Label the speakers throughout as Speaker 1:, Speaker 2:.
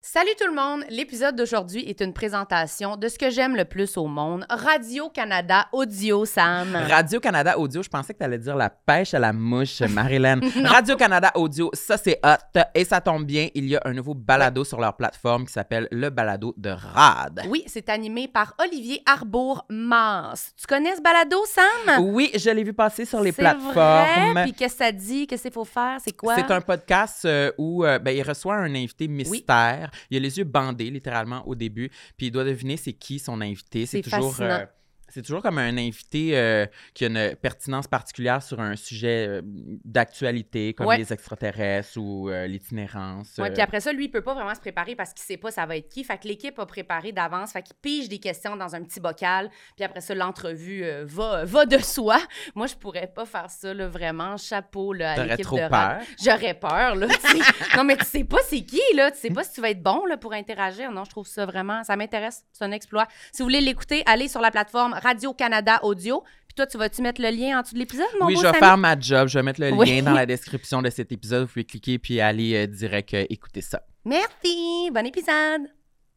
Speaker 1: Salut tout le monde! L'épisode d'aujourd'hui est une présentation de ce que j'aime le plus au monde, Radio-Canada Audio, Sam.
Speaker 2: Radio-Canada Audio, je pensais que t'allais dire la pêche à la mouche, Marilyn. Radio-Canada Audio, ça c'est hot. Et ça tombe bien, il y a un nouveau balado sur leur plateforme qui s'appelle le balado de RAD.
Speaker 1: Oui, c'est animé par Olivier Arbour-Mars. Tu connais ce balado, Sam?
Speaker 2: Oui, je l'ai vu passer sur les
Speaker 1: C'est
Speaker 2: plateformes.
Speaker 1: Vrai? Puis qu'est-ce que ça dit? Qu'est-ce qu'il faut faire? C'est quoi?
Speaker 2: C'est un podcast euh, où euh, ben, il reçoit un invité mystère. Il a les yeux bandés, littéralement, au début. Puis il doit deviner c'est qui son invité. C'est
Speaker 1: C'est
Speaker 2: toujours. euh,
Speaker 1: fascinant.
Speaker 2: c'est toujours comme un invité euh, qui a une pertinence particulière sur un sujet euh, d'actualité, comme
Speaker 1: Ouais.
Speaker 2: les extraterrestres ou euh, l'itinérance.
Speaker 1: Ouais,
Speaker 2: euh.
Speaker 1: puis après ça, lui, il peut pas vraiment se préparer parce qu'il sait pas ça va être qui. Fait que l'équipe a préparé d'avance. Fait qu'il pige des questions dans un petit bocal. Puis après ça, l'entrevue euh, va, va de soi. Moi, je pourrais pas faire ça, là, vraiment. Chapeau, là, à
Speaker 2: T'aurais
Speaker 1: l'équipe
Speaker 2: trop
Speaker 1: de Rad.
Speaker 2: peur.
Speaker 1: J'aurais peur, là. tu sais. non, mais tu sais pas c'est qui, là. Tu sais pas si tu vas être bon, là, pour interagir. Non, je trouve ça vraiment... Ça m'intéresse. C'est un exploit. Si vous voulez l'écouter, allez sur la plateforme Radio-Canada Audio. Puis toi, tu vas-tu mettre le lien en dessous de l'épisode, mon
Speaker 2: Oui,
Speaker 1: beau
Speaker 2: je vais
Speaker 1: Samy?
Speaker 2: faire ma job. Je vais mettre le
Speaker 1: Oui.
Speaker 2: lien dans la description de cet épisode. Vous pouvez cliquer puis aller euh, direct euh, écouter ça.
Speaker 1: Merci, bon épisode.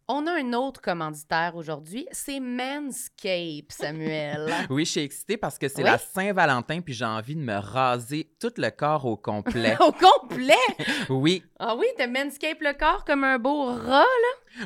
Speaker 1: On a un autre commanditaire aujourd'hui, c'est Manscape, Samuel.
Speaker 2: Oui, je suis excitée parce que c'est
Speaker 1: Oui.
Speaker 2: la Saint-Valentin puis j'ai envie de me raser tout le corps au complet.
Speaker 1: Au complet!
Speaker 2: oui,
Speaker 1: Ah oui, t'as Manscape le corps comme un beau rat.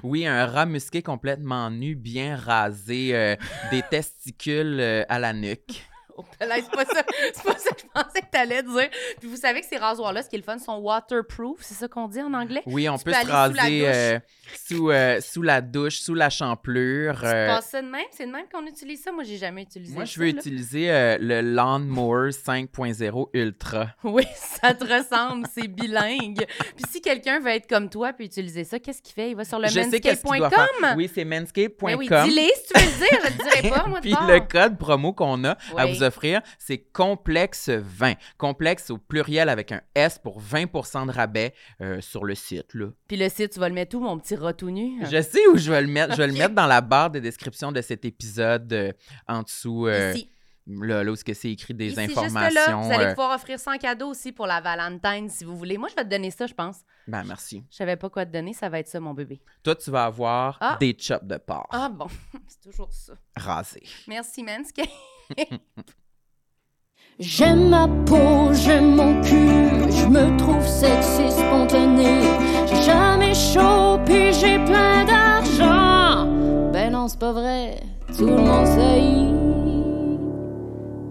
Speaker 2: Oui, un rat musqué complètement nu, bien rasé, euh, des testicules euh, à la nuque.
Speaker 1: Oh, là, c'est pas ça, c'est pas ça que je pensais que t'allais dire. Puis vous savez que ces rasoirs-là, ce qui est le fun, sont waterproof, c'est ça qu'on dit en anglais?
Speaker 2: Oui, on
Speaker 1: Tu
Speaker 2: peut
Speaker 1: peux
Speaker 2: se
Speaker 1: aller sous la
Speaker 2: raser euh, sous, euh, sous la douche, sous la champlure.
Speaker 1: Tu
Speaker 2: euh,
Speaker 1: penses ça de même? C'est de même qu'on utilise ça? Moi, j'ai jamais utilisé
Speaker 2: moi, je
Speaker 1: ça,
Speaker 2: veux
Speaker 1: là.
Speaker 2: utiliser euh, le Lawnmower 5.0 Ultra.
Speaker 1: Oui, ça te ressemble, c'est bilingue. Puis si quelqu'un veut être comme toi puis utiliser ça, qu'est-ce qu'il fait? Il va sur le
Speaker 2: je sais qu'est-ce qu'il doit
Speaker 1: manscape.com?
Speaker 2: faire. Oui, c'est manscape.com.
Speaker 1: Ben oui, dis-les si tu veux le dire, je ne dirai pas, moi, de
Speaker 2: Puis
Speaker 1: bord.
Speaker 2: le code promo qu'on a à
Speaker 1: Oui.
Speaker 2: vous offrir, c'est complexe 20. Complexe au pluriel avec un S pour 20% de rabais euh, sur le site. Là.
Speaker 1: Puis le site, tu vas le mettre où, mon petit rat tout nu?
Speaker 2: Je sais où je vais le mettre. Je vais le mettre dans la barre de description de cet épisode euh, en dessous. euh,
Speaker 1: Ici,
Speaker 2: là, là où ce que c'est écrit des
Speaker 1: ici
Speaker 2: informations.
Speaker 1: juste là. Vous allez
Speaker 2: euh,
Speaker 1: pouvoir offrir 100 cadeaux aussi pour la Valentine, si vous voulez. Moi, je vais te donner ça, je pense.
Speaker 2: Ben merci.
Speaker 1: Je savais pas quoi te donner, ça va être ça, mon bébé.
Speaker 2: Toi, tu vas avoir
Speaker 1: Ah.
Speaker 2: des chops de porc
Speaker 1: Ah bon, c'est toujours ça.
Speaker 2: rasés.
Speaker 1: Merci, Manscape.
Speaker 3: J'aime ma peau, j'aime mon cul, je me trouve sexy spontané. J'ai jamais chaud, puis j'ai plein d'argent. Ben non, c'est pas vrai, tout le monde sait.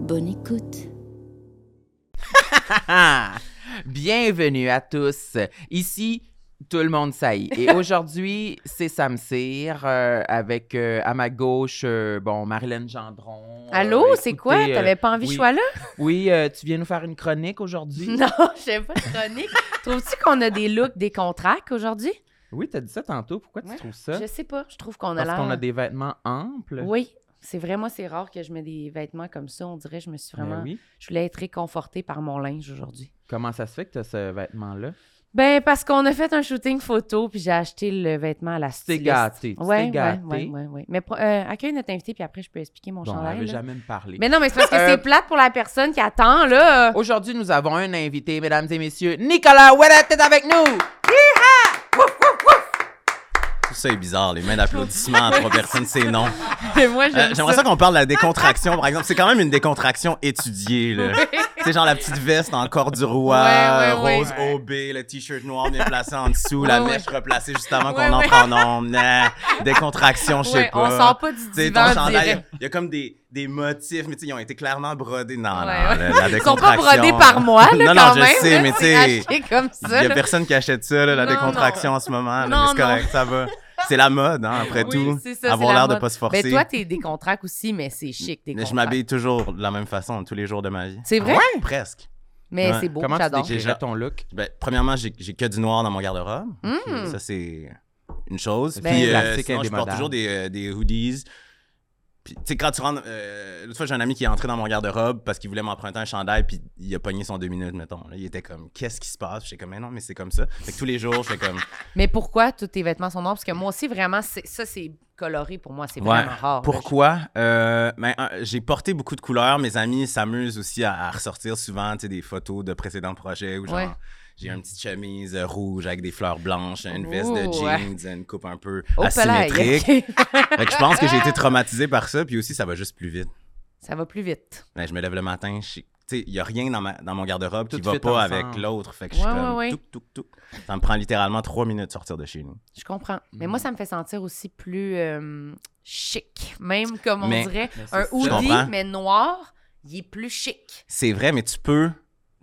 Speaker 3: Bonne écoute.
Speaker 2: Bienvenue à tous. Ici, tout le monde saillit. Et aujourd'hui, c'est Sam Cyr euh, avec euh, à ma gauche, euh, bon, Marilyn Gendron. euh,
Speaker 1: Allô, c'est
Speaker 2: écoutez,
Speaker 1: quoi?
Speaker 2: euh,
Speaker 1: T'avais pas envie que je
Speaker 2: oui.
Speaker 1: sois là?
Speaker 2: Oui, euh, tu viens nous faire une chronique aujourd'hui.
Speaker 1: Non, je sais pas, chronique. Trouves-tu qu'on a des looks, des contracts aujourd'hui?
Speaker 2: Oui, t'as dit ça tantôt. Pourquoi
Speaker 1: Ouais,
Speaker 2: tu trouves ça?
Speaker 1: Je sais pas, je trouve qu'on a
Speaker 2: Parce
Speaker 1: l'air...
Speaker 2: qu'on a des vêtements amples.
Speaker 1: Oui, c'est vrai, moi, c'est rare que je mets des vêtements comme ça. On dirait, je me suis
Speaker 2: Ben
Speaker 1: vraiment...
Speaker 2: oui.
Speaker 1: Je voulais être réconfortée par mon linge aujourd'hui.
Speaker 2: Comment ça se fait que tu as ce vêtement-là?
Speaker 1: Ben, parce qu'on a fait un shooting photo, puis j'ai acheté le vêtement à la
Speaker 2: C'est
Speaker 1: styliste.
Speaker 2: gâté.
Speaker 1: Ouais,
Speaker 2: c'est
Speaker 1: ouais,
Speaker 2: gâté.
Speaker 1: ouais, ouais, ouais. Mais pro- euh, accueille notre invité, puis après, je peux expliquer mon
Speaker 2: Bon, on
Speaker 1: chandail.
Speaker 2: n'avait
Speaker 1: là.
Speaker 2: jamais me parlé.
Speaker 1: Mais non, mais c'est parce que
Speaker 2: Euh,
Speaker 1: c'est plate pour la personne qui attend, là.
Speaker 2: Aujourd'hui, nous avons un invité, mesdames et messieurs. Nicolas Ouellet est avec nous!
Speaker 4: Tout ça est bizarre, les mains d'applaudissements à trois personnes, c'est non.
Speaker 1: Mais moi, j'aime
Speaker 4: Euh, J'aimerais ça qu'on parle de la décontraction, par exemple. C'est quand même une décontraction étudiée, là. C'est genre la petite veste en corps du roi,
Speaker 1: Ouais, ouais, ouais.
Speaker 4: rose OB, le t-shirt noir bien placé en dessous, la
Speaker 1: Ouais, ouais.
Speaker 4: mèche replacée juste avant
Speaker 1: Ouais,
Speaker 4: qu'on en
Speaker 1: ouais.
Speaker 4: prenne en nombre. Nah, décontraction, je sais
Speaker 1: Ouais,
Speaker 4: pas.
Speaker 1: on sort pas du
Speaker 4: Tu sais,
Speaker 1: divan
Speaker 4: ton chandail,
Speaker 1: direct.
Speaker 4: il y a comme des, des motifs, mais tu sais, ils ont été clairement brodés. Non,
Speaker 1: Ouais,
Speaker 4: non,
Speaker 1: ouais.
Speaker 4: la- la
Speaker 1: Ils sont pas
Speaker 4: décontraction.
Speaker 1: brodés par moi, là,
Speaker 4: Non, non,
Speaker 1: quand
Speaker 4: je
Speaker 1: même.
Speaker 4: sais,
Speaker 1: là,
Speaker 4: mais tu
Speaker 1: c'est
Speaker 4: sais,
Speaker 1: acheté comme
Speaker 4: Il
Speaker 1: ça,
Speaker 4: y a
Speaker 1: là.
Speaker 4: personne qui achète ça, là, la
Speaker 1: Non,
Speaker 4: décontraction en ce moment. là,
Speaker 1: Non,
Speaker 4: mais c'est
Speaker 1: non.
Speaker 4: correct, ça va. C'est la mode, hein, après
Speaker 1: Oui,
Speaker 4: tout.
Speaker 1: c'est ça,
Speaker 4: avoir
Speaker 1: c'est la
Speaker 4: l'air de
Speaker 1: mode.
Speaker 4: pas se forcer.
Speaker 1: Ben, toi, t'es des contracts aussi, mais c'est chic, des
Speaker 4: Mais
Speaker 1: contracts.
Speaker 4: je m'habille toujours de la même façon tous les jours de ma vie.
Speaker 1: C'est vrai?
Speaker 4: Presque.
Speaker 1: Mais
Speaker 4: Ouais.
Speaker 1: c'est beau,
Speaker 2: Comment tu
Speaker 1: j'adore.
Speaker 2: décrirais
Speaker 4: Déjà.
Speaker 2: ton look?
Speaker 4: Ben, premièrement, j'ai j'ai que du noir dans mon garde-robe.
Speaker 1: Mm.
Speaker 4: Ça, c'est une chose.
Speaker 2: Ben,
Speaker 4: Puis, euh,
Speaker 2: classique,
Speaker 4: sinon, je
Speaker 2: indémodable.
Speaker 4: porte toujours des, euh, des hoodies. Puis, tu sais, quand tu rentres. euh, L'autre fois, j'ai un ami qui est entré dans mon garde-robe parce qu'il voulait m'emprunter un chandail, puis il a pogné son deux minutes, mettons. Là, il était comme, qu'est-ce qui se passe? J'étais comme, mais non, mais c'est comme ça. Fait que tous les jours, je fais comme.
Speaker 1: Mais pourquoi tous tes vêtements sont noirs? Parce que moi aussi, vraiment, c'est- ça, c'est coloré pour moi. C'est
Speaker 4: Ouais.
Speaker 1: vraiment rare. là.
Speaker 4: Pourquoi? Euh, ben, euh, j'ai porté beaucoup de couleurs. Mes amis s'amusent aussi à, à ressortir souvent tu sais, des photos de précédents projets ou genre.
Speaker 1: Ouais.
Speaker 4: J'ai une petite chemise euh, rouge avec des fleurs blanches, une veste
Speaker 1: Ouh.
Speaker 4: de jeans, une coupe un peu
Speaker 1: Oh, là,
Speaker 4: asymétrique.
Speaker 1: ok.
Speaker 4: Fait que je pense que j'ai été traumatisé par ça, puis aussi, ça va juste plus vite.
Speaker 1: Ça va plus vite.
Speaker 4: Ben, je me lève le matin, je suis- tu sais, il n'y a rien dans, ma- dans mon garde-robe qui
Speaker 2: Tout
Speaker 4: va
Speaker 2: fit
Speaker 4: pas
Speaker 2: ensemble.
Speaker 4: avec l'autre. Fait que je suis
Speaker 1: Ouais, ouais,
Speaker 4: comme
Speaker 1: ouais.
Speaker 4: touc, touc, touc. Ça me prend littéralement trois minutes de sortir de chez nous.
Speaker 1: Je comprends. Mais
Speaker 4: Mm.
Speaker 1: moi, ça me fait sentir aussi plus euh, chic. Même comme on
Speaker 4: Mais-
Speaker 1: dirait,
Speaker 2: Mais c'est
Speaker 1: un
Speaker 2: ça.
Speaker 4: Je comprends.
Speaker 1: hoodie, mais noir, il est plus chic.
Speaker 4: C'est vrai, mais tu peux.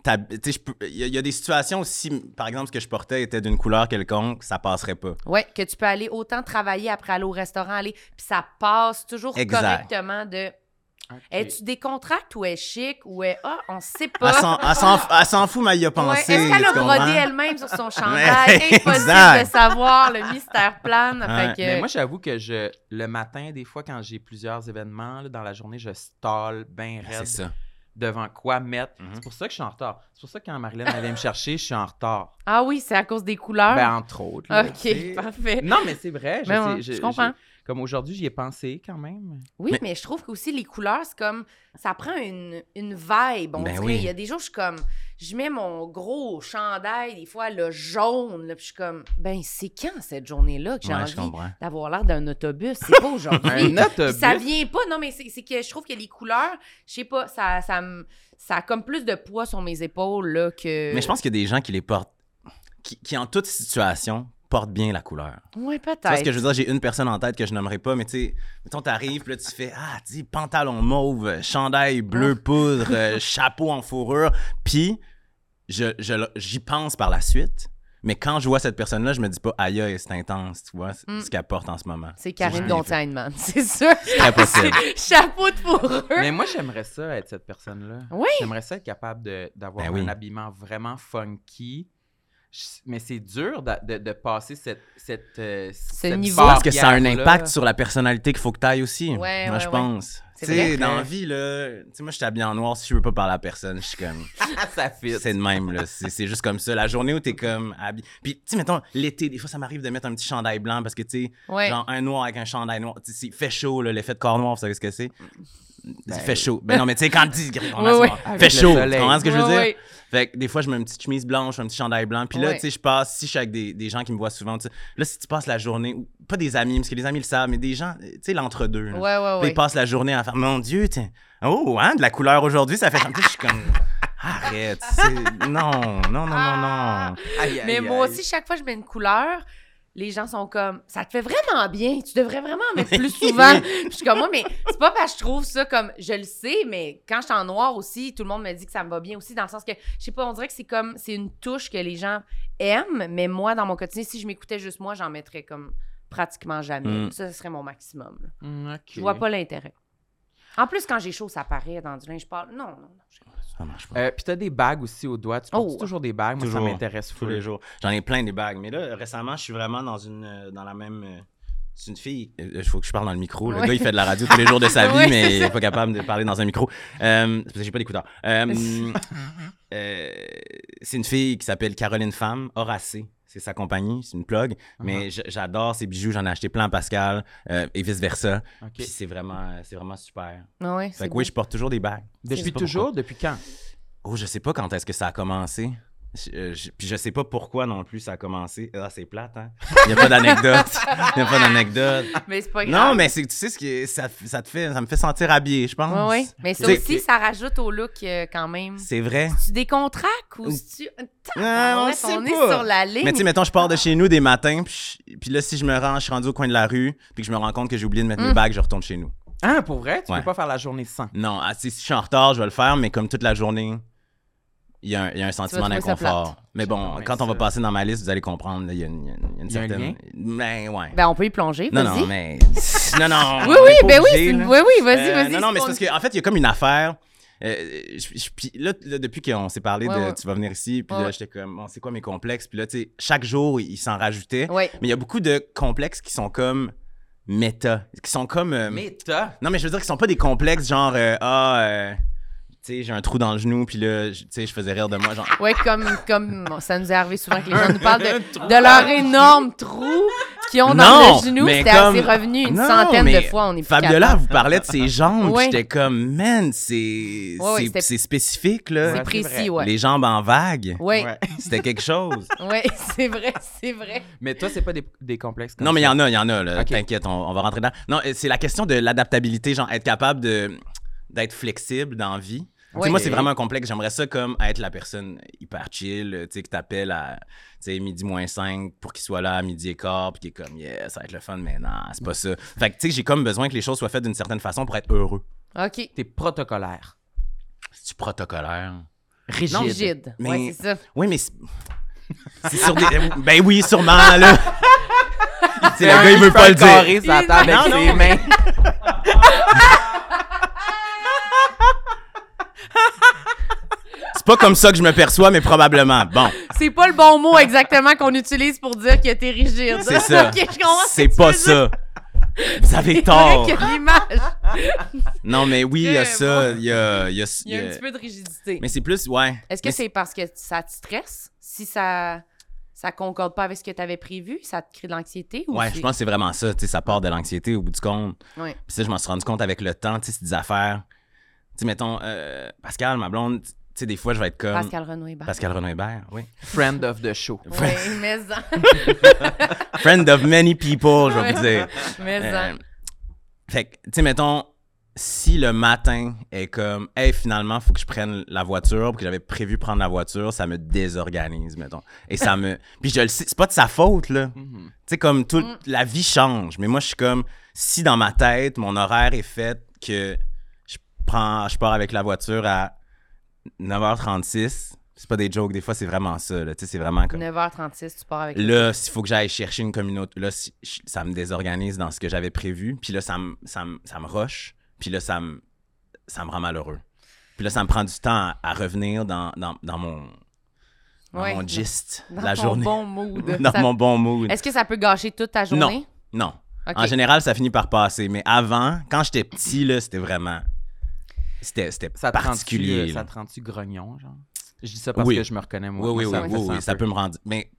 Speaker 4: t'hab- tu sais, je peux- Il y, a- il y a des situations où si, par exemple, ce que je portais était d'une couleur quelconque, ça passerait pas.
Speaker 1: Ouais, que tu peux aller autant travailler après aller au restaurant, aller, puis ça passe toujours
Speaker 4: Exact.
Speaker 1: correctement de...
Speaker 2: Ok.
Speaker 1: Es-tu décontracte ou est chic ou est... Ah, on sait
Speaker 4: Elle
Speaker 1: pas.
Speaker 4: s'en- elle s'en f- elle s'en fout, mais il y a
Speaker 1: Ouais,
Speaker 4: pensé.
Speaker 1: Est-ce qu'elle a
Speaker 4: tu
Speaker 1: brodé
Speaker 4: comprends?
Speaker 1: elle-même sur son chandail?
Speaker 4: Mais-
Speaker 1: Impossible de
Speaker 4: Exact.
Speaker 1: savoir, le mystère plane.
Speaker 4: Ouais,
Speaker 1: Fait que-
Speaker 2: Mais moi, j'avoue que je le matin, des fois, quand j'ai plusieurs événements là, dans la journée, je stall bien
Speaker 4: Ben,
Speaker 2: raide
Speaker 4: C'est ça.
Speaker 2: devant quoi mettre.
Speaker 4: Mhm.
Speaker 2: C'est pour ça que je suis en retard. C'est pour ça que quand Marilyn allait me chercher, je suis en retard.
Speaker 1: Ah oui, c'est à cause des couleurs?
Speaker 2: Ben, entre autres. là,
Speaker 1: Ah. OK,
Speaker 2: tu sais.
Speaker 1: parfait.
Speaker 2: Non, mais c'est vrai. Je,
Speaker 1: Ben
Speaker 2: sais-
Speaker 1: ouais,
Speaker 2: je-
Speaker 1: je comprends.
Speaker 2: j'ai- Comme aujourd'hui, j'y ai pensé quand même.
Speaker 1: Oui, mais,
Speaker 4: Mais-
Speaker 1: je trouve qu'aussi les couleurs, c'est comme ça prend une, une vibe. On
Speaker 4: Ben
Speaker 1: dirait.
Speaker 4: oui.
Speaker 1: Il y a des jours, je suis comme je mets mon gros chandail, des fois le jaune, là, puis je suis comme ben c'est quand cette journée-là que j'ai
Speaker 4: Ouais, je
Speaker 1: envie
Speaker 4: comprends.
Speaker 1: d'avoir l'air d'un autobus. C'est pas aujourd'hui.
Speaker 2: Un autobus.
Speaker 1: Puis ça vient pas, non, mais c'est c'est que je trouve que les couleurs, je sais pas, ça, ça, me- ça a comme plus de poids sur mes épaules là, que.
Speaker 4: Mais je pense qu'il y a des gens qui les portent, qui, qui, en toute situation portent bien la couleur.
Speaker 1: Oui,
Speaker 4: Tu vois ce que
Speaker 1: peut-être.
Speaker 4: je veux dire? J'ai une personne en tête que je nommerai pas, mais tu sais, mettons, t'arrives, puis là, tu fais, ah, dis, pantalon mauve, euh, chandail bleu
Speaker 1: Ah.
Speaker 4: poudre, euh, chapeau en fourrure. Puis, je- je le- j'y pense par la suite, mais quand je vois cette personne-là, je me dis pas, aïe, aïe, c'est intense, tu vois, c-
Speaker 1: Mm.
Speaker 4: ce qu'elle porte en ce moment.
Speaker 1: C'est Karine
Speaker 4: Ouais.
Speaker 1: Gontineman, c'est ça.
Speaker 4: C'est impossible.
Speaker 1: Chapeau de fourrure.
Speaker 2: Mais moi, j'aimerais ça être cette personne-là.
Speaker 1: Oui.
Speaker 2: J'aimerais ça être capable de- d'avoir
Speaker 4: Ben oui.
Speaker 2: un habillement vraiment funky. Je- Mais c'est dur d'a- de, de passer cette, cette, euh, cette
Speaker 1: niveau.
Speaker 2: barrière-là.
Speaker 4: Parce que ça a un impact sur la personnalité qu'il faut que tu ailles aussi.
Speaker 1: Ouais,
Speaker 4: moi,
Speaker 1: ouais,
Speaker 4: je
Speaker 1: ouais.
Speaker 4: pense.
Speaker 1: C'est
Speaker 4: Tu sais,
Speaker 1: vrai.
Speaker 4: dans la vie, là, tu sais, moi, je suis habillé en noir si je veux pas parler à personne. Je suis comme.
Speaker 2: Ah, ça fit.
Speaker 4: C'est de même, là. C'est c'est juste comme ça. La journée où t'es comme habillé. Puis, tu sais, mettons, l'été, des fois, ça m'arrive de mettre un petit chandail blanc parce que, tu sais,
Speaker 1: Ouais.
Speaker 4: genre un noir avec un chandail noir. Tu sais, il fait chaud, là, l'effet de corps noir, vous savez ce que c'est?
Speaker 2: Ben,
Speaker 4: il fait chaud. Mais non, mais tu sais, quand tu dis,
Speaker 1: Ouais, ouais.
Speaker 4: fait
Speaker 2: Avec le
Speaker 4: chaud. Tu
Speaker 2: soleil.
Speaker 4: comprends ce que je veux
Speaker 1: Ouais,
Speaker 4: dire?
Speaker 1: ouais.
Speaker 4: Fait que des fois, je mets une petite chemise blanche, un petit chandail blanc. Puis là,
Speaker 1: Ouais.
Speaker 4: tu sais, je passe, si je suis avec des, des gens qui me voient souvent, tu sais, là, si tu passes la journée, ou- pas des amis, parce que les amis le savent, mais des gens, tu sais, l'entre-deux. là.
Speaker 1: Ouais, ouais,
Speaker 4: Puis
Speaker 1: Ah ouais.
Speaker 4: Ils passent la journée à faire Mon Dieu, t'es- oh, hein, de la couleur aujourd'hui, ça fait comme je suis comme Arrête, c'est- non, non, non, non, non.
Speaker 2: Aïe, aïe,
Speaker 1: Mais moi
Speaker 2: aïe.
Speaker 1: aussi, chaque fois que je mets une couleur, les gens sont comme ça te fait vraiment bien, tu devrais vraiment en mettre plus souvent. Puis je suis comme moi, mais c'est pas parce que je trouve ça comme je le sais, mais quand je suis en noir aussi, tout le monde me dit que ça me va bien aussi, dans le sens que je sais pas, on dirait que c'est comme c'est une touche que les gens aiment, mais moi, dans mon quotidien, si je m'écoutais juste moi, j'en mettrais comme pratiquement jamais.
Speaker 4: Mm.
Speaker 1: Ça, ce serait mon maximum. là.
Speaker 2: Mm, ok.
Speaker 1: Je vois pas l'intérêt. En plus, quand j'ai chaud, ça paraît dans du linge parle. Non, non, non.
Speaker 4: Ça marche pas.
Speaker 2: Euh, Puis t'as des bagues aussi aux doigts. Tu portes
Speaker 1: Oh.
Speaker 2: toujours des bagues. Moi,
Speaker 4: Toujours.
Speaker 2: ça m'intéresse
Speaker 4: Tous les jours. J'en ai plein des bagues. Mais là, récemment, je suis vraiment dans une euh, dans la même. euh, C'est une fille. Il faut que je parle dans le micro. Le
Speaker 1: Ouais.
Speaker 4: gars, il fait de la radio tous les jours de sa vie,
Speaker 1: Ouais, c'est
Speaker 4: mais il
Speaker 1: ça.
Speaker 4: est pas capable de parler dans un micro. Euh, c'est parce que j'ai pas d'écouteurs. Euh, euh, c'est une fille qui s'appelle Caroline Femme, Horacée. C'est sa compagnie, c'est une plug. Mais
Speaker 2: Uh-huh.
Speaker 4: j- j'adore ses bijoux. J'en ai acheté plein à Pascal euh, et vice-versa.
Speaker 2: Ok.
Speaker 4: Puis c'est vraiment, c'est vraiment super.
Speaker 1: Ah ouais,
Speaker 4: Fait
Speaker 1: c'est
Speaker 4: que oui,
Speaker 1: beau.
Speaker 4: je porte toujours des bagues. Je sais
Speaker 2: Depuis
Speaker 4: pas
Speaker 2: toujours? Depuis quand?
Speaker 4: pourquoi. Oh, je sais pas quand est-ce que ça a commencé. Je- euh, je- Puis je sais pas pourquoi non plus ça a commencé. Ah, c'est plate, hein? Il n'y a pas d'anecdote. Il n'y a pas d'anecdote.
Speaker 1: Mais c'est pas grave.
Speaker 4: Non, mais c'est- tu sais ce que ça, ça te fait, ça me fait sentir habillé, je pense.
Speaker 1: Oui, oui. Mais ça
Speaker 4: C'est-
Speaker 1: aussi, ça rajoute au look euh, quand même.
Speaker 4: C'est vrai.
Speaker 1: Tu décontractes ou
Speaker 4: Ou-
Speaker 1: si tu.
Speaker 4: Ah, on
Speaker 1: Tabarouette,
Speaker 4: sait
Speaker 1: on est
Speaker 4: pas.
Speaker 1: sur la ligne.
Speaker 4: Mais tu sais, mettons, je pars de chez nous des matins, puis, je- puis là, si je me rends, je suis rendu au coin de la rue, puis que je me rends compte que j'ai oublié de mettre mes
Speaker 1: Mm.
Speaker 4: bagues, je retourne chez nous.
Speaker 2: Ah, pour vrai? Tu
Speaker 4: Ouais.
Speaker 2: peux pas faire la journée sans.
Speaker 4: Non, ah, si si je suis en retard, je vais le faire, mais comme toute la journée, il y a un, il y a un sentiment
Speaker 1: trouver ça
Speaker 4: d'inconfort. Mais bon,
Speaker 2: Non, mais
Speaker 4: quand on va
Speaker 2: ça-
Speaker 4: passer dans ma liste, vous allez comprendre, là, il y a une, il y a une- il y a une
Speaker 2: Il y a un
Speaker 4: certaine.
Speaker 2: lien?
Speaker 4: Ben, ouais.
Speaker 1: Ben, on peut y plonger.
Speaker 4: non,
Speaker 1: vas-y.
Speaker 4: non, mais. non, non.
Speaker 1: Oui,
Speaker 4: on
Speaker 1: oui,
Speaker 4: est pas
Speaker 1: ben oui,
Speaker 4: obligé,
Speaker 1: c'est-
Speaker 4: là.
Speaker 1: oui, oui, vas-y,
Speaker 4: Euh,
Speaker 1: vas-y.
Speaker 4: Non, non, mais c'est
Speaker 1: c'est
Speaker 4: parce qu'en fait, il y a comme une affaire. euh, je- je- puis là, là, depuis qu'on s'est parlé
Speaker 1: Ouais,
Speaker 4: de
Speaker 1: ouais.
Speaker 4: tu vas venir ici, puis
Speaker 1: Ouais,
Speaker 4: là,
Speaker 1: ouais.
Speaker 4: j'étais comme, bon, c'est quoi mes complexes? Puis là, tu sais, chaque jour, il s'en rajoutait.
Speaker 1: Ouais.
Speaker 4: Mais il y a beaucoup de complexes qui sont comme méta, qui sont comme. euh,
Speaker 2: Mais t'as...
Speaker 4: non, mais je veux dire qu'ils sont pas des complexes genre euh, ah euh, tu sais, j'ai un trou dans le genou, puis là, je- tu sais, je faisais rire de moi, genre,
Speaker 1: Oui, comme, comme bon, ça nous est arrivé souvent que les gens nous parlent Ah, de, de leur énorme trou qu'ils ont dans
Speaker 4: Non,
Speaker 1: le genou.
Speaker 4: mais
Speaker 1: C'était
Speaker 4: comme-
Speaker 1: assez revenu une
Speaker 4: Non,
Speaker 1: centaine de
Speaker 4: mais
Speaker 1: fois. On est plus
Speaker 4: Fabiola
Speaker 1: capable.
Speaker 4: vous parlait de ses jambes,
Speaker 1: Ouais.
Speaker 4: puis j'étais comme, man, c'est
Speaker 1: Ouais, ouais,
Speaker 4: c'est-
Speaker 1: c'était-
Speaker 4: c'est spécifique, là.
Speaker 1: C'est précis, ouais.
Speaker 4: Les jambes en vague,
Speaker 1: Oui,
Speaker 2: Ouais.
Speaker 4: c'était quelque chose.
Speaker 1: oui, c'est vrai, c'est vrai.
Speaker 2: Mais toi, c'est pas des, des complexes comme
Speaker 4: non, mais il y
Speaker 2: ça.
Speaker 4: en a, il y en a, là.
Speaker 2: Ok.
Speaker 4: T'inquiète, on, on va rentrer dedans. Non, euh, c'est la question de l'adaptabilité, genre être capable de d'être flexible dans la vie. Tu sais,
Speaker 1: Ouais.
Speaker 4: Moi, c'est vraiment un complexe. J'aimerais ça comme être la personne hyper chill, euh, tu sais, que t'appelles à tu sais, midi moins 5 pour qu'il soit là à midi et quart, puis qui est comme, yeah, ça va être le fun, mais non, c'est pas ça. Fait que, tu sais, j'ai comme besoin que les choses soient faites d'une certaine façon pour être heureux.
Speaker 1: OK.
Speaker 2: T'es protocolaire.
Speaker 4: C'est-tu protocolaire?
Speaker 2: Rigide.
Speaker 1: Rigide.
Speaker 4: Mais-
Speaker 1: Oui, c'est ça.
Speaker 4: Oui, mais c'est c'est sur des. Ben oui, sûrement, là. Tu sais, le gars, il veut pas le dire.
Speaker 2: carré sur la
Speaker 1: Il-
Speaker 2: table avec
Speaker 4: Non,
Speaker 2: ses
Speaker 4: non.
Speaker 2: mains.
Speaker 4: C'est pas comme ça que je me perçois, mais probablement. Bon,
Speaker 1: C'est pas le bon mot exactement qu'on utilise pour dire que t'es rigide.
Speaker 4: c'est ça.
Speaker 1: OK, je comprends.
Speaker 4: C'est pas ça. Vous avez tort.
Speaker 1: Il y a l'image.
Speaker 4: Non, mais oui, il y a
Speaker 1: Que
Speaker 4: ça. Il y a. il y a-
Speaker 1: Eh, Il y a
Speaker 4: il
Speaker 1: un
Speaker 4: y a-
Speaker 1: petit peu de rigidité.
Speaker 4: Mais c'est plus, ouais.
Speaker 1: Est-ce que
Speaker 4: Mais
Speaker 1: c'est parce que ça te stresse? Si ça ça concorde pas avec ce que tu avais prévu, ça te crée de l'anxiété? Ou
Speaker 4: Ouais, je
Speaker 1: c'est-
Speaker 4: pense que c'est vraiment ça. Tu sais, ça part de l'anxiété au bout du compte.
Speaker 1: Ouais.
Speaker 4: Puis ça, je m'en suis rendu compte avec le temps. Tu sais, c'est des affaires. Tu sais, mettons, euh, Pascal, ma blonde, tu sais, des fois, je vais être comme.
Speaker 1: Pascal Renaud est
Speaker 4: Pascal Renaud-Hébert, oui.
Speaker 2: Friend of the show.
Speaker 1: Oui, mais
Speaker 4: Friend of many people, je vais vous dire.
Speaker 1: mais
Speaker 4: Euh, fait que, tu sais, mettons, si le matin est comme, hey, finalement, faut que je prenne la voiture, puis que j'avais prévu prendre la voiture, ça me désorganise, mettons. Et ça me. puis je le sais, c'est pas de sa faute, là. Tu
Speaker 2: Mhm.
Speaker 4: sais, comme, tout,
Speaker 1: Mm.
Speaker 4: la vie change. Mais moi, je suis comme, si dans ma tête, mon horaire est fait que je prends, je pars avec la voiture à 9h36, c'est pas des jokes, des fois, c'est vraiment ça, là. Tu sais, c'est vraiment comme.
Speaker 1: 9h36, tu pars avec
Speaker 4: Là, s'il faut que j'aille chercher une communauté, là, si- je- ça me désorganise dans ce que j'avais prévu. Puis là, ça me, ça me, ça me rush. Puis là, ça me, ça me rend malheureux. Puis là, ça me prend du temps à, à revenir dans, dans, dans mon, dans
Speaker 1: Ouais.
Speaker 4: mon gist
Speaker 1: dans
Speaker 4: de la
Speaker 1: ton
Speaker 4: journée.
Speaker 1: bon mood.
Speaker 4: dans
Speaker 1: Ça-
Speaker 4: mon bon mood.
Speaker 1: Est-ce que ça peut gâcher toute ta journée?
Speaker 4: Non.
Speaker 1: Ok.
Speaker 4: En général, ça finit par passer. Mais avant, quand j'étais petit, là, c'était vraiment... C'était c'était
Speaker 2: Ça te
Speaker 4: particulier.
Speaker 2: rend-tu, euh,
Speaker 4: là.
Speaker 2: ça te rend-tu grognon, genre? Je dis ça parce
Speaker 4: Oui.
Speaker 2: que je me reconnais, moi.
Speaker 4: Oui, oui,
Speaker 2: Moi,
Speaker 4: oui,
Speaker 2: ça
Speaker 4: oui,
Speaker 2: me
Speaker 4: oui,
Speaker 2: fait
Speaker 4: ça,
Speaker 2: un peu.
Speaker 4: peut me rendre. Mais,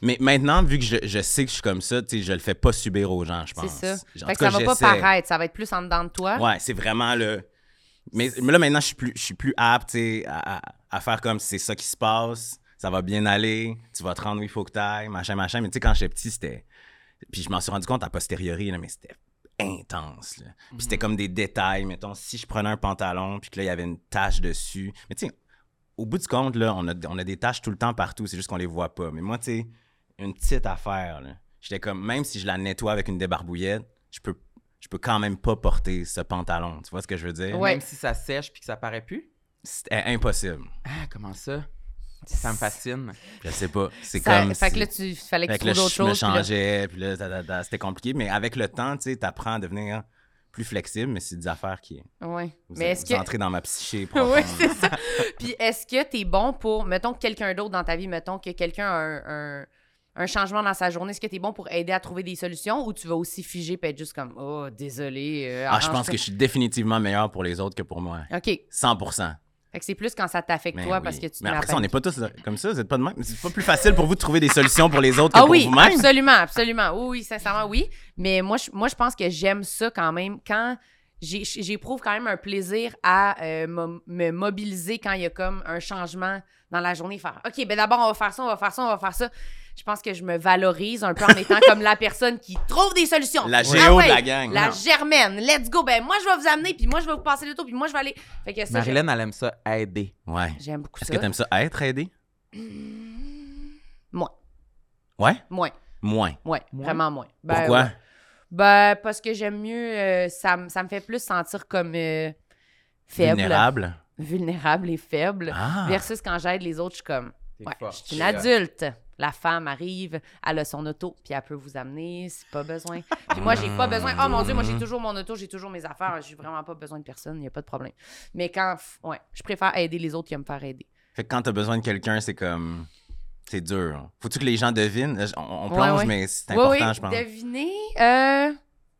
Speaker 4: mais maintenant, vu que je, je sais que je suis comme ça, tu sais, je le fais pas subir aux gens, je
Speaker 1: C'est
Speaker 4: pense.
Speaker 1: ça.
Speaker 4: En
Speaker 1: Fait que
Speaker 4: tout
Speaker 1: ça
Speaker 4: cas,
Speaker 1: va pas
Speaker 4: j'essaie.
Speaker 1: paraître, ça va être plus en dedans de toi.
Speaker 4: Ouais, c'est vraiment le. Mais, mais là, maintenant, je suis plus, je suis plus apte tu sais, à, à- à faire comme c'est ça qui se passe, ça va bien aller, tu vas te rendre où il faut que tu ailles, machin, machin. Mais tu sais, quand j'étais petit, c'était. Puis je m'en suis rendu compte à posteriori, là, mais c'était intense. là. Puis c'était comme des détails. Mettons, si je prenais un pantalon, puis que là, il y avait une tache dessus. Mais tu sais, au bout du compte, là, on a, on a des taches tout le temps partout, c'est juste qu'on les voit pas. Mais moi, tu sais, une petite affaire, là. J'étais comme, même si je la nettoie avec une débarbouillette, je peux, je peux quand même pas porter ce pantalon. Tu vois ce que je veux dire?
Speaker 1: Ouais.
Speaker 2: Même si ça sèche puis que ça paraît plus.
Speaker 4: C'était impossible.
Speaker 2: Ah, comment ça? Ça me fascine.
Speaker 4: Je sais pas. C'est
Speaker 1: Ça-
Speaker 4: comme.
Speaker 1: Fait
Speaker 4: si-
Speaker 1: que là, tu fallait que
Speaker 4: Fait
Speaker 1: tu
Speaker 4: que là,
Speaker 1: trouves d'autres
Speaker 4: je me
Speaker 1: choses. puis là-
Speaker 4: changeais, puis là, ta, ta, ta, c'était compliqué. Mais avec le temps, tu sais, t'apprends à devenir plus flexible, mais c'est des affaires qui.
Speaker 1: Ouais.
Speaker 4: Vous,
Speaker 1: Mais est-ce
Speaker 4: vous
Speaker 1: que.
Speaker 4: entrez dans ma psyché.
Speaker 1: Oui,
Speaker 4: profonde.
Speaker 1: c'est ça. Puis est-ce que t'es bon pour, mettons que quelqu'un d'autre dans ta vie, mettons que quelqu'un a un, un- un changement dans sa journée, est-ce que t'es bon pour aider à trouver des solutions ou tu vas aussi figer puis être juste comme, oh, désolé. euh,
Speaker 4: Ah, je
Speaker 1: arrange
Speaker 4: pense
Speaker 1: ça.
Speaker 4: que je suis définitivement meilleur pour les autres que pour moi.
Speaker 1: OK.
Speaker 4: 100
Speaker 1: Fait que c'est plus quand ça t'affecte
Speaker 4: Mais
Speaker 1: toi
Speaker 4: oui.
Speaker 1: parce que tu
Speaker 4: Mais
Speaker 1: te
Speaker 4: après ça,
Speaker 1: rappelles.
Speaker 4: on n'est pas tous euh, comme ça, vous êtes pas de même. C'est pas plus facile pour vous de trouver des solutions pour les autres que
Speaker 1: Ah
Speaker 4: pour
Speaker 1: oui,
Speaker 4: vous-même.
Speaker 1: absolument, absolument. Oui, oui, sincèrement, oui. Mais moi, je, moi, je pense que j'aime ça quand même quand j'ai- j'éprouve quand même un plaisir à euh, mo- me mobiliser quand il y a comme un changement dans la journée. Faire OK, ben d'abord, on va faire ça, on va faire ça, on va faire ça. Je pense que je me valorise un peu en étant comme la personne qui trouve des solutions.
Speaker 4: La
Speaker 1: Ah
Speaker 4: géo
Speaker 1: ouais,
Speaker 4: de la gang.
Speaker 1: La
Speaker 4: Non.
Speaker 1: germaine, let's go. Ben moi, je vais vous amener, puis moi, je vais vous passer le tour, puis moi, je vais aller. Fait que ça,
Speaker 2: Marilyn, elle aime ça aider.
Speaker 4: Ouais.
Speaker 1: j'aime- j'aime beaucoup
Speaker 4: Est-ce
Speaker 1: ça.
Speaker 4: que t'aimes ça être aidé?
Speaker 1: Moins,
Speaker 4: Ouais?
Speaker 1: moins,
Speaker 4: Moins.
Speaker 1: moins,
Speaker 2: Moins?
Speaker 1: vraiment moins. Ben,
Speaker 4: Pourquoi?
Speaker 1: ouais. Ben, parce que j'aime mieux. euh, ça, me- ça me fait plus sentir comme euh, faible.
Speaker 4: Vulnérable.
Speaker 1: Vulnérable et faible.
Speaker 4: Ah.
Speaker 1: Versus quand j'aide les autres, je suis comme.
Speaker 2: T'es
Speaker 1: Ouais, je
Speaker 2: forte.
Speaker 1: suis une adulte. La femme arrive, elle a son auto, puis elle peut vous amener si pas besoin. Puis moi, j'ai pas besoin. Oh mon Dieu, moi, j'ai toujours mon auto, j'ai toujours mes affaires. J'ai vraiment pas besoin de personne, il n'y a pas de problème. Mais quand. f- Ouais, je préfère aider les autres que me faire aider.
Speaker 4: Fait que quand t'as besoin de quelqu'un, c'est comme. C'est dur. Faut-tu que les gens devinent? Euh, On, on
Speaker 1: Ouais,
Speaker 4: plonge,
Speaker 1: ouais.
Speaker 4: mais c'est
Speaker 1: Oui,
Speaker 4: important,
Speaker 1: oui,
Speaker 4: je pense.
Speaker 1: Deviner. euh,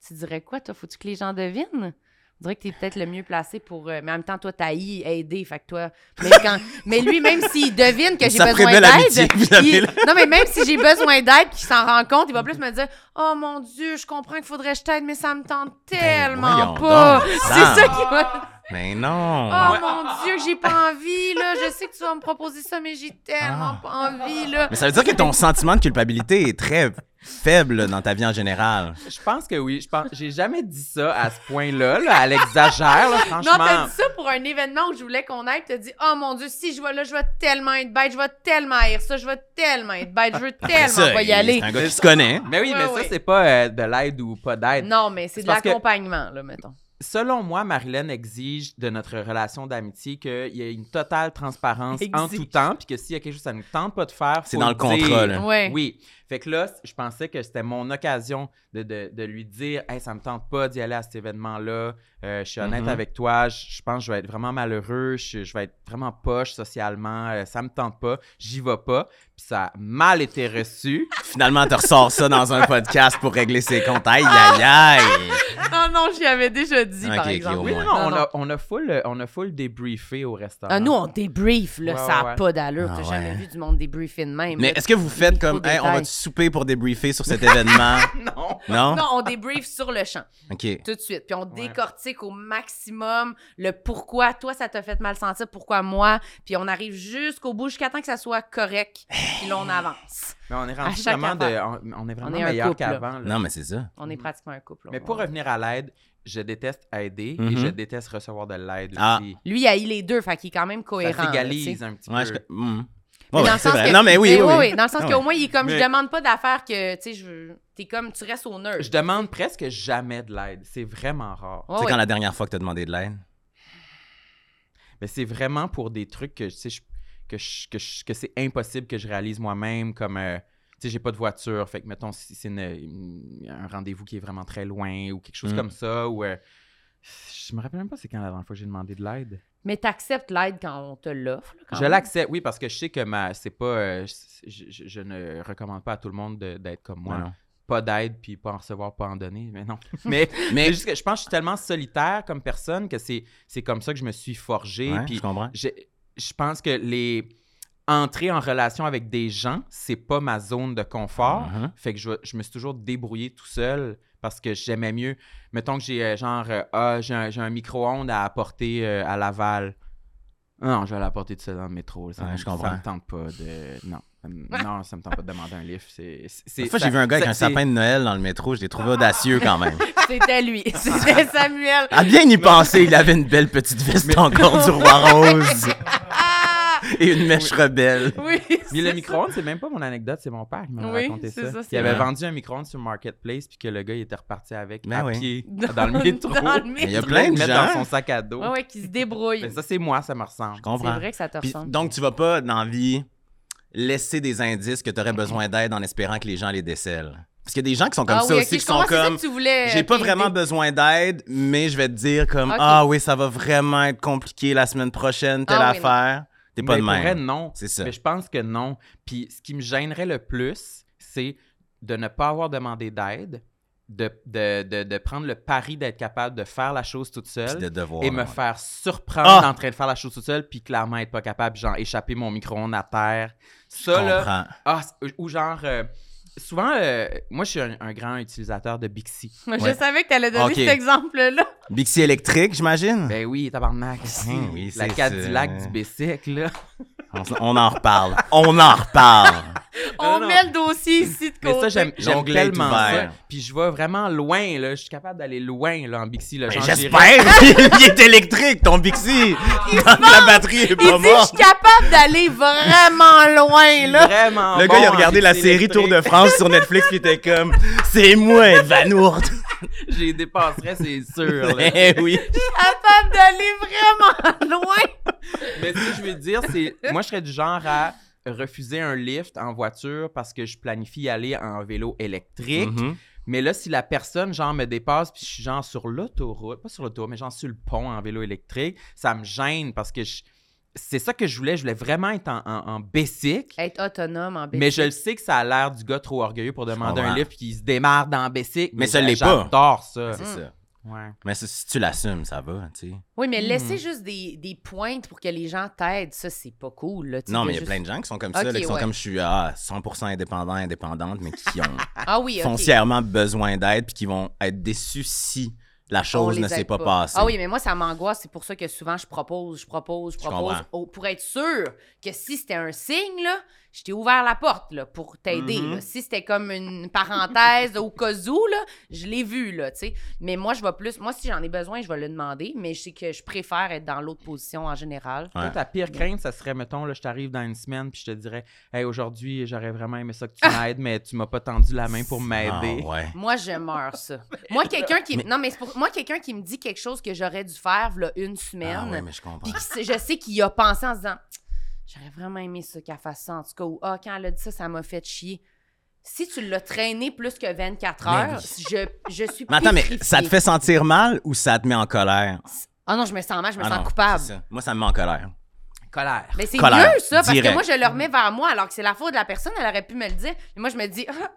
Speaker 1: tu dirais quoi, toi? Faut-tu que les gens devinent? dirais que t'es peut-être le mieux placé pour. euh, mais en même temps, toi, t'as y aidé. Fait que toi. Mais, quand- mais lui, même s'il devine que j'ai
Speaker 4: Ça ferait
Speaker 1: besoin
Speaker 4: belle amitié,
Speaker 1: d'aide.
Speaker 4: puis la
Speaker 1: il-
Speaker 4: belle-
Speaker 1: Non, mais même si j'ai besoin d'aide, qu'il s'en rend compte, il va plus me dire Oh mon Dieu, je comprends qu'il faudrait que je t'aide, mais ça me tente tellement
Speaker 4: Ben voyons
Speaker 1: pas.
Speaker 4: donc, Ah.
Speaker 1: C'est ça
Speaker 4: Sam.
Speaker 1: qui va.
Speaker 4: Mais non!
Speaker 1: Oh mon Dieu, j'ai pas envie, là. Je sais que tu vas me proposer ça, mais j'ai tellement pas envie, là.
Speaker 4: Ah. Mais ça veut dire que ton sentiment de culpabilité est très faible dans ta vie en général.
Speaker 2: Je pense que oui. Je pense, j'ai jamais dit ça à ce point-là. là. Elle exagère, là,
Speaker 1: Non, t'as
Speaker 2: franchement.
Speaker 1: dit ça pour un événement où je voulais qu'on aille, pis t'as dit « Oh mon Dieu, si je vais là, je vais tellement être bête, je vais tellement haïr ça, je vais tellement être bête, je veux
Speaker 2: Ah,
Speaker 1: tellement
Speaker 4: ça,
Speaker 1: pas y
Speaker 4: il-
Speaker 1: aller.
Speaker 4: C'est un gars qui se connaît.
Speaker 2: mais oui,
Speaker 1: Ouais,
Speaker 2: mais
Speaker 1: ouais.
Speaker 2: ça, c'est pas euh, de l'aide ou pas » d'aide.
Speaker 1: Non, mais c'est
Speaker 2: C'est
Speaker 1: de
Speaker 2: parce que-
Speaker 1: l'accompagnement, là, mettons.
Speaker 2: Selon moi, Marilyn exige de notre relation d'amitié qu'il y ait une totale transparence en
Speaker 1: Exige.
Speaker 2: tout temps, puis que s'il y a quelque chose que ça ne tente pas de faire,
Speaker 4: C'est
Speaker 2: faut
Speaker 4: dans le
Speaker 2: dire.
Speaker 4: contrat, là.
Speaker 1: Ouais.
Speaker 2: Oui. Fait que là, c- je pensais que c'était mon occasion de, de- de lui dire Hey, ça me tente pas d'y aller à cet événement-là. Euh, je suis honnête
Speaker 4: Mhm.
Speaker 2: avec toi. Je, je pense que je vais être vraiment malheureux. Je, je vais être vraiment poche socialement. Euh, ça me tente pas. J'y vais pas. Puis ça a mal été reçu.
Speaker 4: Finalement, tu ressors ça dans un podcast pour régler ses comptes. Aïe, aïe, aïe!
Speaker 1: Ah non, j'y avais déjà dit,
Speaker 4: Ok,
Speaker 1: par
Speaker 4: ok,
Speaker 1: exemple.
Speaker 4: au
Speaker 2: Oui, non,
Speaker 4: moins.
Speaker 2: non, on,
Speaker 1: Non,
Speaker 2: A, on, a full, euh, on a full débriefé au restaurant.
Speaker 1: Ah, nous, on débrief, là,
Speaker 2: Ouais,
Speaker 1: ça a
Speaker 2: ouais.
Speaker 1: pas d'allure.
Speaker 4: Ah,
Speaker 1: T'as jamais
Speaker 4: ouais.
Speaker 1: vu du monde débriefer de même.
Speaker 4: Mais
Speaker 1: là.
Speaker 4: est-ce que vous faites comme,
Speaker 1: Micro
Speaker 4: hey, on
Speaker 1: détail.
Speaker 4: va-tu souper pour débriefer sur cet événement?
Speaker 2: Non.
Speaker 4: non?
Speaker 1: Non, on débriefe sur le champ,
Speaker 4: OK.
Speaker 1: tout de suite. Puis on décortique au maximum le pourquoi toi, ça t'a fait mal sentir, pourquoi moi. Puis on arrive jusqu'au bout, jusqu'à temps que ça soit correct. Puis là, on avance.
Speaker 2: Mais on est
Speaker 1: À
Speaker 2: rendu
Speaker 1: chaque
Speaker 2: vraiment de,
Speaker 1: affaire.
Speaker 2: on, on est vraiment
Speaker 1: est un
Speaker 2: meilleur
Speaker 1: couple, là.
Speaker 2: qu'avant. là.
Speaker 4: Non, mais c'est ça.
Speaker 1: On est pratiquement un couple. là.
Speaker 2: Mhm. Mais pour
Speaker 1: On-
Speaker 2: revenir à l'aide, je déteste aider et
Speaker 4: Mhm.
Speaker 2: je déteste recevoir de l'aide
Speaker 4: Ah.
Speaker 2: aussi.
Speaker 1: Lui, il a eu les deux, fait qu'il est quand même
Speaker 2: Ça
Speaker 1: cohérent. là, tu
Speaker 2: s'égalise
Speaker 1: sais.
Speaker 2: un petit
Speaker 4: Ouais,
Speaker 2: peu.
Speaker 4: je... hmm.
Speaker 1: Mais
Speaker 4: Ouais,
Speaker 1: dans le
Speaker 4: ouais, c'est
Speaker 1: sens
Speaker 4: vrai.
Speaker 1: que-
Speaker 4: Non, mais oui, oui, oui.
Speaker 1: Dans le sens
Speaker 4: Ah
Speaker 1: qu'au
Speaker 4: ouais.
Speaker 1: moins, il est comme,
Speaker 2: Mais-
Speaker 1: je demande pas d'affaires que, tu sais, je... t'es comme, tu restes au nœud.
Speaker 2: Je demande presque jamais de l'aide. C'est vraiment rare.
Speaker 1: Ouais,
Speaker 4: C'est
Speaker 1: ouais.
Speaker 4: quand la dernière fois que t'as demandé de l'aide?
Speaker 2: Mais c'est vraiment pour des trucs que, tu sais, je- que, je- que, je- que c'est impossible que je réalise moi-même, comme, euh, tu sais, j'ai pas de voiture, fait que, mettons, si c'est une- un rendez-vous qui est vraiment très loin ou quelque chose
Speaker 4: Mm.
Speaker 2: comme ça, ou... euh, je me rappelle même pas c'est quand la dernière fois que j'ai demandé de l'aide.
Speaker 1: Mais t'acceptes l'aide quand on te l'offre. là, quand
Speaker 2: Je
Speaker 1: même.
Speaker 2: l'accepte, oui, parce que je sais que ma, c'est pas, euh, je, je- je ne recommande pas à tout le monde de- d'être comme moi.
Speaker 4: Ouais, non.
Speaker 2: Pas d'aide, puis pas en recevoir, pas en donner, mais non. Mais,
Speaker 4: Mais-
Speaker 2: mais juste que je pense que je suis tellement solitaire comme personne que c'est c'est comme ça que je me suis forgé.
Speaker 4: Ouais,
Speaker 2: puis
Speaker 4: je comprends.
Speaker 2: je, je pense que les entrer en relation avec des gens, c'est pas ma zone de confort.
Speaker 4: Mhm.
Speaker 2: Fait que je, vais- je me suis toujours débrouillé tout seul parce que j'aimais mieux. Mettons que j'ai euh, genre, euh, ah, j'ai un, j'ai un micro-ondes à apporter euh, à Laval. Non, je vais l'apporter tout seul dans le métro. Ça,
Speaker 4: Ouais,
Speaker 2: me-
Speaker 4: je comprends.
Speaker 2: ça me tente pas de. Non. Non, ça me tente pas de demander un livre. C'est, c'est- c'est-
Speaker 4: Une fois,
Speaker 2: ça-
Speaker 4: j'ai vu un gars avec
Speaker 2: ça-
Speaker 4: un
Speaker 2: c'est-
Speaker 4: sapin de Noël dans le métro. Je l'ai trouvé audacieux quand même.
Speaker 1: C'était lui. C'était Samuel.
Speaker 4: À Ah, bien y penser, il avait une belle petite veste encore du roi rose
Speaker 1: Ah!
Speaker 4: et une mèche rebelle.
Speaker 1: Oui.
Speaker 2: Mais le
Speaker 1: c'est
Speaker 2: micro-ondes, c'est même pas mon anecdote, c'est mon père qui m'a
Speaker 1: Oui,
Speaker 2: raconté
Speaker 1: c'est
Speaker 2: ça.
Speaker 1: ça, c'est
Speaker 2: Il avait
Speaker 4: vrai.
Speaker 2: vendu un micro-ondes sur Marketplace, puis que le gars, il était reparti avec
Speaker 4: Ben
Speaker 2: à
Speaker 4: oui.
Speaker 2: pied
Speaker 1: ça.
Speaker 2: dans, le métro.
Speaker 1: Dans le
Speaker 4: Il y a
Speaker 1: métro.
Speaker 4: plein de
Speaker 2: mettre
Speaker 4: gens.
Speaker 2: dans son sac à dos.
Speaker 1: Ouais, ouais, qui se débrouille.
Speaker 2: Mais ça, c'est moi, ça me ressemble.
Speaker 4: Je comprends.
Speaker 1: C'est vrai que ça te
Speaker 4: Puis,
Speaker 1: ressemble.
Speaker 4: donc, tu vas pas, dans la vie, laisser des indices que tu aurais besoin d'aide en espérant que les gens les décèlent. Parce qu'il y a des gens qui sont comme
Speaker 1: ah,
Speaker 4: ça
Speaker 1: oui,
Speaker 4: aussi,
Speaker 1: ok,
Speaker 4: qui
Speaker 1: je
Speaker 4: sont
Speaker 1: comprends, c'est ça
Speaker 4: comme.
Speaker 1: que tu voulais,
Speaker 4: J'ai pas
Speaker 1: euh,
Speaker 4: vraiment
Speaker 1: aider.
Speaker 4: besoin d'aide, mais je vais te dire comme
Speaker 1: Ok.
Speaker 4: Ah oui, ça va vraiment être compliqué la semaine prochaine, telle
Speaker 1: Ah oui, non.
Speaker 4: affaire. T'es pas
Speaker 2: Mais
Speaker 4: de
Speaker 2: pour
Speaker 4: même.
Speaker 2: vrai, non.
Speaker 4: C'est ça.
Speaker 2: Mais je pense que non. Puis ce qui me gênerait le plus, c'est de ne pas avoir demandé d'aide, de, de, de, de prendre le pari d'être capable de faire la chose toute
Speaker 4: Puis
Speaker 2: seule
Speaker 4: de devoir.
Speaker 2: et me
Speaker 4: ouais.
Speaker 2: faire surprendre
Speaker 4: Ah!
Speaker 2: en train de faire la chose toute seule, puis clairement être pas capable, genre échapper mon micro-ondes à terre.
Speaker 4: Je
Speaker 2: Ça, là,
Speaker 4: comprends.
Speaker 2: ah, c'est- ou genre. euh, souvent, euh, moi, je suis un, un grand utilisateur de Bixi.
Speaker 1: Moi,
Speaker 4: Ouais.
Speaker 1: Je savais que t'allais donner
Speaker 4: Ok.
Speaker 1: cet exemple-là.
Speaker 4: Bixi électrique, j'imagine?
Speaker 2: Ben oui, tabarnak.
Speaker 4: Hum, oui,
Speaker 2: la
Speaker 4: c'est ça.
Speaker 2: Cadillac du Bessic, là.
Speaker 4: On, s- on en reparle. On en reparle.
Speaker 1: On
Speaker 2: non, non.
Speaker 1: met le dossier ici de côté.
Speaker 2: Mais ça, j'aime j'aime
Speaker 4: L'onglet est
Speaker 2: tellement
Speaker 4: ouvert.
Speaker 2: ça. Puis je vais vraiment loin, là. Je suis capable d'aller loin, là, en Bixi. Là,
Speaker 4: Ben,
Speaker 2: Genre, j'irais-
Speaker 4: J'espère! Il est électrique, ton Bixi! Tant que la batterie est
Speaker 1: Il
Speaker 4: pas
Speaker 1: dit, je suis
Speaker 4: morte!
Speaker 1: capable d'aller vraiment loin, là.
Speaker 2: Vraiment
Speaker 4: Le
Speaker 2: bon
Speaker 4: gars, il a
Speaker 2: en
Speaker 4: regardé la
Speaker 2: Bixi
Speaker 4: série Tour de
Speaker 2: électrique.
Speaker 4: France sur Netflix, puis il était comme C'est moi, Vanourde!
Speaker 2: J'ai dépasserais, c'est sûr. là.
Speaker 4: Eh oui!
Speaker 1: Capable d'aller vraiment loin.
Speaker 2: Mais ce que je veux dire, c'est. Moi, je serais du genre à refuser un lift en voiture parce que je planifie y aller en vélo électrique.
Speaker 4: Mhm.
Speaker 2: Mais là, si la personne, genre, me dépasse, puis je suis, genre, sur l'autoroute, pas sur l'autoroute, mais genre sur le pont en vélo électrique, ça me gêne parce que je- c'est ça que je voulais. Je voulais vraiment être en, en, en basic.
Speaker 1: Être autonome en
Speaker 2: Mais je le sais que ça a l'air du gars trop orgueilleux pour demander
Speaker 4: comprends.
Speaker 2: un livre puis il se démarre dans Bessic.
Speaker 4: Mais ça l'est pas.
Speaker 1: Mm.
Speaker 2: J'adore ça.
Speaker 4: C'est ça.
Speaker 2: Ouais.
Speaker 4: Mais ça, si tu l'assumes, ça va, tu sais.
Speaker 1: Oui, mais
Speaker 2: Mhm.
Speaker 4: Hmm.
Speaker 1: laisser juste des, des pointes pour que les gens t'aident, ça, c'est pas cool. Là, tu
Speaker 4: Non,
Speaker 1: veux
Speaker 4: mais il y a
Speaker 1: juste-
Speaker 4: plein de gens qui sont comme
Speaker 1: Ok,
Speaker 4: ça, là, qui sont
Speaker 1: ouais.
Speaker 4: comme je suis ah, 100% indépendant, indépendante, mais qui ont
Speaker 1: Ah oui, ok.
Speaker 4: foncièrement besoin d'aide puis qui vont être déçus si la
Speaker 1: On
Speaker 4: chose
Speaker 1: les
Speaker 4: ne s'est
Speaker 1: aide
Speaker 4: pas, passée.
Speaker 1: Ah oui, mais moi, ça m'angoisse. C'est pour ça que souvent, je propose, je propose, je
Speaker 4: Je
Speaker 1: propose.
Speaker 4: comprends.
Speaker 1: au- pour être sûr que si c'était un signe, là, je t'ai ouvert la porte là, pour t'aider.
Speaker 4: Mhm.
Speaker 1: là. Si c'était comme une parenthèse au cas où, là, je l'ai vu. Là, tu sais. mais moi, je vais plus. Moi, si j'en ai besoin, je vais le demander. Mais je sais que je préfère être dans l'autre position en général.
Speaker 4: Ouais.
Speaker 2: Toi, ta pire crainte, ça serait, mettons, là, je t'arrive dans une semaine, puis je te dirais, hey, aujourd'hui, j'aurais vraiment aimé ça que tu m'aides, mais tu m'as pas tendu la main pour
Speaker 4: Ah,
Speaker 2: m'aider.
Speaker 4: ouais.
Speaker 1: Moi, je meurs ça. moi, quelqu'un qui. Non, mais c'est pour... moi, quelqu'un qui me dit quelque chose que j'aurais dû faire, là, une semaine.
Speaker 4: Ah ouais, mais je comprends.
Speaker 1: Puis qui sait- je sais qu'il y a pensé en se disant J'aurais vraiment aimé ça qu'elle fasse ça, en tout cas, ou Ah, quand elle a dit ça, ça m'a fait chier. Si tu l'as traîné plus que 24
Speaker 4: Mais
Speaker 1: heures,
Speaker 4: oui.
Speaker 1: je, je suis
Speaker 4: Mais attends, mais
Speaker 1: pétrifiée.
Speaker 4: ça te fait sentir mal ou ça te met en colère?
Speaker 1: Ah non, je me sens mal, je me
Speaker 4: Ah
Speaker 1: sens
Speaker 4: non,
Speaker 1: coupable.
Speaker 4: c'est ça. Moi, ça me met en colère.
Speaker 2: Colère.
Speaker 1: Mais c'est
Speaker 4: Colère,
Speaker 1: mieux, ça, parce que
Speaker 4: direct.
Speaker 1: moi, je le remets vers moi, alors que c'est la faute de la personne, elle aurait pu me le dire. Mais moi, je me dis, Ah,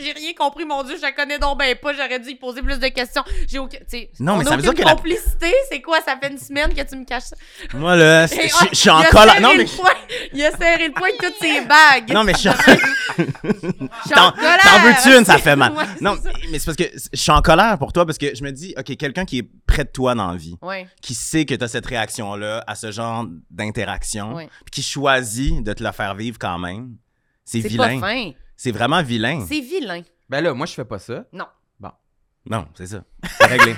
Speaker 1: j'ai rien compris, mon Dieu, je la connais donc ben pas, j'aurais dû y poser plus de questions. J'ai aucun. tu sais,
Speaker 4: Non,
Speaker 1: on
Speaker 4: mais
Speaker 1: a
Speaker 4: ça veut
Speaker 1: aucune
Speaker 4: dire que la-
Speaker 1: complicité, c'est quoi? Ça fait une semaine que tu me caches ça.
Speaker 4: Moi, là,
Speaker 1: Et
Speaker 4: c'est-
Speaker 1: ouais,
Speaker 4: je je suis
Speaker 1: il
Speaker 4: en
Speaker 1: a
Speaker 4: colère.
Speaker 1: serré
Speaker 4: Non,
Speaker 1: le
Speaker 4: mais.
Speaker 1: poing. Il a serré le poing avec toutes ses bagues.
Speaker 4: Non, mais je suis en-
Speaker 1: Je suis en
Speaker 4: T'en
Speaker 1: colère.
Speaker 4: t'en veux-tu une, ça fait mal.
Speaker 1: Ouais, c'est
Speaker 4: non,
Speaker 1: ça.
Speaker 4: mais c'est parce que je suis en colère pour toi parce que je me dis, OK, quelqu'un qui est près de toi dans la vie,
Speaker 1: Ouais.
Speaker 4: qui sait que tu as cette réaction-là à ce genre d'interaction,
Speaker 1: Oui.
Speaker 4: puis qui choisit de te la faire vivre quand même, c'est
Speaker 1: C'est pas
Speaker 4: vilain.
Speaker 1: fin.
Speaker 4: C'est vraiment vilain.
Speaker 1: C'est vilain.
Speaker 2: Ben là, moi, je fais pas ça.
Speaker 1: Non.
Speaker 4: Non, c'est ça. C'est réglé.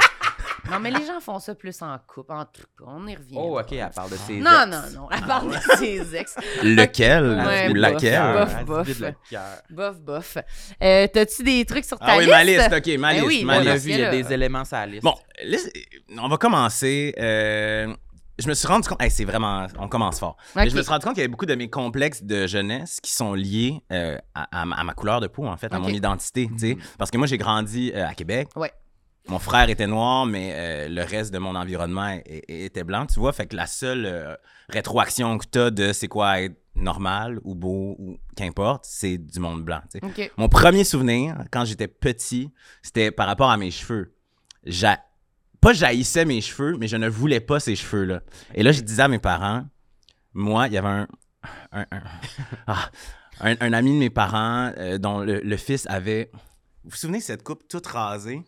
Speaker 1: Non, mais les gens font ça plus en couple. En tout cas, on y revient.
Speaker 2: Oh, OK, elle parle de ses
Speaker 1: Non,
Speaker 2: ex. Ah,
Speaker 1: non, non. La part de ses ex.
Speaker 4: Lequel
Speaker 1: Ouais,
Speaker 4: ou
Speaker 1: bof,
Speaker 4: laquelle?
Speaker 1: bof.
Speaker 2: Elle se vide le cœur.
Speaker 1: Bof, bof. Euh, T'as-tu des trucs sur ta
Speaker 4: Ah oui,
Speaker 1: liste?
Speaker 4: ma liste, OK, ma
Speaker 1: Ben
Speaker 4: liste,
Speaker 1: oui,
Speaker 4: ma
Speaker 2: On
Speaker 1: ben
Speaker 2: a
Speaker 1: parce
Speaker 4: liste.
Speaker 2: vu,
Speaker 1: que
Speaker 2: il y a
Speaker 1: là-
Speaker 2: des éléments sur la liste.
Speaker 4: Bon, laisse- on va commencer. euh, je me suis rendu compte. Hey, c'est vraiment. On commence fort. Mais
Speaker 1: Ok.
Speaker 4: je me suis rendu compte qu'il y avait beaucoup de mes complexes de jeunesse qui sont liés euh, à, à ma- à ma couleur de peau, en fait, à
Speaker 1: Ok. Hmm.
Speaker 4: mon identité. tu sais. Parce que moi, j'ai grandi euh, à Québec.
Speaker 1: Ouais.
Speaker 4: Mon frère était noir, mais euh, le reste de mon environnement é- é- était blanc, tu vois. Fait que la seule euh, rétroaction que t'as de c'est quoi être normal ou beau ou qu'importe, c'est du monde blanc. tu sais.
Speaker 1: OK.
Speaker 4: Mon premier souvenir, quand j'étais petit, c'était par rapport à mes cheveux. J'a... Pas j'haïssais mes cheveux, mais je ne voulais pas ces cheveux-là. Et là, je disais à mes parents, moi, il y avait un... Un, un- ah, un- un ami de mes parents euh, dont le, le fils avait... Vous vous souvenez de cette coupe toute rasée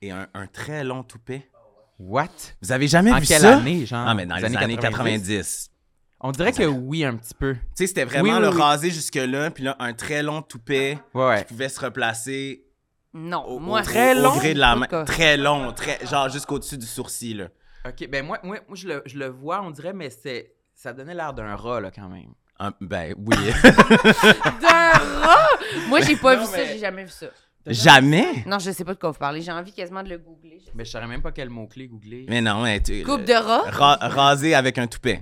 Speaker 4: et un, un très long toupet?
Speaker 2: What?
Speaker 4: Vous avez jamais
Speaker 2: En
Speaker 4: vu
Speaker 2: quelle
Speaker 4: ça?
Speaker 2: année, genre?
Speaker 4: Ah, mais dans les, années 90.
Speaker 2: On dirait que oui, un petit peu.
Speaker 4: Tu sais, c'était vraiment
Speaker 2: Oui, oui,
Speaker 4: le
Speaker 2: oui.
Speaker 4: rasé jusque-là, puis là, un très long toupet
Speaker 2: Ouais, ouais.
Speaker 4: qui pouvait se replacer
Speaker 1: Non,
Speaker 4: au,
Speaker 1: moi,
Speaker 4: au- au
Speaker 1: c'est-
Speaker 4: gré de la
Speaker 1: en tout
Speaker 4: main.
Speaker 1: cas.
Speaker 4: Très long, très, genre jusqu'au-dessus du sourcil. là.
Speaker 2: OK, ben moi, moi, moi, je, le, je le vois, on dirait, mais c'est ça donnait l'air d'un rat, là, quand même.
Speaker 4: Un- ben oui.
Speaker 1: D'un rat! Moi, j'ai pas
Speaker 2: Non,
Speaker 1: vu ça,
Speaker 2: mais-
Speaker 1: j'ai jamais vu ça.
Speaker 4: Jamais?
Speaker 1: Non, je sais pas de quoi vous parlez. J'ai envie quasiment de le googler.
Speaker 2: Mais euh, je saurais même pas quel mot-clé googler.
Speaker 4: Mais non, mais tu-
Speaker 1: Coupe de rat?
Speaker 4: ra- rasé avec un toupet.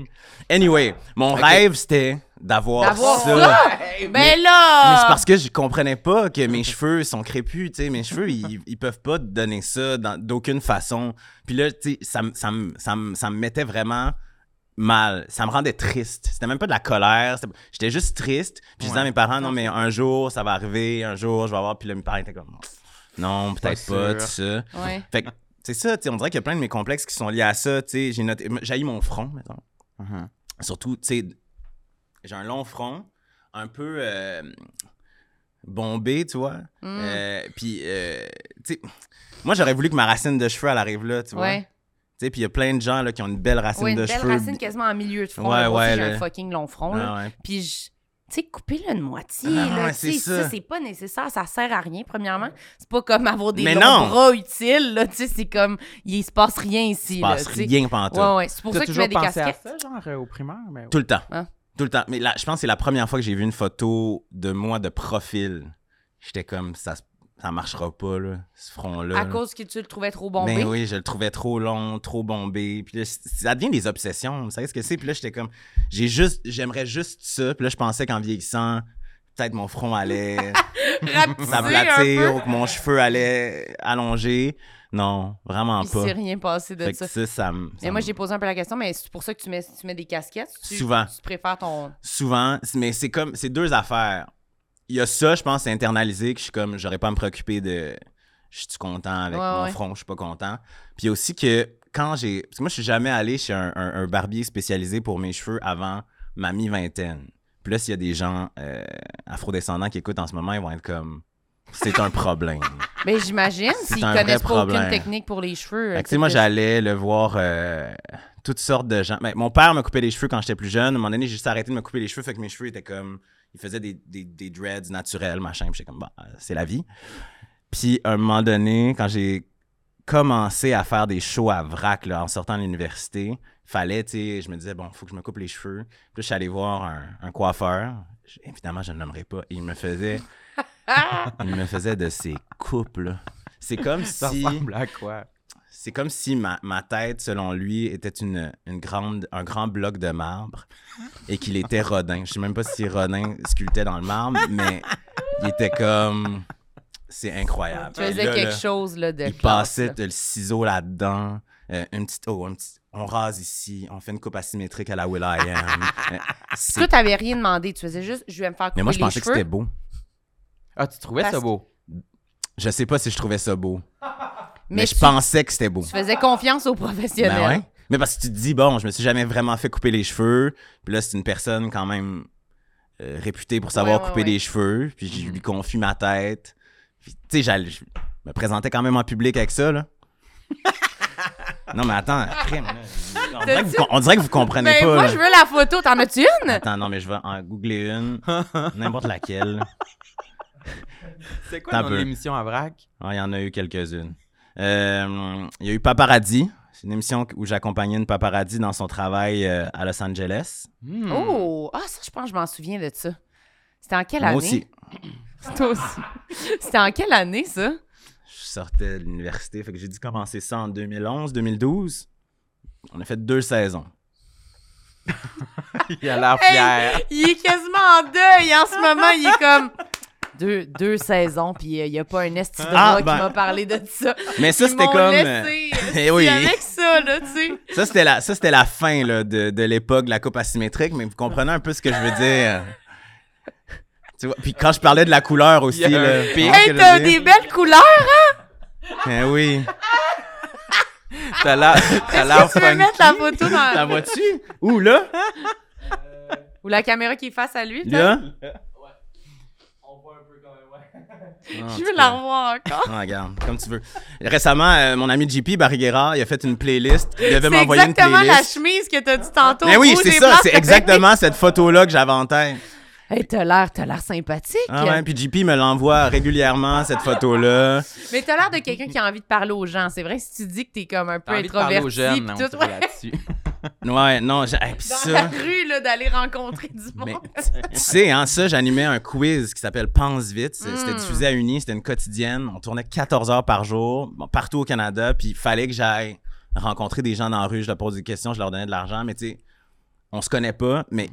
Speaker 4: Anyway, mon
Speaker 2: Ok.
Speaker 4: rêve, c'était d'avoir
Speaker 1: D'avoir
Speaker 4: ça.
Speaker 1: ça? Ben
Speaker 4: Mais-
Speaker 1: là!
Speaker 2: Ah!
Speaker 4: Mais c'est parce que je comprenais pas que mes cheveux sont crépus, tu sais, mes cheveux, ils, ils peuvent pas te donner ça dans- d'aucune façon. Puis là, tu sais, ça, me- ça, me- ça, me- ça me mettait vraiment mal. Ça me rendait triste. C'était même pas de la colère. c'était- J'étais juste triste. Puis je disais à
Speaker 2: Ouais.
Speaker 4: mes parents, non, mais un jour, ça va arriver, un jour, je vais avoir. Puis là, mes parents étaient comme, non, peut-être
Speaker 2: Pas
Speaker 4: pas,
Speaker 2: sûr.
Speaker 4: tout ça.
Speaker 1: Ouais.
Speaker 4: Fait que, c'est ça, tu sais, on dirait qu'il y a plein de mes complexes qui sont liés à ça, tu sais. J'ai noté, j'ai mon front, mettons
Speaker 2: Uh-huh.
Speaker 4: surtout, tu sais, j'ai un long front, un peu euh, bombé, tu vois.
Speaker 1: Mm.
Speaker 4: Euh, puis, euh, tu sais, moi, j'aurais voulu que ma racine de cheveux, elle arrive là, tu vois.
Speaker 1: Ouais.
Speaker 4: Tu sais, puis il y a plein de gens là, qui ont une belle racine
Speaker 1: Ouais, une
Speaker 4: de
Speaker 1: belle
Speaker 4: cheveux.
Speaker 1: racine quasiment en milieu de front.
Speaker 4: Ouais,
Speaker 1: là. Moi aussi,
Speaker 4: ouais,
Speaker 1: j'ai
Speaker 4: le-
Speaker 1: un fucking long front. là.
Speaker 4: Ah ouais.
Speaker 1: Puis, je- tu sais, couper-le de moitié.
Speaker 4: Ah,
Speaker 1: là,
Speaker 4: ouais,
Speaker 1: tu sais,
Speaker 4: c'est
Speaker 1: ça,
Speaker 4: ça.
Speaker 1: c'est pas nécessaire. Ça sert à rien, premièrement. C'est pas comme avoir des
Speaker 4: Mais
Speaker 1: longs
Speaker 4: non.
Speaker 1: bras utiles. Là, tu sais, c'est comme, il se passe rien ici.
Speaker 4: Il se
Speaker 1: là,
Speaker 4: passe
Speaker 1: tu sais.
Speaker 4: rien pantoute.
Speaker 1: Ouais, ouais. C'est pour
Speaker 2: T'as
Speaker 1: ça que tu mets
Speaker 2: toujours
Speaker 1: des
Speaker 2: pensé à
Speaker 1: casquettes.
Speaker 2: ça, genre, euh, au primaire? Mais...
Speaker 4: Tout le temps.
Speaker 1: Hein?
Speaker 4: Tout le temps. Mais là, je pense que c'est la première fois que j'ai vu une photo de moi de profil. J'étais comme, ça, se- ça marchera pas, là, ce front-là.
Speaker 1: À
Speaker 4: là.
Speaker 1: cause que tu le trouvais trop bombé.
Speaker 4: Mais oui, je le trouvais trop long, trop bombé. Puis là, c- ça devient des obsessions. Vous savez ce que c'est? Puis là, j'étais comme, j'ai juste, j'aimerais juste ça. Puis là, je pensais qu'en vieillissant, peut-être mon front allait
Speaker 1: Rapetisser un
Speaker 4: s'aplatir
Speaker 1: peu.
Speaker 4: ou que mon cheveu allait allonger. Non, vraiment
Speaker 1: Il
Speaker 4: pas.
Speaker 1: s'est rien passé de
Speaker 4: Fait que
Speaker 1: ça.
Speaker 4: ça, ça, me- ça
Speaker 1: Mais moi,
Speaker 4: me-
Speaker 1: j'ai posé un peu la question, mais c'est pour ça que tu mets, tu mets des casquettes? Tu,
Speaker 4: Souvent.
Speaker 1: Tu préfères ton...
Speaker 4: souvent, c- mais c'est comme, c'est deux affaires. Il y a ça, je pense, c'est internalisé, que je suis comme, j'aurais pas à me préoccuper de. je suis content avec
Speaker 1: Ouais,
Speaker 4: mon
Speaker 1: ouais.
Speaker 4: front, je suis pas content. Puis aussi que quand j'ai. Parce que moi, je suis jamais allé chez un, un- un barbier spécialisé pour mes cheveux avant ma mi-vingtaine. Puis là, s'il y a des gens euh, afrodescendants qui écoutent en ce moment, ils vont être comme. C'est un problème.
Speaker 1: Mais j'imagine,
Speaker 4: C'est
Speaker 1: s'ils
Speaker 4: un
Speaker 1: connaissent
Speaker 4: vrai
Speaker 1: pas aucune
Speaker 4: problème.
Speaker 1: technique pour les cheveux.
Speaker 4: Fait que,
Speaker 1: euh,
Speaker 4: tu sais, moi,
Speaker 1: c'est-
Speaker 4: j'allais le voir euh, toutes sortes de gens. Ben, mon père me coupait les cheveux quand j'étais plus jeune. À un moment donné, j'ai juste arrêté de me couper les cheveux. Fait que mes cheveux étaient comme. Ils faisaient des, des, des dreads naturels, machin. Puis j'étais comme, bah, c'est la vie. Puis, à un moment donné, quand j'ai commencé à faire des shows à vrac, là, en sortant de l'université, fallait, tu sais, je me disais, bon, faut que je me coupe les cheveux. Puis là, je suis allé voir un, un coiffeur. Je- Évidemment, je ne le nommerai pas. Et il me faisait. il me faisait de ces coupes, là. C'est comme
Speaker 2: Ça
Speaker 4: si.
Speaker 2: ressemble à quoi?
Speaker 4: C'est comme si ma, ma tête, selon lui, était une, une grande, un grand bloc de marbre et qu'il était Rodin. Je sais même pas si Rodin sculptait dans le marbre, mais il était comme... C'est incroyable.
Speaker 1: Tu faisais
Speaker 4: Là,
Speaker 1: quelque
Speaker 4: là,
Speaker 1: chose là, de
Speaker 4: Il
Speaker 1: classe,
Speaker 4: passait
Speaker 1: là.
Speaker 4: de le ciseau là-dedans, euh, une petite... Oh, un petit- on rase ici, on fait une coupe asymétrique à la Will I Am.
Speaker 1: Ah,
Speaker 4: Euh, c'est-
Speaker 1: Toi, t'avais rien demandé. Tu faisais juste, je vais me faire couper
Speaker 4: mais moi,
Speaker 1: les
Speaker 4: je pensais que
Speaker 1: cheveux.
Speaker 4: c'était beau.
Speaker 2: Ah, tu trouvais
Speaker 1: Parce-
Speaker 2: ça beau?
Speaker 4: Je sais pas si je trouvais ça beau, mais, je
Speaker 1: tu-
Speaker 4: pensais que c'était beau.
Speaker 1: Tu faisais confiance aux professionnels.
Speaker 4: Ben ouais. Mais parce que tu te dis, bon, je me suis jamais vraiment fait couper les cheveux. Puis là, c'est une personne quand même euh, réputée pour savoir
Speaker 1: Ouais, Mm-hmm. ouais,
Speaker 4: couper
Speaker 1: ouais.
Speaker 4: les cheveux. Puis je lui confie ma tête. Puis, tu sais, j'allais- je me présentais quand même en public avec ça, là. non, mais attends, crime, là. On dirait, que vous, on dirait que vous comprenez
Speaker 1: Mais
Speaker 4: pas.
Speaker 1: Ben,
Speaker 4: euh,
Speaker 1: moi,
Speaker 4: là.
Speaker 1: je veux la photo. T'en as-tu une?
Speaker 4: Attends, non, mais je vais en googler une. N'importe laquelle.
Speaker 2: C'est quoi
Speaker 4: T'as
Speaker 2: dans
Speaker 4: peu.
Speaker 2: l'émission à vrac?
Speaker 4: Ouais, Il y en a eu quelques-unes. Euh, il y a eu Paparazzi. C'est une émission où j'accompagnais une paparazzi dans son travail euh, à Los Angeles.
Speaker 2: Hmm.
Speaker 1: Oh! Ah, ça, je pense que je m'en souviens de ça. C'était en quelle
Speaker 4: Moi
Speaker 1: année?
Speaker 4: aussi.
Speaker 1: Toi aussi. C'était en quelle année, ça?
Speaker 4: je sortais de l'université. Fait que j'ai dû commencer ça en 2011-2012. On a fait deux saisons.
Speaker 2: Il a l'air
Speaker 1: Hey,
Speaker 2: fier.
Speaker 1: il est quasiment en deuil en ce moment. Il est comme... Deux, deux saisons, puis euh, il n'y a pas un esti de
Speaker 4: Ah,
Speaker 1: gars
Speaker 4: ben.
Speaker 1: qui m'a parlé de ça.
Speaker 4: Mais ça,
Speaker 1: Ils
Speaker 4: c'était
Speaker 1: m'ont
Speaker 4: comme.
Speaker 1: laissé,
Speaker 4: eh oui.
Speaker 1: esti, avec ça, là, tu sais.
Speaker 4: Ça, c'était la, ça, c'était la fin là, de, de l'époque de la coupe asymétrique, mais vous comprenez un peu ce que je veux dire. Tu vois, Puis quand je parlais de la couleur aussi.
Speaker 2: Il y a
Speaker 4: là,
Speaker 2: un
Speaker 4: tu
Speaker 2: pic.
Speaker 4: vois ce
Speaker 1: Hey,
Speaker 4: que
Speaker 1: t'as
Speaker 4: je veux
Speaker 1: des
Speaker 4: dire?
Speaker 1: belles couleurs!
Speaker 4: Eh oui.
Speaker 2: T'as l'air t'as l'air
Speaker 1: Est-ce que tu veux
Speaker 2: funky.
Speaker 1: mettre la photo dans...
Speaker 4: La vois-tu? Où, là?
Speaker 1: Ou la caméra qui est face à lui? peut-être?
Speaker 4: Là?
Speaker 1: Je veux la revoir encore.
Speaker 4: Ah, regarde, comme tu veux. Récemment, euh, mon ami JP Bariguera, il a fait une playlist. Il devait
Speaker 1: C'est
Speaker 4: m'envoyer une
Speaker 1: exactement la
Speaker 4: playlist.
Speaker 1: chemise que t'as dit tantôt.
Speaker 4: Mais oui,
Speaker 1: rouge
Speaker 4: c'est
Speaker 1: et
Speaker 4: ça,
Speaker 1: blanche
Speaker 4: c'est
Speaker 1: avec-
Speaker 4: exactement cette photo-là que j'avais en tête.
Speaker 1: Hey, t'as l'air, t'as l'air sympathique.
Speaker 4: Ah ouais, puis JP me l'envoie régulièrement, cette photo-là.
Speaker 1: Mais t'as l'air de quelqu'un qui a envie de parler aux gens. C'est vrai que si tu dis que t'es comme un peu
Speaker 2: T'as envie de parler
Speaker 1: introverti,
Speaker 2: aux jeunes,
Speaker 1: pis
Speaker 2: on
Speaker 1: tout,
Speaker 2: se
Speaker 1: ouais,
Speaker 2: là-dessus.
Speaker 4: Ouais, non, j'ai- hey, puis
Speaker 1: dans la
Speaker 4: ça...
Speaker 1: rue là, d'aller rencontrer du monde.
Speaker 4: Mais tu sais, hein, ça, j'animais un quiz qui s'appelle Pense vite. C'est- C'était
Speaker 1: Mm.
Speaker 4: diffusé à Uni, c'était une quotidienne. On tournait 14 heures par jour, bon, partout au Canada, puis il fallait que j'aille rencontrer des gens dans la rue, je leur pose des questions, je leur donnais de l'argent, mais tu sais, on se connaît pas, mais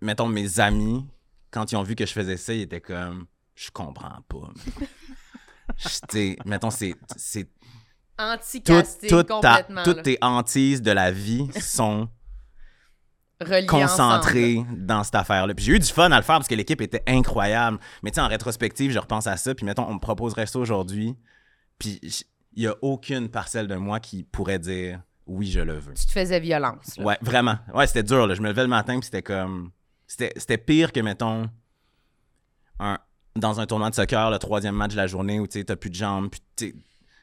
Speaker 4: mettons, mes amis, quand ils ont vu que je faisais ça, ils étaient comme, je comprends pas. man. Je- Tu sais, mettons, c'est- c'est tout,
Speaker 1: Anticasté
Speaker 4: tout ta-
Speaker 1: complètement.
Speaker 4: toutes tes hantises de la vie sont
Speaker 1: relié
Speaker 4: concentrées dans cette affaire-là. Puis j'ai eu du fun à le faire parce que l'équipe était incroyable. Mais tu sais, en rétrospective, je repense à ça. Puis mettons, on me proposerait ça aujourd'hui. Puis j- il n'y a aucune parcelle de moi qui pourrait dire oui, je le veux.
Speaker 1: Tu te faisais violence. là.
Speaker 4: Ouais, vraiment. Ouais, c'était dur. là. Je me levais le matin, puis c'était comme. C'était c'était pire que, mettons, un- dans un tournoi de soccer, le troisième match de la journée où tu sais, t'as plus de jambes. Puis t'es-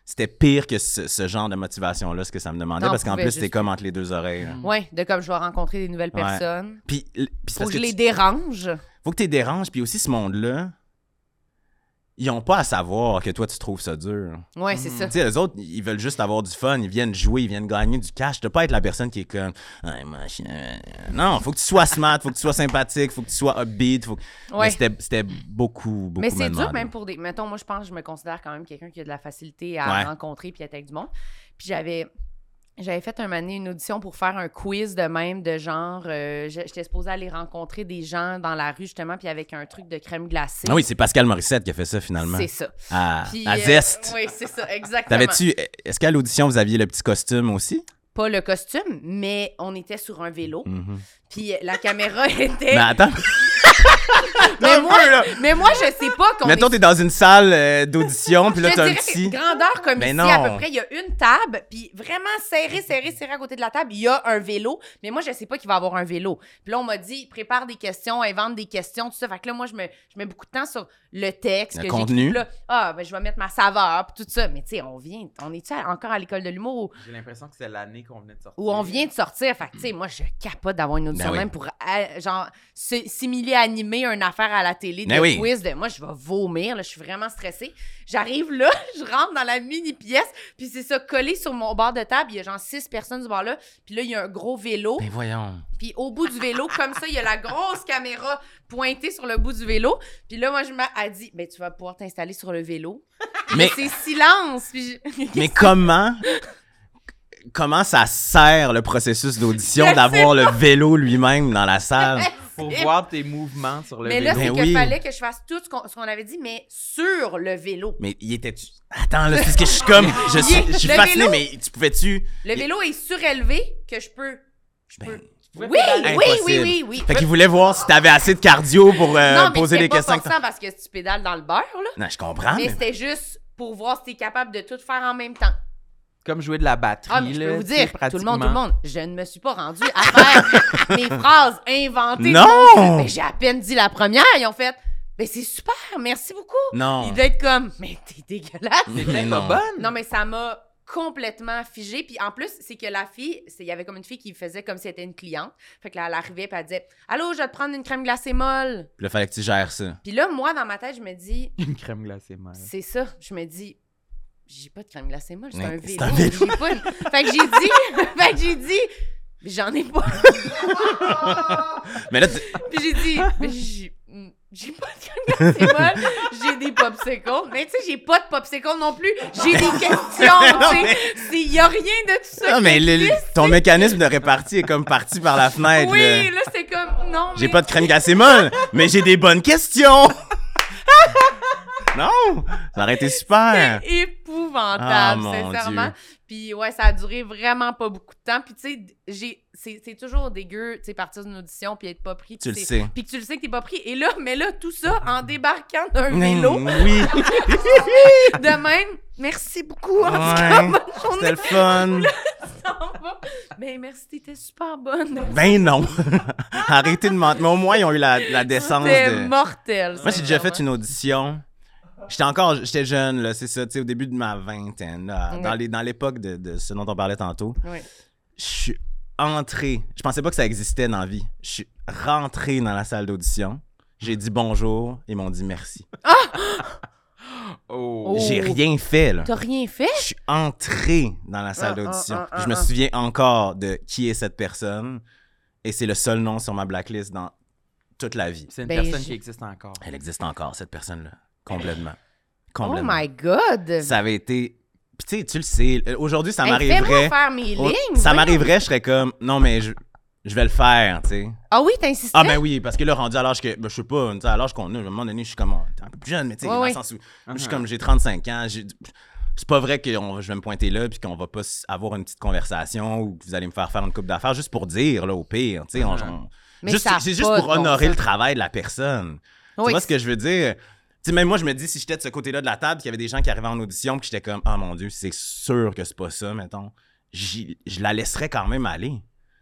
Speaker 4: c'était pire que ce, ce genre de motivation-là, ce que ça me demandait,
Speaker 1: T'en
Speaker 4: parce qu'en
Speaker 1: pouvais
Speaker 4: plus,
Speaker 1: juste
Speaker 4: c'était comme entre les deux oreilles. là.
Speaker 1: Ouais, de comme je vais rencontrer des nouvelles
Speaker 4: Ouais.
Speaker 1: personnes.
Speaker 4: Puis, l- puis c'est
Speaker 1: Faut
Speaker 4: parce
Speaker 1: que je
Speaker 4: que
Speaker 1: les
Speaker 4: tu-
Speaker 1: dérange.
Speaker 4: faut que tu déranges, puis aussi ce monde-là, ils ont pas à savoir que toi, tu trouves ça dur.
Speaker 1: Ouais, c'est ça.
Speaker 4: Mm. Tu sais, les autres, ils veulent juste avoir du fun, ils viennent jouer, ils viennent gagner du cash. De pas être la personne qui est comme. Ouais, moi, je- euh, Non, faut que tu sois smart, faut que tu sois sympathique, faut que tu sois upbeat. Faut... que- Mais
Speaker 1: Ouais.
Speaker 4: c'était- C'était beaucoup, beaucoup.
Speaker 1: Mais c'est dur
Speaker 4: demandé.
Speaker 1: même pour des. Mettons, moi, je pense que je me considère quand même quelqu'un qui a de la facilité à
Speaker 4: Ouais.
Speaker 1: rencontrer puis être avec du monde. Puis j'avais. J'avais fait un moment donné une audition pour faire un quiz de même, de genre, euh, j'- j'étais supposée aller rencontrer des gens dans la rue, justement, puis avec un truc de crème glacée.
Speaker 4: Ah oui, c'est Pascal Morissette qui a fait ça finalement.
Speaker 1: c'est ça.
Speaker 4: À,
Speaker 1: Puis,
Speaker 4: à
Speaker 1: euh,
Speaker 4: Zest.
Speaker 1: oui, c'est ça, exactement.
Speaker 4: T'avais-tu. Est-ce qu'à l'audition, vous aviez le petit costume aussi?
Speaker 1: Pas le costume, mais on était sur un vélo,
Speaker 4: Mhm.
Speaker 1: puis la caméra
Speaker 4: Mais
Speaker 1: était...
Speaker 4: attends.
Speaker 1: mais,
Speaker 4: un
Speaker 1: moi,
Speaker 4: peu, là.
Speaker 1: mais moi, je sais pas qu'on
Speaker 4: Mettons,
Speaker 1: est...
Speaker 4: t'es dans une salle euh, d'audition, puis
Speaker 1: Je
Speaker 4: là, t'as un
Speaker 1: dirais
Speaker 4: petit.
Speaker 1: grandeur comme
Speaker 4: Mais
Speaker 1: ici,
Speaker 4: non.
Speaker 1: à peu près, il y a une table, puis vraiment serré, serré, serré à côté de la table, il y a un vélo. Mais moi, je sais pas qu'il va avoir un vélo. Puis là, on m'a dit, prépare des questions, invente des questions, tout ça. Fait que là, moi, je, me, je mets beaucoup de temps sur le texte.
Speaker 4: Le
Speaker 1: que
Speaker 4: contenu.
Speaker 1: j'écris. Puis Là, ah, ben, je vais mettre ma saveur, puis tout ça. Mais tu sais, on vient, on est-tu à- encore à l'école de l'humour où,
Speaker 2: J'ai l'impression que c'est l'année qu'on venait de sortir.
Speaker 1: où on vient de sortir? Fait que tu sais, moi, je capote d'avoir une audition
Speaker 4: Ben oui.
Speaker 1: même pour, ah, genre, si- simuler, animer une affaire à la télé,
Speaker 4: Ben
Speaker 1: de
Speaker 4: oui.
Speaker 1: quiz, de moi, je vais vomir, là, je suis vraiment stressée. J'arrive là, je rentre dans la mini-pièce, puis c'est ça, collé sur mon bord de table, il y a genre six personnes du bord-là, puis là, il y a un gros vélo,
Speaker 4: Ben voyons.
Speaker 1: puis au bout du vélo, comme ça, il y a la grosse caméra pointée sur le bout du vélo, puis là, moi, je m'a elle dit, ben, tu vas pouvoir t'installer sur le vélo.
Speaker 4: Mais,
Speaker 1: C'est silence, puis je-
Speaker 4: mais comment. Comment ça sert le processus d'audition
Speaker 1: Je
Speaker 4: d'avoir le vélo lui-même dans la salle?
Speaker 2: Pour voir tes mouvements sur le
Speaker 1: Mais là,
Speaker 2: vélo.
Speaker 1: c'est
Speaker 4: Ben
Speaker 1: que
Speaker 4: oui.
Speaker 1: fallait que je fasse tout ce qu'on ce qu'on avait dit, mais sur le vélo.
Speaker 4: Mais il était. Attends, là, c'est parce que je suis comme. Je suis, je suis
Speaker 1: Le
Speaker 4: fasciné,
Speaker 1: vélo-
Speaker 4: mais tu pouvais-tu.
Speaker 1: Le vélo est surélevé que je peux. Je
Speaker 4: Ben,
Speaker 1: peux. Oui,
Speaker 2: pouvais
Speaker 1: oui,
Speaker 2: pédaler.
Speaker 1: oui, oui,
Speaker 4: Impossible.
Speaker 1: oui, oui.
Speaker 4: Fait qu'il voulait voir si t'avais assez de cardio pour euh,
Speaker 1: non, mais
Speaker 4: poser
Speaker 1: c'était
Speaker 4: des
Speaker 1: pas
Speaker 4: questions. que t'as-
Speaker 1: forçant parce que tu pédales dans le beurre, là.
Speaker 4: Non, je comprends.
Speaker 1: mais
Speaker 4: Mais...
Speaker 1: c'était juste pour voir si t'es capable de tout faire en même temps.
Speaker 2: Comme jouer de la batterie.
Speaker 1: Ah, mais je
Speaker 2: là,
Speaker 1: peux vous
Speaker 2: tu sais,
Speaker 1: dire, tout le monde, tout
Speaker 2: pratiquement.
Speaker 1: le monde, je ne me suis pas rendue à faire des phrases inventées.
Speaker 4: Non!
Speaker 1: Mais j'ai à peine dit la première, ils ont fait, mais c'est super, merci beaucoup.
Speaker 4: Non.
Speaker 1: Il doit être comme, mais t'es dégueulasse.
Speaker 2: C'est
Speaker 4: Mais
Speaker 2: peut-être
Speaker 4: non.
Speaker 2: pas bonne.
Speaker 1: Non, mais ça m'a complètement figée. Puis en plus, c'est que la fille, c'est- il y avait comme une fille qui faisait comme si elle était une cliente. Fait que là, elle arrivait puis elle disait Allô, je vais te prendre une crème glacée molle.
Speaker 4: Puis là, fallait que tu gères ça.
Speaker 1: Puis là, moi, dans ma tête, je me dis
Speaker 2: Une crème glacée, mal.
Speaker 1: C'est ça. Je me dis J'ai pas de crème glacée molle, c'est
Speaker 4: Mais
Speaker 1: un
Speaker 4: c'est
Speaker 1: vélo.
Speaker 4: un vélo.
Speaker 1: J'ai pas une- Fait que j'ai dit Fait que j'ai dit Mais J'en ai pas.
Speaker 4: Mais là, tu-
Speaker 1: Puis j'ai dit, mais j'ai j'ai pas de crème glacée molle, j'ai des popsicles. Mais tu sais, j'ai pas de popsicles non plus. J'ai des questions, tu sais. C'est- Y a rien de tout ça.
Speaker 4: non,
Speaker 1: qui
Speaker 4: mais le-
Speaker 1: existe.
Speaker 4: ton mécanisme de répartie est comme parti par la fenêtre. là.
Speaker 1: Oui, là, c'est comme, non,
Speaker 4: J'ai
Speaker 1: mais-
Speaker 4: pas de crème glacée molle, mais j'ai des bonnes questions. non, ça aurait été super.
Speaker 1: C'est épouvantable,
Speaker 4: Ah, mon
Speaker 1: sincèrement.
Speaker 4: Dieu.
Speaker 1: Puis ouais, ça a duré vraiment pas beaucoup de temps. Puis tu sais, j'ai- c'est c'est toujours dégueu, tu sais, partir d'une audition puis être pas pris.
Speaker 4: Tu le
Speaker 1: sais.
Speaker 4: sais.
Speaker 1: Puis que tu le sais que t'es pas pris. Et là, mais là, tout ça en débarquant d'un vélo
Speaker 4: Mm, oui,
Speaker 1: de même. Merci beaucoup. En tout cas,
Speaker 4: Ouais.
Speaker 1: bonne journée.
Speaker 4: c'était le fun.
Speaker 1: s'en va. Mais Ben, merci, t'étais super bonne.
Speaker 4: Ben non. Arrêtez de mentir. Mais au moins, ils ont eu la, la décence
Speaker 1: C'était
Speaker 4: de...
Speaker 1: mortel.
Speaker 4: Moi, j'ai déjà fait une audition. J'étais encore, j'étais jeune, là, c'est ça, tu sais, au début de ma vingtaine, là,
Speaker 1: Ouais.
Speaker 4: dans, les, dans l'époque de, de ce dont on parlait tantôt.
Speaker 1: Oui.
Speaker 4: Je suis entré, je pensais pas que ça existait dans la vie. Je suis rentré dans la salle d'audition, j'ai dit bonjour, ils m'ont dit merci.
Speaker 2: Oh.
Speaker 1: Oh.
Speaker 4: J'ai rien fait, là.
Speaker 1: T'as rien fait?
Speaker 4: Je suis entré dans la salle
Speaker 1: Ah, ah,
Speaker 4: d'audition.
Speaker 1: ah, ah,
Speaker 4: je me
Speaker 1: ah.
Speaker 4: souviens encore de qui est cette personne, et c'est le seul nom sur ma blacklist dans toute la vie.
Speaker 2: C'est une
Speaker 1: Ben,
Speaker 2: personne
Speaker 1: j'ai-
Speaker 2: qui existe encore.
Speaker 4: Elle existe encore, cette personne-là. Complètement.
Speaker 1: Oh
Speaker 4: Complètement.
Speaker 1: my God!
Speaker 4: Ça avait été. Puis tu sais, tu le sais. euh, Aujourd'hui, ça
Speaker 1: Hey,
Speaker 4: m'arriverait.
Speaker 1: Fais-moi faire mes
Speaker 4: Oh,
Speaker 1: lignes.
Speaker 4: ça
Speaker 1: voyons.
Speaker 4: m'arriverait, je serais comme, non, mais je, je vais le faire, tu sais.
Speaker 1: Ah oui, t'insistais?
Speaker 4: Ah, ben oui, parce que là, rendu à l'âge que. ben, je sais pas, tu sais, à l'âge qu'on a, à un moment donné, je suis comme un peu plus jeune, mais tu sais,
Speaker 1: Ouais,
Speaker 4: dans
Speaker 1: ouais.
Speaker 4: le sens où. Je suis comme, j'ai 35 ans, j'ai- C'est pas vrai que on- je vais me pointer là puis qu'on va pas s- avoir une petite conversation ou que vous allez me faire faire une coupe d'affaires juste pour dire, là, au pire. tu sais, on-
Speaker 2: Mhm.
Speaker 4: on-
Speaker 1: Mais
Speaker 4: juste-
Speaker 1: ça a
Speaker 4: C'est juste
Speaker 1: pas
Speaker 4: pour
Speaker 1: de bon
Speaker 4: honorer
Speaker 1: sens.
Speaker 4: le travail de la personne. Tu
Speaker 1: Oui.
Speaker 4: vois ce que je veux dire? Tu sais, même moi, je me dis, si j'étais de ce côté-là de la table, qu'il y avait des gens qui arrivaient en audition, puis j'étais comme, ah mon Dieu, c'est sûr que c'est pas ça, mettons. J'y- Je la laisserais quand même aller.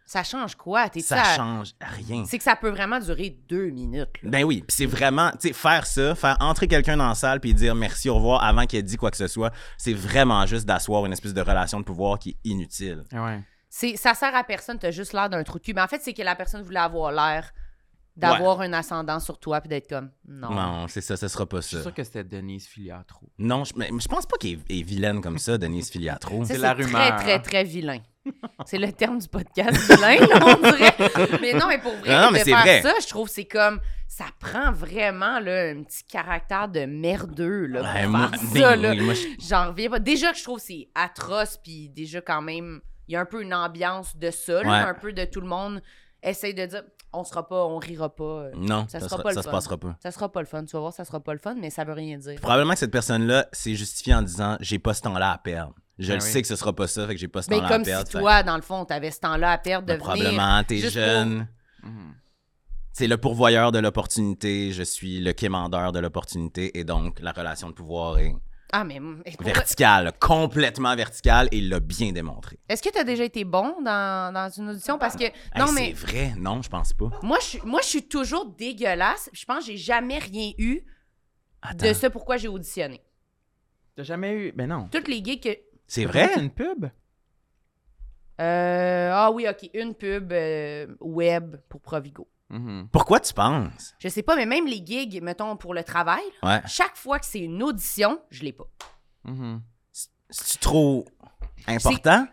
Speaker 1: Ça change quoi? T'es
Speaker 4: Ça change rien.
Speaker 1: C'est que ça peut vraiment durer deux minutes. là.
Speaker 4: Ben oui, puis c'est vraiment, tu sais, faire ça, faire entrer quelqu'un dans la salle puis dire merci, au revoir avant qu'il ait dit quoi que ce soit, c'est vraiment juste d'asseoir une espèce de relation de pouvoir qui est inutile.
Speaker 2: Ah Ouais.
Speaker 1: C'est- Ça sert à personne, t'as juste l'air d'un trou de cul. Mais en fait, c'est que la personne voulait avoir l'air d'avoir un ascendant sur toi puis d'être comme non.
Speaker 4: Non, c'est ça, ce sera pas
Speaker 2: Je
Speaker 4: ça.
Speaker 2: suis sûr que c'était Denise Filiatro.
Speaker 4: Non, je, mais je pense pas qu'elle est, est vilaine comme ça, Denise Filiatro.
Speaker 1: Ça,
Speaker 2: C'est
Speaker 1: C'est
Speaker 2: la
Speaker 1: très,
Speaker 2: rumeur,
Speaker 1: très,
Speaker 2: hein.
Speaker 1: très vilain. C'est le terme du podcast, vilain, là, on dirait. Mais non, mais pour vrai,
Speaker 4: Non, non, mais
Speaker 1: de
Speaker 4: c'est
Speaker 1: faire
Speaker 4: vrai.
Speaker 1: ça, je trouve que c'est comme... Ça prend vraiment là, un petit caractère de merdeux, là, pour
Speaker 4: Ouais,
Speaker 1: faire
Speaker 4: moi-
Speaker 1: ça,
Speaker 4: ben,
Speaker 1: là.
Speaker 4: moi, je-
Speaker 1: J'en reviens pas. Déjà que je trouve que c'est atroce, puis déjà quand même, il y a un peu une ambiance de ça, là,
Speaker 4: Ouais.
Speaker 1: un peu de tout le monde essaye de dire « On sera pas, on rira pas.
Speaker 4: non,
Speaker 1: Ça sera
Speaker 4: ça, sera-
Speaker 1: pas le
Speaker 4: ça se
Speaker 1: fun.
Speaker 4: passera pas.
Speaker 1: Ça sera pas le fun. » Tu vas voir, ça sera pas le fun, mais ça veut rien dire.
Speaker 4: Probablement que cette personne-là s'est justifiée en disant j'ai pas ce temps-là à perdre. Je
Speaker 2: Ah
Speaker 4: le
Speaker 2: oui.
Speaker 4: sais que ce sera pas ça, fait que j'ai pas ce
Speaker 1: Mais
Speaker 4: temps-là à
Speaker 1: Ben, comme si
Speaker 4: perdre. fait-
Speaker 1: toi, dans le fond, t'avais ce temps-là à perdre de
Speaker 4: Ben,
Speaker 1: venir...
Speaker 4: probablement, t'es
Speaker 1: juste
Speaker 4: jeune.
Speaker 2: Mhm.
Speaker 4: Tu c'est le pourvoyeur de l'opportunité, je suis le quémandeur de l'opportunité, et donc la relation de pouvoir est
Speaker 1: Ah, mais. hum, et pourquoi-
Speaker 4: verticale, complètement verticale, et il l'a bien démontré.
Speaker 1: Est-ce que tu as déjà été bon dans, dans une audition? Parce que.
Speaker 4: Hey,
Speaker 1: Non,
Speaker 4: c'est
Speaker 1: mais.
Speaker 4: vrai, non, je pense pas.
Speaker 1: Moi je, suis- moi, je suis toujours dégueulasse. Je pense que j'ai jamais rien eu de
Speaker 4: Attends,
Speaker 1: ce pourquoi j'ai auditionné.
Speaker 2: T'as jamais eu. Ben non.
Speaker 1: Toutes les gigs que.
Speaker 4: c'est
Speaker 2: T'as
Speaker 4: vrai?
Speaker 2: fait une pub?
Speaker 1: Euh, ah oui, OK. Une pub euh, web pour Provigo.
Speaker 2: Mhm.
Speaker 4: Pourquoi tu penses?
Speaker 1: Je sais pas, mais même les gigs, mettons, pour le travail, là,
Speaker 4: Ouais.
Speaker 1: chaque fois que c'est une audition, je l'ai pas.
Speaker 2: Mhm.
Speaker 4: C'est-tu trop important?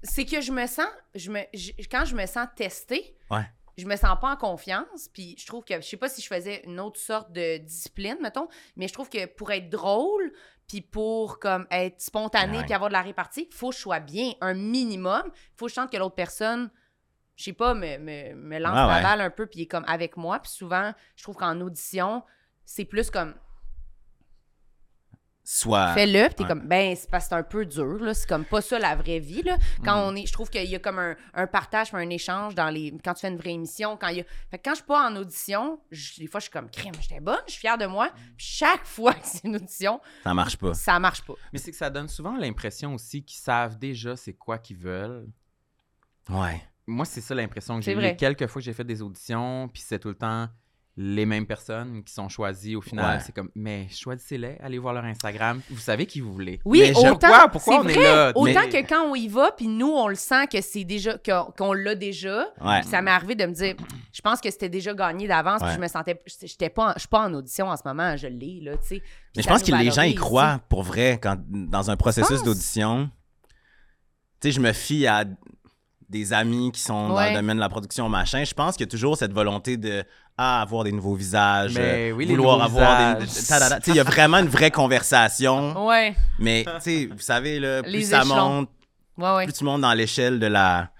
Speaker 1: C'est que je me sens, je me, je- quand je me sens testée,
Speaker 4: Ouais.
Speaker 1: je me sens pas en confiance. Puis je trouve que, je sais pas si je faisais une autre sorte de discipline, mettons, mais je trouve que pour être drôle, puis pour comme être spontané,
Speaker 4: Ouais.
Speaker 1: puis avoir de la répartie, faut que je sois bien, un minimum. Faut que je sente que l'autre personne, je sais pas, me, me, me lance
Speaker 4: Ouais,
Speaker 1: la
Speaker 4: ouais.
Speaker 1: balle un peu, puis est comme avec moi. Puis souvent, je trouve qu'en audition, c'est plus comme
Speaker 4: Soit.
Speaker 1: fais-le, puis t'es
Speaker 4: Ah. ouais.
Speaker 1: comme, ben, c'est parce que c'est un peu dur, là. C'est comme pas ça la vraie vie, là. Quand
Speaker 4: Hmm.
Speaker 1: on est, je trouve qu'il y a comme un, un partage, puis un échange dans les, quand tu fais une vraie émission, quand il y a, fait que quand je pars en audition, je- des fois, je suis comme, crème, j'étais bonne, je suis fière de moi. Puis chaque fois que c'est une audition,
Speaker 4: Ça marche pas.
Speaker 1: ça marche pas.
Speaker 2: Mais c'est que ça donne souvent l'impression aussi qu'ils savent déjà c'est quoi qu'ils veulent.
Speaker 4: Ouais.
Speaker 2: Moi, c'est ça l'impression que
Speaker 1: C'est
Speaker 2: j'ai eue.
Speaker 1: vrai.
Speaker 2: Les Quelques fois que j'ai fait des auditions, puis c'est tout le temps les mêmes personnes qui sont choisies au final.
Speaker 4: Ouais.
Speaker 2: C'est comme, mais choisissez-les, allez voir leur Instagram. Vous savez qui vous voulez.
Speaker 1: Oui,
Speaker 4: Mais je-
Speaker 1: autant,
Speaker 2: Pourquoi- pourquoi
Speaker 1: c'est
Speaker 2: on est
Speaker 1: vrai,
Speaker 2: là?
Speaker 1: Autant
Speaker 4: Mais-
Speaker 1: que quand on y va, puis nous, on le sent que c'est déjà, qu'on qu'on l'a déjà.
Speaker 4: Ouais.
Speaker 1: Puis ça m'est arrivé de me dire, je pense que c'était déjà gagné d'avance,
Speaker 4: Ouais.
Speaker 1: puis je me sentais, j'étais pas, en- je suis pas en audition en ce moment, je l'ai, là, tu sais. Puis
Speaker 4: Mais je
Speaker 1: ça
Speaker 4: pense
Speaker 1: nous
Speaker 4: que les gens y
Speaker 1: valorise,
Speaker 4: croient pour vrai quand dans un processus
Speaker 1: penses?
Speaker 4: d'audition. Tu sais, je me fie à des amis qui sont dans
Speaker 1: Ouais.
Speaker 4: le domaine de la production machin. Je pense qu'il y a toujours cette volonté de ah, avoir des nouveaux visages,
Speaker 2: Mais
Speaker 4: euh,
Speaker 2: oui, les
Speaker 4: vouloir
Speaker 2: nouveaux
Speaker 4: avoir des.
Speaker 2: visages.
Speaker 4: tadada. Tu sais, il y a vraiment une vraie conversation.
Speaker 1: Ouais,
Speaker 4: Mais tu sais, vous savez là, plus
Speaker 1: Oh. Les
Speaker 4: ça
Speaker 1: échelons.
Speaker 4: monte,
Speaker 1: ouais, ouais.
Speaker 4: plus tu montes dans l'échelle de la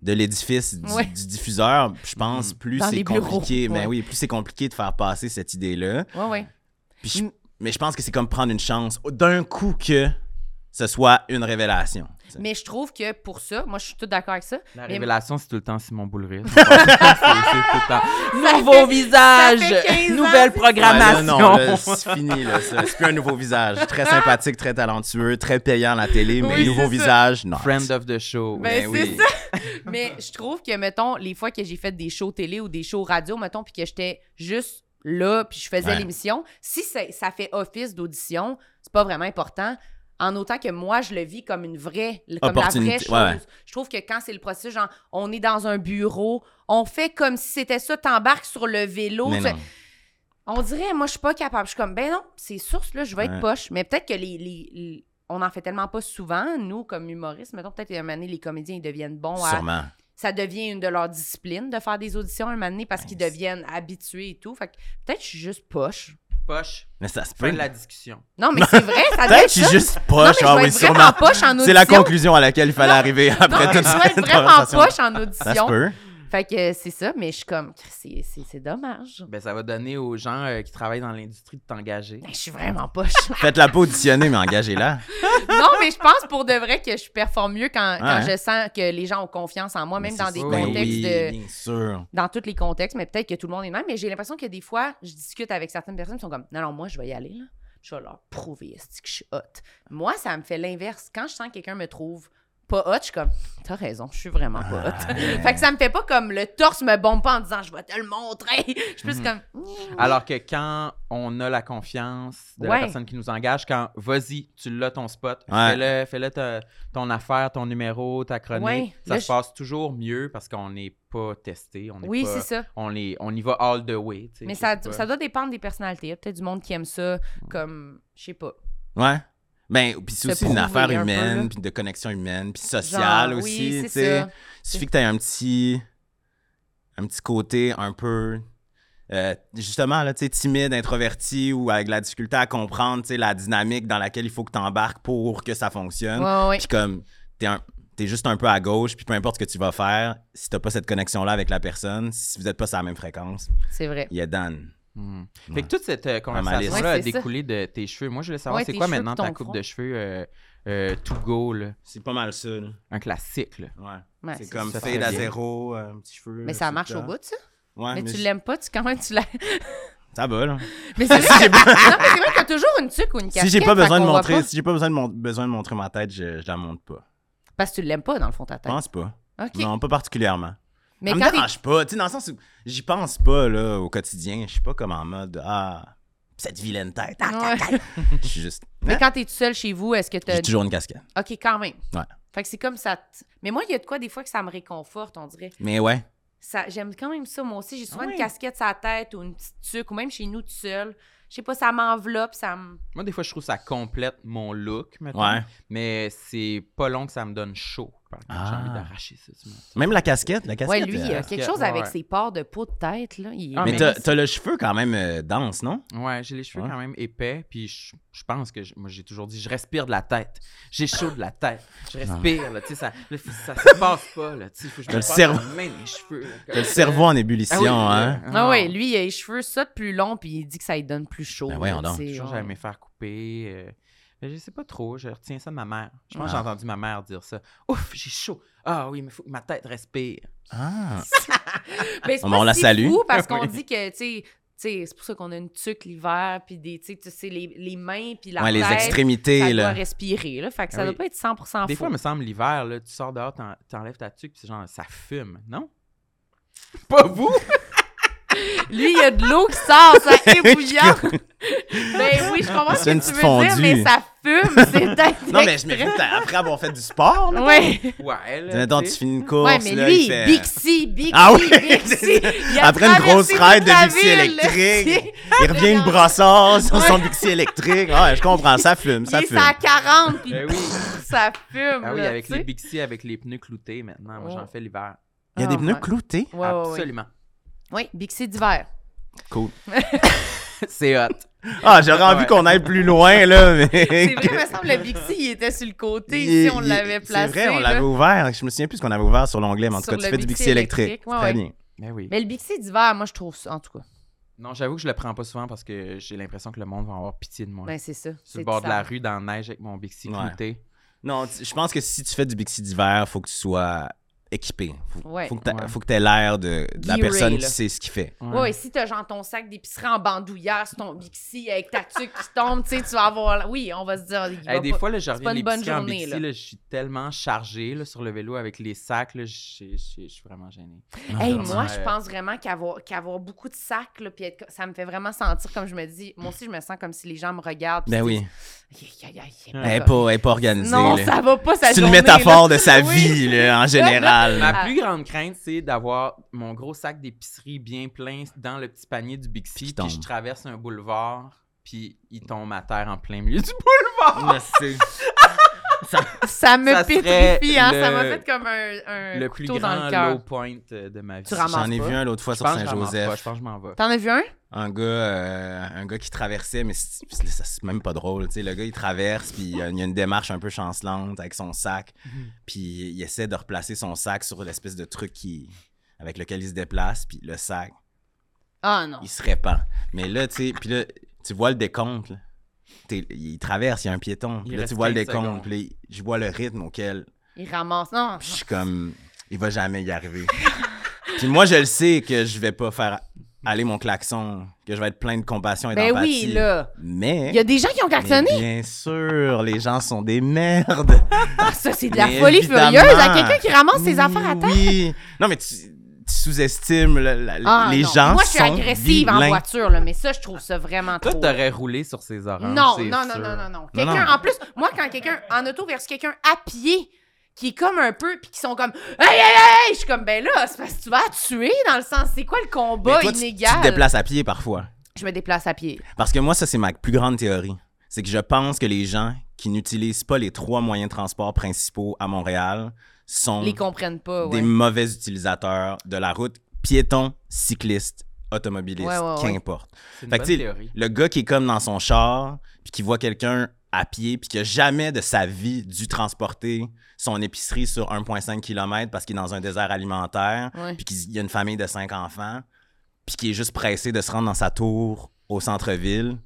Speaker 4: de l'édifice du,
Speaker 1: Ouais.
Speaker 4: du diffuseur, je
Speaker 2: Mm.
Speaker 4: pense plus
Speaker 1: Dans
Speaker 4: c'est
Speaker 1: les bureaux,
Speaker 4: compliqué, mais
Speaker 1: ouais.
Speaker 4: oui, plus c'est compliqué de faire passer cette idée-là.
Speaker 1: Ouais, ouais.
Speaker 4: Puis je-
Speaker 1: Mm.
Speaker 4: mais je pense que c'est comme prendre une chance d'un coup que ce soit une révélation. tu sais.
Speaker 1: Mais je trouve que pour ça, moi, je suis tout d'accord avec ça.
Speaker 2: La
Speaker 1: Mais-
Speaker 2: révélation, c'est tout le temps Simon Boulry. c'est c'est tout le temps. Nouveau
Speaker 1: ça fait
Speaker 2: visage,
Speaker 1: 15 ans,
Speaker 2: nouvelle
Speaker 1: c'est ça.
Speaker 4: Ouais, là,
Speaker 2: programmation.
Speaker 4: non, là, c'est fini. là, ça. C'est plus un nouveau visage. Très sympathique, très talentueux, très payant à la télé, mais
Speaker 1: Oui,
Speaker 4: nouveau
Speaker 1: c'est ça.
Speaker 4: visage, non.
Speaker 2: Friend of the show.
Speaker 1: Ben,
Speaker 2: Ben
Speaker 1: c'est
Speaker 2: oui.
Speaker 1: Mais je trouve que, mettons, les fois que j'ai fait des shows télé ou des shows radio, mettons, puis que j'étais juste là, puis je faisais
Speaker 4: Ouais.
Speaker 1: l'émission, si ça, ça fait office d'audition, c'est pas vraiment important. En autant que moi, je le vis comme une vraie, comme la vraie
Speaker 4: Opportunité,
Speaker 1: chose.
Speaker 4: ouais, ouais.
Speaker 1: Je trouve que quand c'est le processus, genre, on est dans un bureau, on fait comme si c'était ça, t'embarques sur le vélo.
Speaker 4: Mais
Speaker 1: tu-
Speaker 4: non.
Speaker 1: On dirait, moi, je suis pas capable. Je suis comme, ben non, c'est sûr, là, je vais
Speaker 4: Ouais.
Speaker 1: être poche. Mais peut-être que les, les- les- On en fait tellement pas souvent, nous, comme humoristes. Mettons, peut-être qu'à un moment donné, les comédiens, ils deviennent bons à.
Speaker 4: Sûrement.
Speaker 1: Ça devient une de leurs disciplines de faire des auditions un moment donné parce qu'ils
Speaker 4: Nice.
Speaker 1: deviennent habitués et tout. Fait que peut-être que je suis juste poche.
Speaker 2: Poche,
Speaker 4: Mais ça se peut.
Speaker 2: fin de la discussion.
Speaker 1: Non, mais c'est vrai, ça doit
Speaker 4: Peut-être que
Speaker 1: être.
Speaker 4: je suis
Speaker 1: ça.
Speaker 4: juste
Speaker 1: Non, mais
Speaker 4: poche.
Speaker 1: je
Speaker 4: ah
Speaker 1: vais
Speaker 4: oui,
Speaker 1: être vraiment
Speaker 4: sûrement.
Speaker 1: poche en audition.
Speaker 4: C'est la conclusion à laquelle il fallait arriver
Speaker 1: Non,
Speaker 4: après
Speaker 1: mais
Speaker 4: toute
Speaker 1: je vais
Speaker 4: cette
Speaker 1: être vraiment
Speaker 4: conversation.
Speaker 1: poche en
Speaker 4: Ça se
Speaker 1: audition.
Speaker 4: peut.
Speaker 1: Fait que euh, c'est ça, mais je suis comme, c'est- c'est c'est dommage.
Speaker 2: Ben, ça va donner aux gens euh, qui travaillent dans l'industrie de t'engager.
Speaker 1: Ben, Je suis vraiment poche.
Speaker 4: Faites-la pas auditionner, mais engagez-la.
Speaker 1: non, mais je pense pour de vrai que je performe mieux quand, quand
Speaker 4: Ouais.
Speaker 1: je sens que les gens ont confiance en moi, même
Speaker 4: Mais
Speaker 1: dans
Speaker 4: c'est
Speaker 1: des
Speaker 4: sûr.
Speaker 1: contextes
Speaker 4: Ben oui,
Speaker 1: de.
Speaker 4: Bien sûr.
Speaker 1: Dans tous les contextes, mais peut-être que tout le monde est de même. Mais j'ai l'impression que des fois, je discute avec certaines personnes qui sont comme Non, non, moi, je vais y aller, là. Je vais leur prouver est-ce que je suis hot. Moi, ça me fait l'inverse. Quand je sens que quelqu'un me trouve pas hot, je suis comme T'as raison, je suis vraiment pas
Speaker 4: Ah.
Speaker 1: hot. fait que ça me fait pas comme le torse me bombe pas en disant Je vais te le montrer. Je suis plus
Speaker 4: Mm-hmm.
Speaker 2: Mhm.
Speaker 1: comme
Speaker 2: Alors que quand on a la confiance de
Speaker 1: Ouais.
Speaker 2: la personne qui nous engage, quand vas-y, tu l'as ton spot,
Speaker 4: Ouais.
Speaker 2: fais-le, fais-le ta- ton affaire, ton numéro, ta chronique,
Speaker 1: Ouais,
Speaker 2: ça
Speaker 1: là,
Speaker 2: se
Speaker 1: je-
Speaker 2: passe toujours mieux parce qu'on n'est pas testé, on n'est
Speaker 1: Oui,
Speaker 2: pas-
Speaker 1: c'est ça.
Speaker 2: on est- on y va all the way. tu sais,
Speaker 1: Mais
Speaker 2: je
Speaker 1: ça,
Speaker 2: sais pas.
Speaker 1: ça doit dépendre des personnalités. Il y a peut-être du monde qui aime ça, comme, je sais pas.
Speaker 4: Ouais. Ben, puis c'est
Speaker 1: Se
Speaker 4: aussi une
Speaker 1: prouver
Speaker 4: affaire
Speaker 1: un peu, là.
Speaker 4: humaine, puis de connexion humaine, puis sociale
Speaker 1: Genre, oui,
Speaker 4: aussi,
Speaker 1: c'est
Speaker 4: tu sais.
Speaker 1: ça.
Speaker 4: Il suffit que tu aies un petit, un petit côté un peu, euh, justement, là, tu sais, timide, introverti ou avec la difficulté à comprendre, tu sais, la dynamique dans laquelle il faut que tu embarques pour que ça fonctionne.
Speaker 1: Ouais, ouais.
Speaker 4: Puis comme, t'es un- t'es juste un peu à gauche, puis peu importe ce que tu vas faire, si t'as pas cette connexion-là avec la personne, si vous êtes pas sur la même fréquence,
Speaker 1: C'est vrai.
Speaker 4: il y a Dan.
Speaker 2: Mhm.
Speaker 4: Hmm. Ouais.
Speaker 2: Fait que toute cette euh,
Speaker 4: ma
Speaker 2: conversation-là
Speaker 1: liste.
Speaker 2: a
Speaker 1: Ouais, c'est ça.
Speaker 2: découlé de tes cheveux. Moi, je voulais savoir,
Speaker 1: Ouais,
Speaker 2: c'est
Speaker 1: tes
Speaker 2: quoi
Speaker 1: cheveux
Speaker 2: maintenant
Speaker 1: puis ton
Speaker 2: ta coupe
Speaker 1: front.
Speaker 2: de cheveux euh, euh, to go, là?
Speaker 4: C'est pas mal ça, là.
Speaker 2: un classique. là.
Speaker 4: Ouais.
Speaker 1: Ouais,
Speaker 4: c'est comme
Speaker 2: ça,
Speaker 4: fade
Speaker 2: ça
Speaker 4: à
Speaker 2: vient.
Speaker 4: zéro, euh, un petit cheveu.
Speaker 1: Mais
Speaker 4: là,
Speaker 1: ça
Speaker 4: sur le
Speaker 1: marche au
Speaker 4: top.
Speaker 1: bout, ça?
Speaker 4: Ouais,
Speaker 1: Mais tu
Speaker 4: je-
Speaker 1: l'aimes pas, tu quand même, tu l'aimes.
Speaker 4: Ça va, là.
Speaker 1: Mais c'est vrai, que- Non, mais c'est vrai que t'as toujours une tuque ou une casquette.
Speaker 4: Si j'ai pas
Speaker 1: fait
Speaker 4: besoin de
Speaker 1: qu'on voit
Speaker 4: montrer,
Speaker 1: pas.
Speaker 4: si j'ai pas besoin de, mon- besoin de montrer ma tête, je, je la montre pas.
Speaker 1: Parce que tu l'aimes pas, dans le fond, ta
Speaker 4: Je
Speaker 1: tête.
Speaker 4: pense pas.
Speaker 1: OK.
Speaker 4: Non, pas particulièrement.
Speaker 1: Mais
Speaker 4: ça me
Speaker 1: quand t'es-
Speaker 4: dérange pas, tu sais, dans le sens où j'y pense pas, là, au quotidien. Je suis pas comme en mode, ah, cette vilaine tête.
Speaker 1: Ouais.
Speaker 4: ah, ah, ah. Je suis juste,
Speaker 1: Mais quand t'es tout seul chez vous, est-ce que t'as.
Speaker 4: j'ai toujours une casquette.
Speaker 1: OK, quand même.
Speaker 4: Ouais.
Speaker 1: Fait que c'est comme ça. t- Mais moi, il y a de quoi des fois que ça me réconforte, on dirait.
Speaker 4: Mais ouais.
Speaker 1: Ça, j'aime quand même ça. Moi aussi, j'ai souvent
Speaker 2: Ah ouais.
Speaker 1: une casquette sur la tête ou une petite tuque, ou même chez nous tout seul. Je sais pas, ça m'enveloppe, ça me.
Speaker 2: Moi, des fois, je trouve que ça complète mon look, mettons.
Speaker 4: Ouais.
Speaker 2: Mais c'est pas long que ça me donne chaud. par exemple. J'ai
Speaker 4: Ah.
Speaker 2: envie d'arracher ça. tu vois.
Speaker 4: Même la casquette, la
Speaker 1: Ouais,
Speaker 4: casquette.
Speaker 1: lui,
Speaker 4: euh,
Speaker 1: il a quelque chose
Speaker 2: ouais,
Speaker 1: avec
Speaker 2: ouais.
Speaker 1: ses pores de peau de tête, là. Il est
Speaker 2: Ah,
Speaker 4: Mais
Speaker 2: mais
Speaker 4: t'as
Speaker 1: mince.
Speaker 4: t'as le cheveu quand même euh, dense, non?
Speaker 2: Ouais, j'ai les cheveux
Speaker 4: Ouais.
Speaker 2: quand même épais. Puis je, je pense que, je- moi, j'ai toujours dit, je respire de la tête. J'ai chaud de la tête. Je respire, là, tu sais, ça, là, ça se passe pas, là, tu sais. Faut que je
Speaker 4: Ah. Le
Speaker 2: me passe
Speaker 4: cerveau.
Speaker 2: dans les mains, les cheveux. là, comme
Speaker 4: T'as le
Speaker 2: ça.
Speaker 4: cerveau en ébullition,
Speaker 2: Ah oui,
Speaker 4: hein?
Speaker 2: euh,
Speaker 1: Euh, Ah ouais, lui, il a les cheveux ça de plus long, puis il dit que ça lui donne plus chaud.
Speaker 4: Ben voyons
Speaker 1: là,
Speaker 4: donc.
Speaker 1: tu sais,
Speaker 2: Toujours,
Speaker 1: ouais.
Speaker 2: j'allais me faire couper. euh, mais je sais pas trop, je retiens ça de ma mère. Je pense
Speaker 4: Ah.
Speaker 2: que j'ai entendu ma mère dire ça. Ouf, j'ai chaud. Ah oui, mais faut que ma tête respire.
Speaker 4: Ah.
Speaker 1: Mais Ben, c'est
Speaker 4: On-
Speaker 1: pas
Speaker 4: on la
Speaker 1: si
Speaker 4: salue.
Speaker 1: fou parce qu'on
Speaker 2: Oui.
Speaker 1: dit que, tu sais, tu sais, c'est pour ça qu'on a une tuque l'hiver, puis des, tu sais, tu sais, les, les mains, puis la
Speaker 4: Ouais,
Speaker 1: tête.
Speaker 4: les
Speaker 1: ça
Speaker 4: extrémités,
Speaker 1: doit
Speaker 4: là.
Speaker 1: respirer, là. Fait que ça
Speaker 2: Ah
Speaker 1: doit
Speaker 2: oui.
Speaker 1: pas être 100%
Speaker 2: Des
Speaker 1: faux.
Speaker 2: fois, il me semble, l'hiver, là, tu sors dehors, t'en- t'enlèves ta tuque, puis c'est genre, ça fume, non? Pas vous!
Speaker 1: Lui, il y a de l'eau qui sort, ça est bouillant. ben oui, je comprends ce
Speaker 4: C'est une
Speaker 1: que tu
Speaker 4: petite
Speaker 1: veux dire,
Speaker 4: fondue.
Speaker 1: mais ça fume, c'est peut-être
Speaker 4: Non, mais je m'écoute après avoir fait du sport, là.
Speaker 1: Ouais.
Speaker 2: Ouais, là,
Speaker 4: Mettons,
Speaker 2: tu
Speaker 4: tu
Speaker 2: sais.
Speaker 4: finis une course.
Speaker 1: ouais, mais
Speaker 4: là,
Speaker 1: lui,
Speaker 4: il fait-
Speaker 1: Bixi, Bixi,
Speaker 4: Ah oui,
Speaker 1: Bixi. Il a
Speaker 4: Après une grosse
Speaker 1: traversé
Speaker 4: ride
Speaker 1: toute la
Speaker 4: de Bixi
Speaker 1: ville,
Speaker 4: électrique,
Speaker 1: tu
Speaker 4: il revient une
Speaker 1: Regarde.
Speaker 4: brassard sur son Bixi électrique. Ouais, je comprends, ça fume,
Speaker 1: sais.
Speaker 4: ça
Speaker 1: Il est
Speaker 4: fume.
Speaker 1: à 40, puis
Speaker 2: Ben oui.
Speaker 1: ça fume.
Speaker 2: Ah oui,
Speaker 1: là,
Speaker 2: avec
Speaker 1: tu sais.
Speaker 2: les Bixi, avec les pneus cloutés maintenant. Moi, j'en
Speaker 1: Oh.
Speaker 2: fais l'hiver.
Speaker 4: Il y a des
Speaker 1: Ah,
Speaker 4: pneus
Speaker 1: ouais.
Speaker 4: cloutés.
Speaker 1: Ouais, ouais, ouais.
Speaker 2: Absolument.
Speaker 1: Oui, Bixi d'hiver.
Speaker 4: Cool.
Speaker 2: C'est hot.
Speaker 4: Ah, j'aurais envie
Speaker 2: Ouais.
Speaker 4: qu'on aille plus loin, là, mais...
Speaker 1: C'est vrai, me semble, le Bixi, il était sur le côté.
Speaker 4: Il-
Speaker 1: ici, on
Speaker 4: il-
Speaker 1: l'avait placé.
Speaker 4: C'est vrai, on
Speaker 1: là,
Speaker 4: l'avait ouvert. Je me souviens plus ce qu'on avait ouvert sur l'onglet, mais en tout
Speaker 1: sur
Speaker 4: cas, tu
Speaker 1: le
Speaker 4: fais du Bixi électrique.
Speaker 1: ouais,
Speaker 4: Très
Speaker 1: ouais.
Speaker 4: bien.
Speaker 2: Ben oui.
Speaker 1: Mais le Bixi d'hiver, moi, je trouve ça, en tout cas.
Speaker 2: Non, j'avoue que je le prends pas souvent parce que j'ai l'impression que le monde va avoir pitié de moi.
Speaker 1: Ben, c'est ça.
Speaker 2: Sur
Speaker 1: c'est
Speaker 2: le bord de la
Speaker 1: bizarre.
Speaker 2: rue, dans la neige, avec mon Bixi
Speaker 4: Ouais.
Speaker 2: clouté.
Speaker 4: Non, tu- je pense que si tu fais du Bixi d'hiver, faut que tu sois équipé. Faut,
Speaker 1: Ouais.
Speaker 4: faut que t'a-
Speaker 2: Ouais.
Speaker 4: faut que t'aies l'air de, de la
Speaker 1: Gearé,
Speaker 4: personne
Speaker 1: là.
Speaker 4: qui sait ce qu'il fait.
Speaker 1: Ouais, ouais, si t'as genre ton sac d'épicerie en bandoulière sur ton Bixi avec ta tuque qui tombe, tu sais, tu vas avoir. Oui, on va se dire. il
Speaker 2: Hey,
Speaker 1: va
Speaker 2: des
Speaker 1: pas-
Speaker 2: fois, là, je
Speaker 1: pas
Speaker 2: reviens
Speaker 1: une
Speaker 2: des
Speaker 1: bonne
Speaker 2: petits en
Speaker 1: journée,
Speaker 2: Bixi,
Speaker 1: là.
Speaker 2: là, je suis tellement chargé là, sur le vélo avec les sacs, là, je je- je- je suis vraiment gêné.
Speaker 4: Ah,
Speaker 1: Hey,
Speaker 2: vraiment,
Speaker 1: moi, je
Speaker 2: euh,
Speaker 1: pense vraiment qu'avoir qu'avoir beaucoup de sacs, là, puis être- ça me fait vraiment sentir, comme je me dis, moi aussi, je me sens comme si les gens me regardent. puis
Speaker 4: Ben
Speaker 1: ils
Speaker 4: oui.
Speaker 1: disent, Aïe, aïe, aïe, aïe,
Speaker 2: Ouais.
Speaker 4: Elle est
Speaker 1: pas-
Speaker 4: pas, elle est pas organisée.
Speaker 1: Non,
Speaker 4: là.
Speaker 1: ça va pas, ça
Speaker 4: C'est une métaphore de sa vie, là, en général.
Speaker 1: Ah.
Speaker 2: Ma plus grande crainte, c'est d'avoir mon gros sac d'épicerie bien plein dans le petit panier du
Speaker 4: Qui
Speaker 2: Bixi,
Speaker 4: tombe.
Speaker 2: puis je traverse un boulevard, puis il tombe à terre en plein milieu du boulevard.
Speaker 1: Ça me
Speaker 2: Ça serait
Speaker 1: pétrifie, hein, ça m'a
Speaker 2: le-
Speaker 1: fait comme un, un
Speaker 2: le plus
Speaker 1: couteau dans le
Speaker 2: grand low
Speaker 1: cœur.
Speaker 2: point euh, de ma vie.
Speaker 1: Tu ramasses
Speaker 4: J'en ai
Speaker 1: pas.
Speaker 4: vu un l'autre fois
Speaker 2: Je
Speaker 4: sur
Speaker 2: pense que je m'en vais, je
Speaker 4: Saint-Joseph.
Speaker 2: pense que je m'en vais.
Speaker 1: T'en as vu un?
Speaker 4: Un gars, euh, un gars qui traversait, mais c'est c'est- ça, c'est même pas drôle. tu sais, le gars, il traverse, puis euh, il y a une démarche un peu chancelante avec son sac,
Speaker 2: Mhm.
Speaker 4: puis il essaie de replacer son sac sur l'espèce de truc qui, avec lequel il se déplace, puis le sac,
Speaker 1: Ah non.
Speaker 4: il se répand. Mais là, tu sais, puis là, tu vois le décompte. là. T'es- Il traverse, il y a un piéton. Puis
Speaker 2: Il
Speaker 4: là,
Speaker 2: reste
Speaker 4: tu vois le
Speaker 2: 15
Speaker 4: décompte.
Speaker 2: secondes.
Speaker 4: Puis là, je vois le rythme auquel
Speaker 1: Il ramasse. Non.
Speaker 4: Puis je suis comme, il va jamais y arriver. puis moi, je le sais que je vais pas faire aller mon klaxon, que je vais être plein de compassion et
Speaker 1: Ben
Speaker 4: d'empathie.
Speaker 1: oui, là.
Speaker 4: Mais,
Speaker 1: Il y a des gens qui ont
Speaker 4: mais
Speaker 1: cartonné.
Speaker 4: bien sûr, les gens sont des merdes.
Speaker 1: Ah, ça, c'est de la
Speaker 4: Mais
Speaker 1: folie
Speaker 4: évidemment.
Speaker 1: furieuse à quelqu'un qui ramasse ses affaires à terre.
Speaker 4: Oui. Non, mais tu, tu sous-estimes la- la-
Speaker 1: Ah,
Speaker 4: les
Speaker 1: non.
Speaker 4: gens
Speaker 1: Moi, je suis
Speaker 4: sont
Speaker 1: agressive en
Speaker 4: vilains.
Speaker 1: voiture, là, mais ça, je trouve ça vraiment
Speaker 2: Toi,
Speaker 1: trop.
Speaker 2: t'aurais roulé sur ces oranges.
Speaker 1: Non,
Speaker 2: c'est
Speaker 1: non, non,
Speaker 2: sûr.
Speaker 1: non, non, non.
Speaker 4: Non,
Speaker 1: Quelqu'un,
Speaker 4: non.
Speaker 1: en plus, moi, quand quelqu'un en auto versus quelqu'un à pied, qui est comme un peu, puis qui sont comme Hey, hey, hey! Je suis comme, ben là, c'est parce que tu vas la tuer, dans le sens, c'est quoi le
Speaker 4: Mais
Speaker 1: combat
Speaker 4: toi, tu-
Speaker 1: inégal?
Speaker 4: tu te déplaces à pied parfois.
Speaker 1: Je me déplace à pied.
Speaker 4: Parce que moi, ça, c'est ma plus grande théorie. C'est que je pense que les gens qui n'utilisent pas les trois moyens de transport principaux à Montréal sont
Speaker 1: Ils les comprennent pas, ouais.
Speaker 4: des mauvais utilisateurs de la route, piétons, cyclistes, automobilistes,
Speaker 1: Ouais, ouais, ouais.
Speaker 4: qu'importe.
Speaker 2: C'est une
Speaker 4: Fait que,
Speaker 2: bonne
Speaker 4: tu sais,
Speaker 2: théorie.
Speaker 4: Le gars qui est comme dans son char, puis qui voit quelqu'un à pied, puis qui a jamais de sa vie dû transporter son épicerie sur 1,5 km parce qu'il est dans un désert alimentaire,
Speaker 1: Ouais.
Speaker 4: puis qu'il y a une famille de cinq enfants, puis qui est juste pressé de se rendre dans sa tour au centre-ville,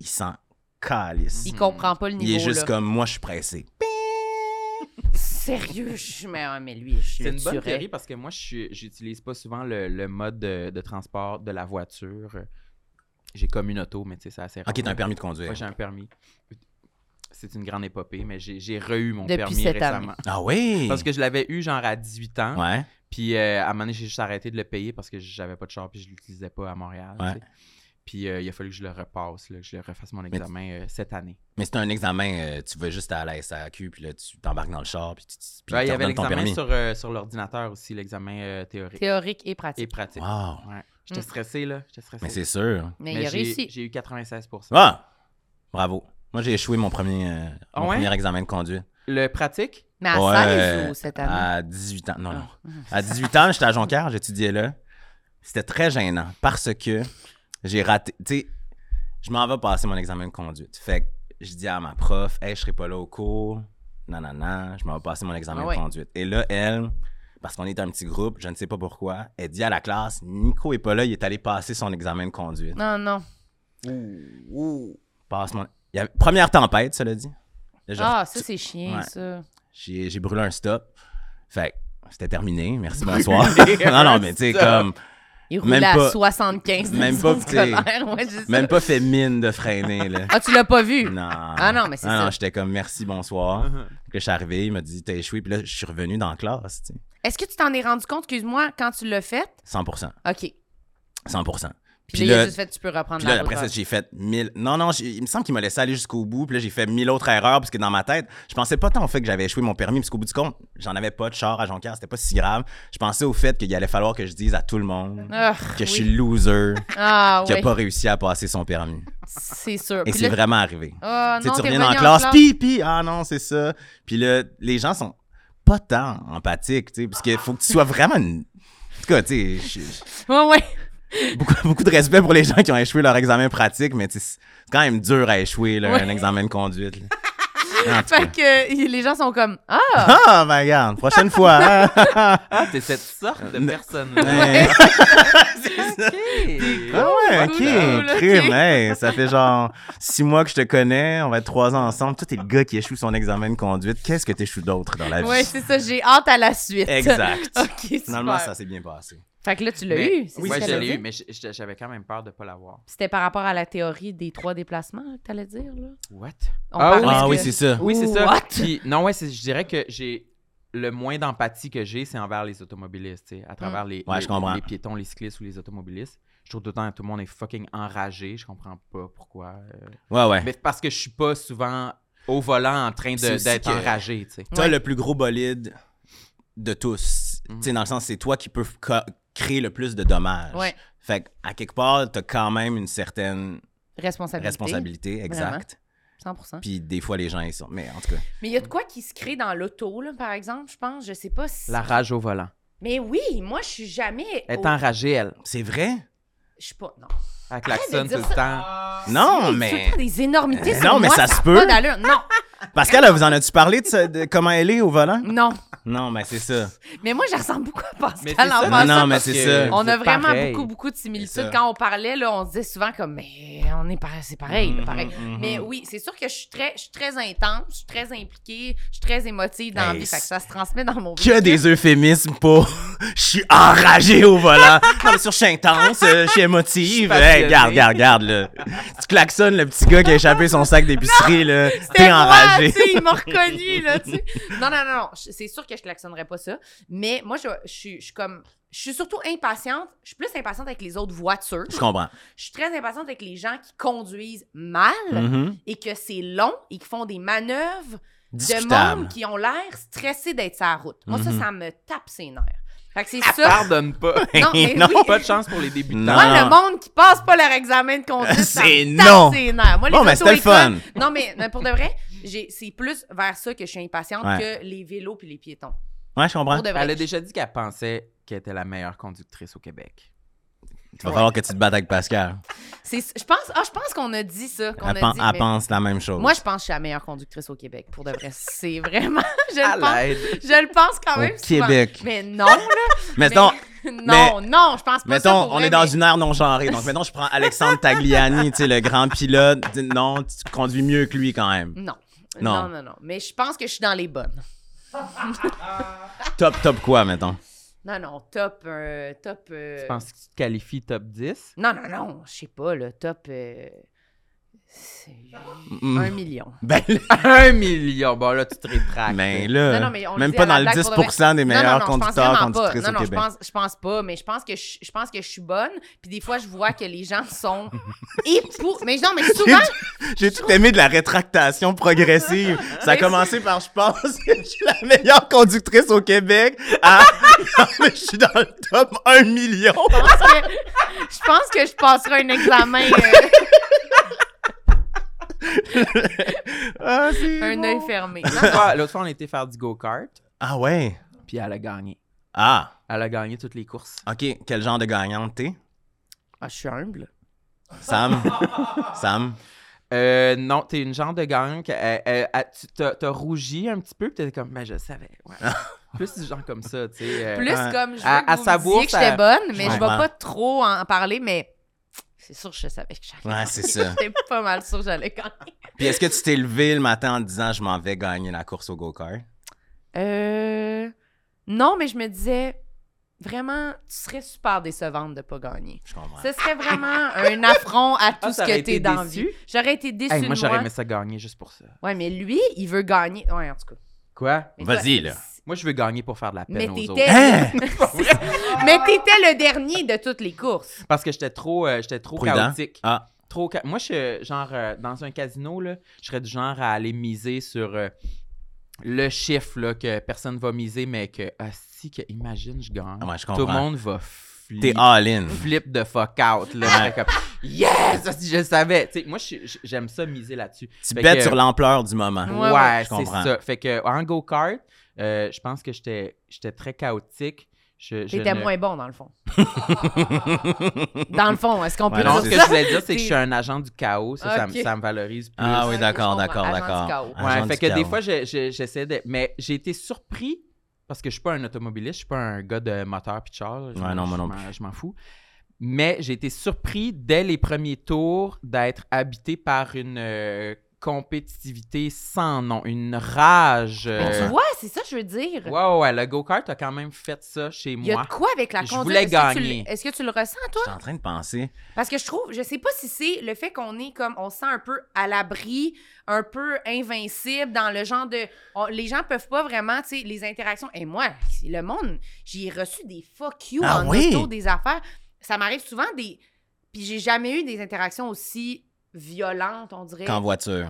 Speaker 4: il s'en calisse.
Speaker 2: Hmm.
Speaker 1: Il comprend pas le niveau.
Speaker 4: Il est juste
Speaker 1: là.
Speaker 4: comme moi, je suis pressé.
Speaker 1: sérieux, je mais, ah, mais lui, je
Speaker 2: C'est
Speaker 1: le
Speaker 2: une bonne
Speaker 1: tuerais.
Speaker 2: théorie parce que moi, je suis- j'utilise pas souvent le, le mode de, de transport de la voiture. J'ai comme une auto, mais tu sais, c'est assez rare.
Speaker 4: Ok, t'as un permis de conduire.
Speaker 2: Ouais, j'ai un permis. C'est une grande épopée, mais j'ai j'ai re-eu mon
Speaker 1: Depuis
Speaker 2: permis
Speaker 1: cette année.
Speaker 2: récemment.
Speaker 4: Ah oui!
Speaker 2: Parce que je l'avais eu genre à 18 ans.
Speaker 4: Ouais.
Speaker 2: Puis euh, à un moment donné, j'ai juste arrêté de le payer parce que j'avais pas de char puis je l'utilisais pas à Montréal.
Speaker 4: Ouais.
Speaker 2: tu sais. Puis euh, il a fallu que je le repasse, là, que je le refasse mon examen euh, cette année.
Speaker 4: Mais c'est un examen, euh, tu vas juste à la SAQ, puis là, tu t'embarques dans le char, puis tu, tu- puis
Speaker 2: Ouais, il
Speaker 4: ils
Speaker 2: y
Speaker 4: te
Speaker 2: avait
Speaker 4: redonnent ton
Speaker 2: l'examen
Speaker 4: permis.
Speaker 2: sur, euh, sur l'ordinateur aussi, l'examen euh, théorique
Speaker 1: Théorique et
Speaker 2: et
Speaker 1: pratique.
Speaker 2: pratique.
Speaker 4: Wow!
Speaker 2: Ouais. J'étais
Speaker 1: Mm.
Speaker 2: stressé, là. J'étais stressé.
Speaker 4: Mais c'est sûr.
Speaker 1: Mais,
Speaker 2: Mais
Speaker 1: il a
Speaker 2: j'ai-
Speaker 1: réussi.
Speaker 2: J'ai eu 96
Speaker 4: Ah! Bravo. Moi, j'ai échoué mon premier, euh,
Speaker 2: Ah
Speaker 4: mon
Speaker 2: ouais?
Speaker 4: premier examen de conduite.
Speaker 2: Le pratique,
Speaker 1: Mais à
Speaker 4: Ouais, Ah.
Speaker 1: 16 ou cette année?
Speaker 4: À 18 ans. Non, non.
Speaker 1: Ah.
Speaker 4: À 18 ans, j'étais à Jonquière, j'étudiais là. C'était très gênant parce que j'ai raté. Tu sais, je m'en vais passer mon examen de conduite. Fait que je dis à ma prof, hey, je serai pas là au cours. Non, non, non, je m'en vais passer mon examen
Speaker 1: Ah ouais.
Speaker 4: de conduite. Et là, elle, parce qu'on est un petit groupe, je ne sais pas pourquoi, elle dit à la classe, Nico est pas là, il est allé passer son examen de conduite.
Speaker 1: Non, non.
Speaker 4: Passe mon. Il y avait- Première tempête, cela dit. Là, je
Speaker 1: Ah, ça, c'est chiant,
Speaker 4: Ouais.
Speaker 1: ça.
Speaker 4: J'ai j'ai brûlé un stop. Fait que c'était terminé. Merci, bonsoir. non, non, mais tu sais,
Speaker 2: stop.
Speaker 4: comme,
Speaker 1: Il
Speaker 4: Même
Speaker 1: roulait à
Speaker 4: pas-
Speaker 1: 75 dans
Speaker 4: même
Speaker 1: le
Speaker 4: pas,
Speaker 1: sens
Speaker 4: tu sais,
Speaker 1: scolaire. Ouais, c'est ça.
Speaker 4: même pas fait mine de freiner, là.
Speaker 1: Ah, tu l'as pas vu?
Speaker 4: Non.
Speaker 1: Ah non, mais c'est ça.
Speaker 4: Non, j'étais comme, merci, bonsoir. que je suis arrivé, il m'a dit, t'as échoué, puis là, je suis revenu dans la classe, tu sais.
Speaker 1: Est-ce que tu t'en es rendu compte, excuse-moi, quand tu l'as fait?
Speaker 4: 100%.
Speaker 1: OK. Puis,
Speaker 4: 100%.
Speaker 1: là, il a
Speaker 4: là,
Speaker 1: juste fait, tu peux reprendre
Speaker 4: puis
Speaker 1: la
Speaker 4: là, après
Speaker 1: route.
Speaker 4: ça, j'ai fait mille. Non, non, j'ai- il me semble qu'il m'a laissé aller jusqu'au bout, puis là, j'ai fait mille autres erreurs, parce que dans ma tête, je pensais pas tant au fait que j'avais échoué mon permis, parce qu'au bout du compte, j'en avais pas de char à Jonquière, c'était pas si grave. Je pensais au fait qu'il allait falloir que je dise à tout le monde
Speaker 1: Ah,
Speaker 4: que je
Speaker 1: oui.
Speaker 4: suis loser.
Speaker 1: Ah,
Speaker 4: qui a
Speaker 1: ouais.
Speaker 4: pas réussi à passer son permis.
Speaker 1: C'est sûr.
Speaker 4: Et
Speaker 1: Puis là,
Speaker 4: c'est vraiment arrivé.
Speaker 1: Ah,
Speaker 4: Tu sais,
Speaker 1: non,
Speaker 4: tu
Speaker 1: t'es
Speaker 4: reviens
Speaker 1: revenu
Speaker 4: en classe, pi, pi, ah non, c'est ça. Puis là, les gens sont pas tant empathiques, tu sais, parce qu'il faut que tu sois vraiment une- En tout cas, tu sais, je-
Speaker 1: Ouais, ouais.
Speaker 4: beaucoup, beaucoup de respect pour les gens qui ont échoué leur examen pratique, mais tu sais, c'est quand même dur à échouer, là,
Speaker 1: Ouais.
Speaker 4: un examen de conduite. là. En tout cas.
Speaker 1: Fait que euh, les gens sont comme Ah!
Speaker 4: Ah, ben regarde, prochaine fois. hein.
Speaker 2: ah, t'es cette sorte de
Speaker 4: Ne-
Speaker 2: personne-là.
Speaker 4: Hey.
Speaker 2: Ok.
Speaker 4: Ah ouais, ok,
Speaker 1: Oh, cool, ok.
Speaker 4: crime, hey, ça fait genre six mois que je te connais, on va être trois ans ensemble. Toi, t'es le gars qui échoue son examen de conduite. Qu'est-ce que t'échoues d'autre dans la vie?
Speaker 1: Ouais, c'est ça, j'ai hâte à la suite.
Speaker 4: exact.
Speaker 1: OK, super.
Speaker 4: Finalement, ça s'est bien passé.
Speaker 1: Fait que là, tu l'as
Speaker 2: Mais-
Speaker 1: eu. c'est
Speaker 2: Oui,
Speaker 1: ça
Speaker 2: ouais,
Speaker 1: que
Speaker 2: je
Speaker 1: t'allais
Speaker 2: l'ai
Speaker 1: dire?
Speaker 2: eu, mais j- j- j'avais quand même peur de pas l'avoir.
Speaker 1: C'était par rapport à la théorie des trois déplacements que t'allais dire, là?
Speaker 2: What?
Speaker 1: On
Speaker 2: Ah
Speaker 1: parlait
Speaker 2: oui.
Speaker 1: de-
Speaker 4: Ah oui, c'est ça.
Speaker 2: Oui, c'est ça.
Speaker 1: What?
Speaker 2: Puis, non, ouais, c'est- je dirais que j'ai le moins d'empathie que j'ai, c'est envers les automobilistes, tu sais, à travers
Speaker 1: Mm.
Speaker 2: les,
Speaker 4: Ouais,
Speaker 2: les-
Speaker 4: je comprends.
Speaker 2: les piétons, les cyclistes ou les automobilistes. Je trouve tout le temps que tout le monde est fucking enragé. Je comprends pas pourquoi. euh.
Speaker 4: Ouais, ouais.
Speaker 2: Mais parce que je suis pas souvent au volant en train
Speaker 4: C'est
Speaker 2: de-
Speaker 4: aussi
Speaker 2: d'être
Speaker 4: que-
Speaker 2: enragé, tu sais.
Speaker 4: T'as
Speaker 1: Ouais.
Speaker 4: le plus gros bolide de tous. Tu sais, dans le sens, c'est toi qui peux ca- créer le plus de dommages.
Speaker 1: Ouais.
Speaker 4: Fait que, à quelque part, t'as quand même une certaine
Speaker 1: Responsabilité.
Speaker 4: responsabilité, exact.
Speaker 1: 100
Speaker 4: Puis des fois, les gens, ils sont. Mais en tout cas,
Speaker 1: Mais il y a de quoi qui se crée dans l'auto, là, par exemple, je pense. Je sais pas si.
Speaker 2: La rage au volant.
Speaker 1: Mais oui, moi, je suis jamais.
Speaker 2: Elle
Speaker 1: au-
Speaker 2: est enragée, elle.
Speaker 4: c'est vrai?
Speaker 1: Je suis pas. Non.
Speaker 2: Elle
Speaker 1: Oh. Arrête
Speaker 2: klaxonne
Speaker 1: de
Speaker 2: tout
Speaker 1: dire
Speaker 2: le temps.
Speaker 4: Non,
Speaker 1: Ah, Tu fais
Speaker 4: Ah, mais.
Speaker 1: pas des énormités
Speaker 4: Euh,
Speaker 1: sur
Speaker 4: non, mais
Speaker 1: moi,
Speaker 4: ça se
Speaker 1: a
Speaker 4: peut.
Speaker 1: pas d'allure. Non,
Speaker 4: Pascal, là, vous en as-tu parlé de, ça- de comment elle est au volant?
Speaker 1: non.
Speaker 4: Non, mais c'est ça.
Speaker 1: Mais moi, je ressemble beaucoup à Pascal
Speaker 2: Mais
Speaker 1: en
Speaker 2: c'est ça.
Speaker 1: passant.
Speaker 4: Non, mais
Speaker 2: parce
Speaker 4: c'est
Speaker 2: que
Speaker 4: ça.
Speaker 1: On
Speaker 2: vous
Speaker 1: a
Speaker 2: êtes
Speaker 1: vraiment
Speaker 2: pareil.
Speaker 1: beaucoup, beaucoup de
Speaker 4: C'est
Speaker 1: similitudes.
Speaker 4: ça.
Speaker 1: Quand on parlait, là, on se disait souvent comme, mais on est pareil, c'est pareil, là,
Speaker 4: Mhm,
Speaker 1: pareil.
Speaker 4: mhm.
Speaker 1: Mais oui, c'est sûr que je suis très, je suis très intense, je suis très impliquée, je suis très émotive dans la
Speaker 4: Hey,
Speaker 1: vie, fait que ça se transmet dans mon
Speaker 4: que des euphémismes pour je suis enragé au volant. Non, mais sur je suis intense, euh, je suis émotive.
Speaker 2: Je suis
Speaker 4: Hey, regarde,
Speaker 2: passionnée.
Speaker 4: regarde, regarde, là. Tu klaxonnes le petit gars qui a échappé son sac d'épicerie, là.
Speaker 1: C'était
Speaker 4: T'es
Speaker 1: moi,
Speaker 4: enragé.
Speaker 1: tu sais, il m'a reconnu, là, tu sais. Non, non, non, non, je- c'est sûr que je klaxonnerais pas ça. Mais moi, je, je suis- je suis comme. Je suis surtout impatiente. Je suis plus impatiente avec les autres voitures.
Speaker 4: Je comprends.
Speaker 1: Je suis très impatiente avec les gens qui conduisent mal
Speaker 4: Mhm.
Speaker 1: et que c'est long et qui font des manœuvres de
Speaker 4: Discutable.
Speaker 1: monde qui ont l'air stressés d'être sur la route. Moi, ça,
Speaker 4: Mhm. Ah,
Speaker 1: ça me tape ses nerfs. Fait que c'est ça.
Speaker 2: Pardonne pas.
Speaker 1: Non, mais
Speaker 4: Non,
Speaker 1: oui.
Speaker 2: Pas de chance pour les débutants.
Speaker 4: Non.
Speaker 1: Moi, le monde qui passe pas leur examen de conduite, ça
Speaker 4: C'est
Speaker 1: me tape
Speaker 4: non.
Speaker 1: ses nerfs. Moi, les
Speaker 4: Bon, mais c'était le
Speaker 1: auto-écoles-
Speaker 4: fun.
Speaker 1: Non, mais, mais pour de vrai, j'ai- c'est plus vers ça que je suis impatiente
Speaker 4: Ouais.
Speaker 1: que les vélos puis les piétons.
Speaker 4: Ouais, je
Speaker 1: Pour
Speaker 4: comprends.
Speaker 1: de vrai.
Speaker 2: Elle a déjà dit qu'elle pensait qu'elle était la meilleure conductrice au Québec.
Speaker 4: Il va falloir que tu te battes avec Pascal.
Speaker 1: C'est- Je pense, ah, je pense qu'on a dit ça. qu'on a
Speaker 4: Elle, pen-
Speaker 1: dit,
Speaker 4: elle
Speaker 1: mais-
Speaker 4: pense la même chose.
Speaker 1: Moi, je pense que je suis la meilleure conductrice au Québec. Pour de vrai, c'est vraiment. Je
Speaker 2: À
Speaker 1: le pense,
Speaker 2: l'aide.
Speaker 1: je le pense quand
Speaker 4: Au
Speaker 1: même. souvent.
Speaker 4: Québec.
Speaker 1: Mais non, là.
Speaker 4: mettons,
Speaker 1: mais- non, non, je pense pas ça
Speaker 4: mettons
Speaker 1: pour
Speaker 4: on
Speaker 1: vrai,
Speaker 4: est dans
Speaker 1: mais-
Speaker 4: une ère non genrée. Donc, mettons, je prends Alexandre Tagliani, tu sais, le grand pilote. Non, tu conduis mieux que lui quand même.
Speaker 1: Non. Non,
Speaker 4: Non.
Speaker 1: non, non. Mais je pense que je suis dans les bonnes.
Speaker 4: Top, top quoi, mettons?
Speaker 1: Non, non, top. euh, top euh,
Speaker 2: Tu penses que tu te qualifies top 10?
Speaker 1: Non, non, non, je sais pas, le top. euh, c'est
Speaker 4: Mm.
Speaker 1: un million.
Speaker 4: Ben,
Speaker 2: Un million! Bon, là, tu te rétractes.
Speaker 4: mais là,
Speaker 1: Non, non, mais on le
Speaker 4: même
Speaker 1: dit
Speaker 4: pas
Speaker 1: à la
Speaker 4: dans le
Speaker 1: blague, pour de
Speaker 4: 10% des meilleurs
Speaker 1: non, non, non, je pense
Speaker 4: conducteurs,
Speaker 1: vraiment pas.
Speaker 4: conductrices
Speaker 1: Non,
Speaker 4: au
Speaker 1: non, je
Speaker 4: Québec.
Speaker 1: pense, je pense pas, mais je pense que je, je pense que je suis bonne. Puis des fois, je vois que les gens sont. Et pour... Mais non, mais souvent,
Speaker 4: J'ai tout aimé de la rétractation progressive. Ça a
Speaker 1: Mais
Speaker 4: commencé par je pense que je suis la meilleure conductrice au Québec. à- Non, mais je suis dans le top 1 million.
Speaker 1: je pense que je, pense que je passerai un examen, euh,
Speaker 4: Ah, c'est
Speaker 1: un
Speaker 4: bon.
Speaker 1: œil fermé.
Speaker 2: L'autre fois- l'autre fois, on était faire du go-kart,
Speaker 4: Ah ouais.
Speaker 2: puis elle a gagné.
Speaker 4: Ah,
Speaker 2: Elle a gagné toutes les courses.
Speaker 4: ok. Quel genre de gagnante t'es?
Speaker 1: Ah, je suis humble.
Speaker 4: Sam? Sam?
Speaker 2: Euh, non, t'es une genre de gang. que, euh, euh, euh, tu t'as t'as rougi un petit peu, puis t'es comme, ben je savais. ouais. Plus du genre comme ça, tu sais. euh,
Speaker 1: Plus
Speaker 4: ouais.
Speaker 1: comme je veux
Speaker 2: À-
Speaker 1: que
Speaker 2: à
Speaker 1: vous me
Speaker 2: savoir,
Speaker 1: disiez que j'étais
Speaker 2: ça-
Speaker 1: bonne, mais je
Speaker 4: je
Speaker 1: vais
Speaker 4: comprends.
Speaker 1: pas trop en en parler, mais c'est sûr que je savais que j'allais.
Speaker 4: Ouais, c'est ça.
Speaker 1: J'étais pas mal sûr que j'allais gagner.
Speaker 4: Puis est-ce que tu t'es levé le matin en te disant je m'en vais gagner la course au go-kart?
Speaker 1: Euh, non, mais je me disais, vraiment, tu serais super décevante de pas gagner.
Speaker 4: Je comprends.
Speaker 1: Ce serait vraiment un affront à tout ce
Speaker 2: t'aurais
Speaker 1: que
Speaker 2: Ah, été
Speaker 1: t'es dans la
Speaker 2: déçu?
Speaker 1: vie. J'aurais été déçue
Speaker 2: Hey, moi,
Speaker 1: de
Speaker 2: j'aurais
Speaker 1: moi.
Speaker 2: aimé ça gagner juste pour ça.
Speaker 1: Ouais, mais lui, il veut gagner. Ouais, en tout cas.
Speaker 2: Quoi?
Speaker 1: Mais
Speaker 4: Vas-y,
Speaker 1: toi,
Speaker 4: là.
Speaker 2: Moi, je veux gagner pour faire de la peine
Speaker 1: Mais
Speaker 2: aux
Speaker 1: t'étais.
Speaker 2: Ben, autres.
Speaker 4: Hein?
Speaker 1: mais t'étais le dernier de toutes les courses.
Speaker 2: Parce que j'étais trop, euh, j'étais trop
Speaker 4: Prudent.
Speaker 2: chaotique.
Speaker 4: Ah,
Speaker 2: Trop cha- Moi, je suis, genre, euh, dans un casino, là, je serais du genre à aller miser sur euh, le chiffre là, que personne va miser, mais que, ah, si, que, imagine, je gagne.
Speaker 4: Ah, ouais, je comprends.
Speaker 2: Tout le monde va flipper.
Speaker 4: T'es all-in.
Speaker 2: flip de fuck out. Là,
Speaker 4: Ouais.
Speaker 2: Comme, yes, ça, si je le savais. Tu sais, moi, je suis- je- j'aime ça miser là-dessus.
Speaker 4: Tu
Speaker 2: Fait
Speaker 4: bêtes
Speaker 2: que-
Speaker 4: sur l'ampleur du moment.
Speaker 1: Ouais,
Speaker 2: Ouais,
Speaker 1: ouais,
Speaker 4: je
Speaker 2: c'est
Speaker 4: comprends.
Speaker 2: ça. Fait que en go-kart, euh, je pense que j'étais j'étais très chaotique. Je, je
Speaker 1: T'étais
Speaker 2: ne-
Speaker 1: moins bon, dans le fond. dans le fond, est-ce qu'on peut
Speaker 4: Ouais,
Speaker 2: Non,
Speaker 1: dire
Speaker 2: ce
Speaker 4: c'est
Speaker 2: que
Speaker 1: ça?
Speaker 2: je voulais dire, c'est que je
Speaker 1: T'es-
Speaker 2: suis un agent du chaos. Ça, ça me-
Speaker 1: Ok.
Speaker 2: ça me valorise plus.
Speaker 4: Ah oui,
Speaker 1: Ok,
Speaker 4: d'accord,
Speaker 1: je comprends. Agent
Speaker 4: d'accord,
Speaker 1: du
Speaker 4: d'accord.
Speaker 1: chaos.
Speaker 4: Agent
Speaker 2: Ouais,
Speaker 4: du
Speaker 2: fait que des
Speaker 4: chaos.
Speaker 2: fois, je- je- j'essaie de. Mais j'ai été surpris parce que je suis pas un automobiliste, je suis pas un gars de moteur puis de char. là. Je
Speaker 4: Ouais,
Speaker 2: m'en-
Speaker 4: non, moi
Speaker 2: je
Speaker 4: non
Speaker 2: m'en- Je m'en fous. Mais j'ai été surpris dès les premiers tours d'être habité par une euh, compétitivité sans nom, une rage.
Speaker 1: Mais
Speaker 2: euh,
Speaker 1: tu vois, c'est ça que je veux dire.
Speaker 2: Ouais, ouais, ouais, le go-kart a quand même fait ça chez
Speaker 1: Il y a
Speaker 2: moi.
Speaker 1: de quoi avec la
Speaker 2: Je
Speaker 1: conduite?
Speaker 2: voulais
Speaker 1: Est-ce que tu
Speaker 2: gagner.
Speaker 1: l- Est-ce que tu le ressens, toi?
Speaker 4: Je suis en train de penser.
Speaker 1: Parce que je trouve, je sais pas si c'est le fait qu'on est comme, on se sent un peu à l'abri, un peu invincible dans le genre de. on- les gens peuvent pas vraiment, tu sais, les interactions. Et moi, c'est le monde, j'ai reçu des fuck you
Speaker 4: Ah
Speaker 1: en
Speaker 4: oui?
Speaker 1: auto des affaires. Ça m'arrive souvent des. Puis j'ai jamais eu des interactions aussi violentes, on dirait.
Speaker 4: Qu'en voiture.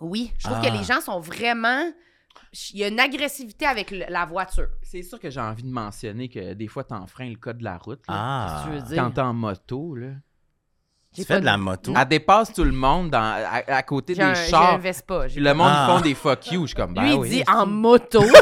Speaker 1: Oui, je trouve
Speaker 4: Ah.
Speaker 1: que les gens sont vraiment. Il y a une agressivité avec le- la voiture.
Speaker 2: C'est sûr que j'ai envie de mentionner que des fois, t'enfreins le code de la route. là.
Speaker 4: Ah.
Speaker 1: Qu'est-ce que tu veux dire?
Speaker 2: Quand t'es en moto, là.
Speaker 1: J'ai
Speaker 4: Tu fais
Speaker 1: pas
Speaker 4: de la moto.
Speaker 2: Elle dépasse tout le monde dans- à, à côté
Speaker 1: J'ai
Speaker 2: des
Speaker 1: un, j'ai un
Speaker 2: chars.
Speaker 1: Vespa. j'ai
Speaker 2: Puis le monde
Speaker 4: Ah.
Speaker 2: font des fuck you. Je suis comme, ben
Speaker 1: Lui, il
Speaker 2: oui,
Speaker 1: dit
Speaker 2: c'est-
Speaker 1: en moto, là.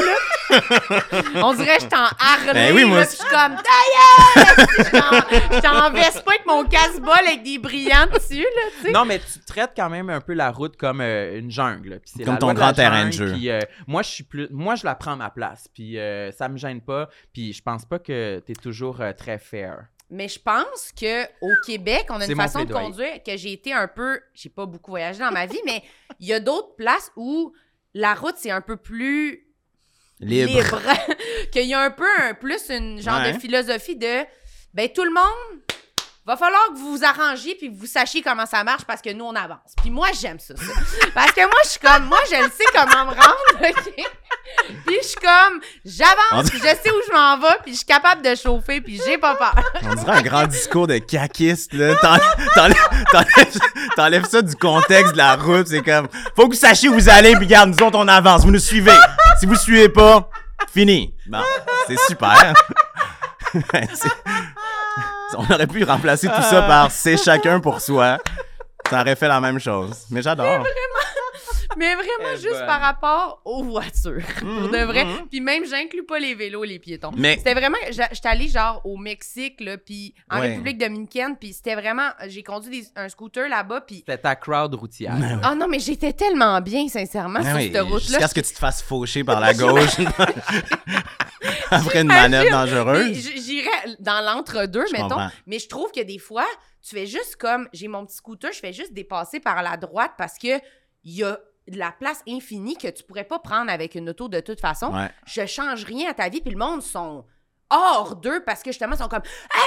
Speaker 1: On dirait que je t'en harle.
Speaker 4: Ben oui, moi
Speaker 1: là,
Speaker 4: aussi.
Speaker 1: puis je suis comme, d'ailleurs! Je t'en veste pas avec mon casse-bol avec des brillants dessus, là, tu sais.
Speaker 2: Non, mais tu traites quand même un peu la route comme euh, une jungle. Puis c'est
Speaker 4: Comme
Speaker 2: la
Speaker 4: ton
Speaker 2: loi de la
Speaker 4: grand terrain de
Speaker 2: jungle,
Speaker 4: jeu.
Speaker 2: puis, euh, moi, je suis plus, moi, je la prends à ma place. Puis euh, ça me gêne pas. Puis je pense pas que t'es toujours euh, très fair.
Speaker 1: Mais je pense que au Québec, on a
Speaker 2: C'est
Speaker 1: une
Speaker 2: mon
Speaker 1: façon de
Speaker 2: plaidoyer.
Speaker 1: conduire que j'ai été un peu. J'ai pas beaucoup voyagé dans ma vie, mais il y a d'autres places où la route, c'est un peu plus
Speaker 4: Libre.
Speaker 1: Qu'il y a un peu un, plus une genre
Speaker 4: Ouais.
Speaker 1: de philosophie de ben tout le monde va falloir que vous vous arrangiez puis que vous sachiez comment ça marche parce que nous on avance. Puis moi j'aime ça, ça. Parce que moi je suis comme moi je le sais comment me rendre, OK Puis je suis comme j'avance, puis je sais où je m'en vais, puis je suis capable de chauffer puis j'ai pas peur.
Speaker 4: On dirait un grand discours de caquiste, là. T'en- t'enlèves- T'enlèves t'enlèves ça du contexte de la route. C'est comme, faut que vous sachiez où vous allez, puis regarde, nous autres, on avance. Vous nous suivez. Si vous suivez pas, fini. Bon, c'est super. C'est- on aurait pu remplacer tout ça par c'est chacun pour soi. Ça aurait fait la même chose. Mais j'adore.
Speaker 1: Mais vraiment
Speaker 2: Eh
Speaker 1: juste
Speaker 2: ben.
Speaker 1: par rapport aux voitures, pour de vrai. Puis même, j'inclus pas les vélos et les piétons.
Speaker 4: Mais-
Speaker 1: C'était vraiment... j'a- J'étais allée genre au Mexique, là, puis en
Speaker 4: Ouais.
Speaker 1: République dominicaine, puis c'était vraiment... J'ai conduit des- un scooter là-bas, puis...
Speaker 2: C'était ta crowd routière.
Speaker 1: Ah non, mais j'étais tellement bien, sincèrement,
Speaker 4: Ah
Speaker 1: sur
Speaker 4: oui,
Speaker 1: cette route-là.
Speaker 4: Jusqu'à ce que tu te fasses faucher par la gauche après une manœuvre
Speaker 1: Mais
Speaker 4: dangereuse.
Speaker 1: j- J'irais dans l'entre-deux,
Speaker 4: Je
Speaker 1: mettons.
Speaker 4: comprends.
Speaker 1: Mais je trouve que des fois, tu fais juste comme... J'ai mon petit scooter, je fais juste dépasser par la droite parce que il y a de la place infinie que tu pourrais pas prendre avec une auto de toute façon.
Speaker 4: Ouais.
Speaker 1: Je change rien à ta vie, puis le monde sont hors d'eux parce que justement, ils sont comme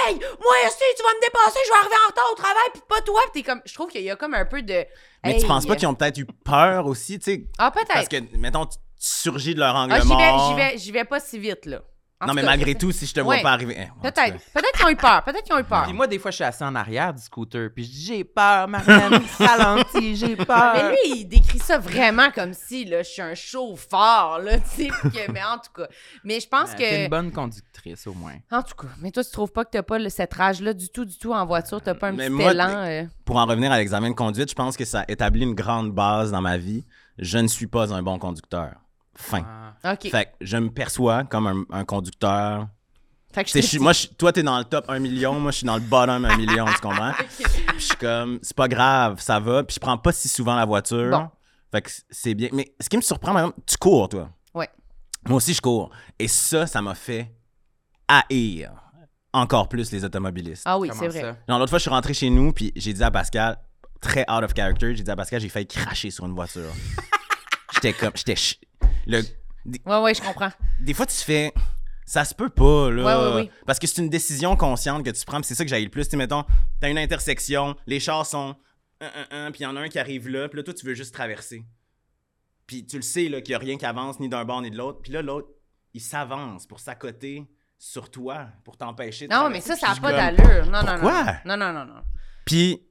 Speaker 1: Hey, moi aussi, tu vas me dépasser, je vais arriver en retard au travail, puis pas toi. Puis t'es comme, je trouve qu'il y a comme un peu de.
Speaker 4: Mais
Speaker 1: Hey,
Speaker 4: tu penses pas qu'ils ont peut-être eu peur aussi, tu sais?
Speaker 1: Ah, peut-être.
Speaker 4: Parce que, mettons, tu tu surgis de leur angle
Speaker 1: Ah, j'y
Speaker 4: mort.
Speaker 1: vais, j'y vais, j'y vais pas si vite, là. En
Speaker 4: Non,
Speaker 1: tout
Speaker 4: mais
Speaker 1: cas,
Speaker 4: malgré
Speaker 1: je-
Speaker 4: tout, si je te vois
Speaker 1: Ouais.
Speaker 4: pas arriver. eh, en tout cas.
Speaker 1: Peut-être. Peut-être qu'ils ont eu peur. Peut-être qu'ils ont eu peur.
Speaker 2: Ah. Puis moi, des fois, je suis assis en arrière du scooter, puis je dis j'ai peur, Marianne, ça ralentit, j'ai peur.
Speaker 1: Mais lui, il décrit ça vraiment comme si, là, je suis un chauffeur, là, tu sais. puis que- mais en tout cas. Mais je pense
Speaker 2: Euh, T'es
Speaker 1: que.
Speaker 2: une bonne conductrice, au moins.
Speaker 1: En tout cas. Mais toi, tu trouves pas que t'as pas le- cette rage-là du tout, du tout en voiture? T'as pas un
Speaker 4: Mais
Speaker 1: petit
Speaker 4: moi,
Speaker 1: élan? euh,
Speaker 4: Pour en revenir à l'examen de conduite, je pense que ça établit une grande base dans ma vie. Je ne suis pas un bon conducteur. Fin.
Speaker 2: Ah.
Speaker 1: euh, OK. Fait,
Speaker 4: Fait que je me perçois comme un, un conducteur.
Speaker 1: que
Speaker 4: Tu
Speaker 1: je
Speaker 4: sais,
Speaker 1: te
Speaker 4: je suis-
Speaker 1: dis-
Speaker 4: moi, je suis- toi, t'es dans le top 1 million, moi, je suis dans le bottom 1 million, tu comprends? Puis Je suis comme, c'est pas grave, ça va. Puis je prends pas si souvent la voiture.
Speaker 1: Bon.
Speaker 4: Fait que c'est bien. Mais ce qui me surprend, même, tu cours, toi.
Speaker 1: Ouais.
Speaker 4: Moi aussi, je cours. Et ça, ça m'a fait haïr encore plus les automobilistes.
Speaker 1: Ah oui,
Speaker 2: Comment
Speaker 1: c'est vrai.
Speaker 2: ça?
Speaker 4: Genre, l'autre fois, je suis rentré chez nous, puis j'ai dit à Pascal, très out of character, j'ai dit à Pascal, j'ai failli cracher sur une voiture. j'étais comme, j'étais. ch- Le,
Speaker 1: Ouais, ouais, je comprends.
Speaker 4: des fois, tu fais. Ça se peut pas, là.
Speaker 1: Ouais, ouais, ouais.
Speaker 4: Parce que c'est une décision consciente que tu prends, puis c'est ça que j'aille le plus. Tu sais, mettons, t'as une intersection, les chars sont. Un, un, un, puis il y en a un qui arrive là, puis là, toi, tu veux juste traverser. Puis tu le sais, là, qu'il y a rien qui avance, ni d'un bord, ni de l'autre. Puis là, l'autre, il s'avance pour s'accoter sur toi, pour t'empêcher de
Speaker 1: Non,
Speaker 4: traverser.
Speaker 1: mais ça,
Speaker 4: Puis
Speaker 1: ça n'a
Speaker 4: je
Speaker 1: pas
Speaker 4: suis comme-
Speaker 1: d'allure. Non, non, non.
Speaker 4: Pourquoi?
Speaker 1: Non, non, non, non.
Speaker 4: Puis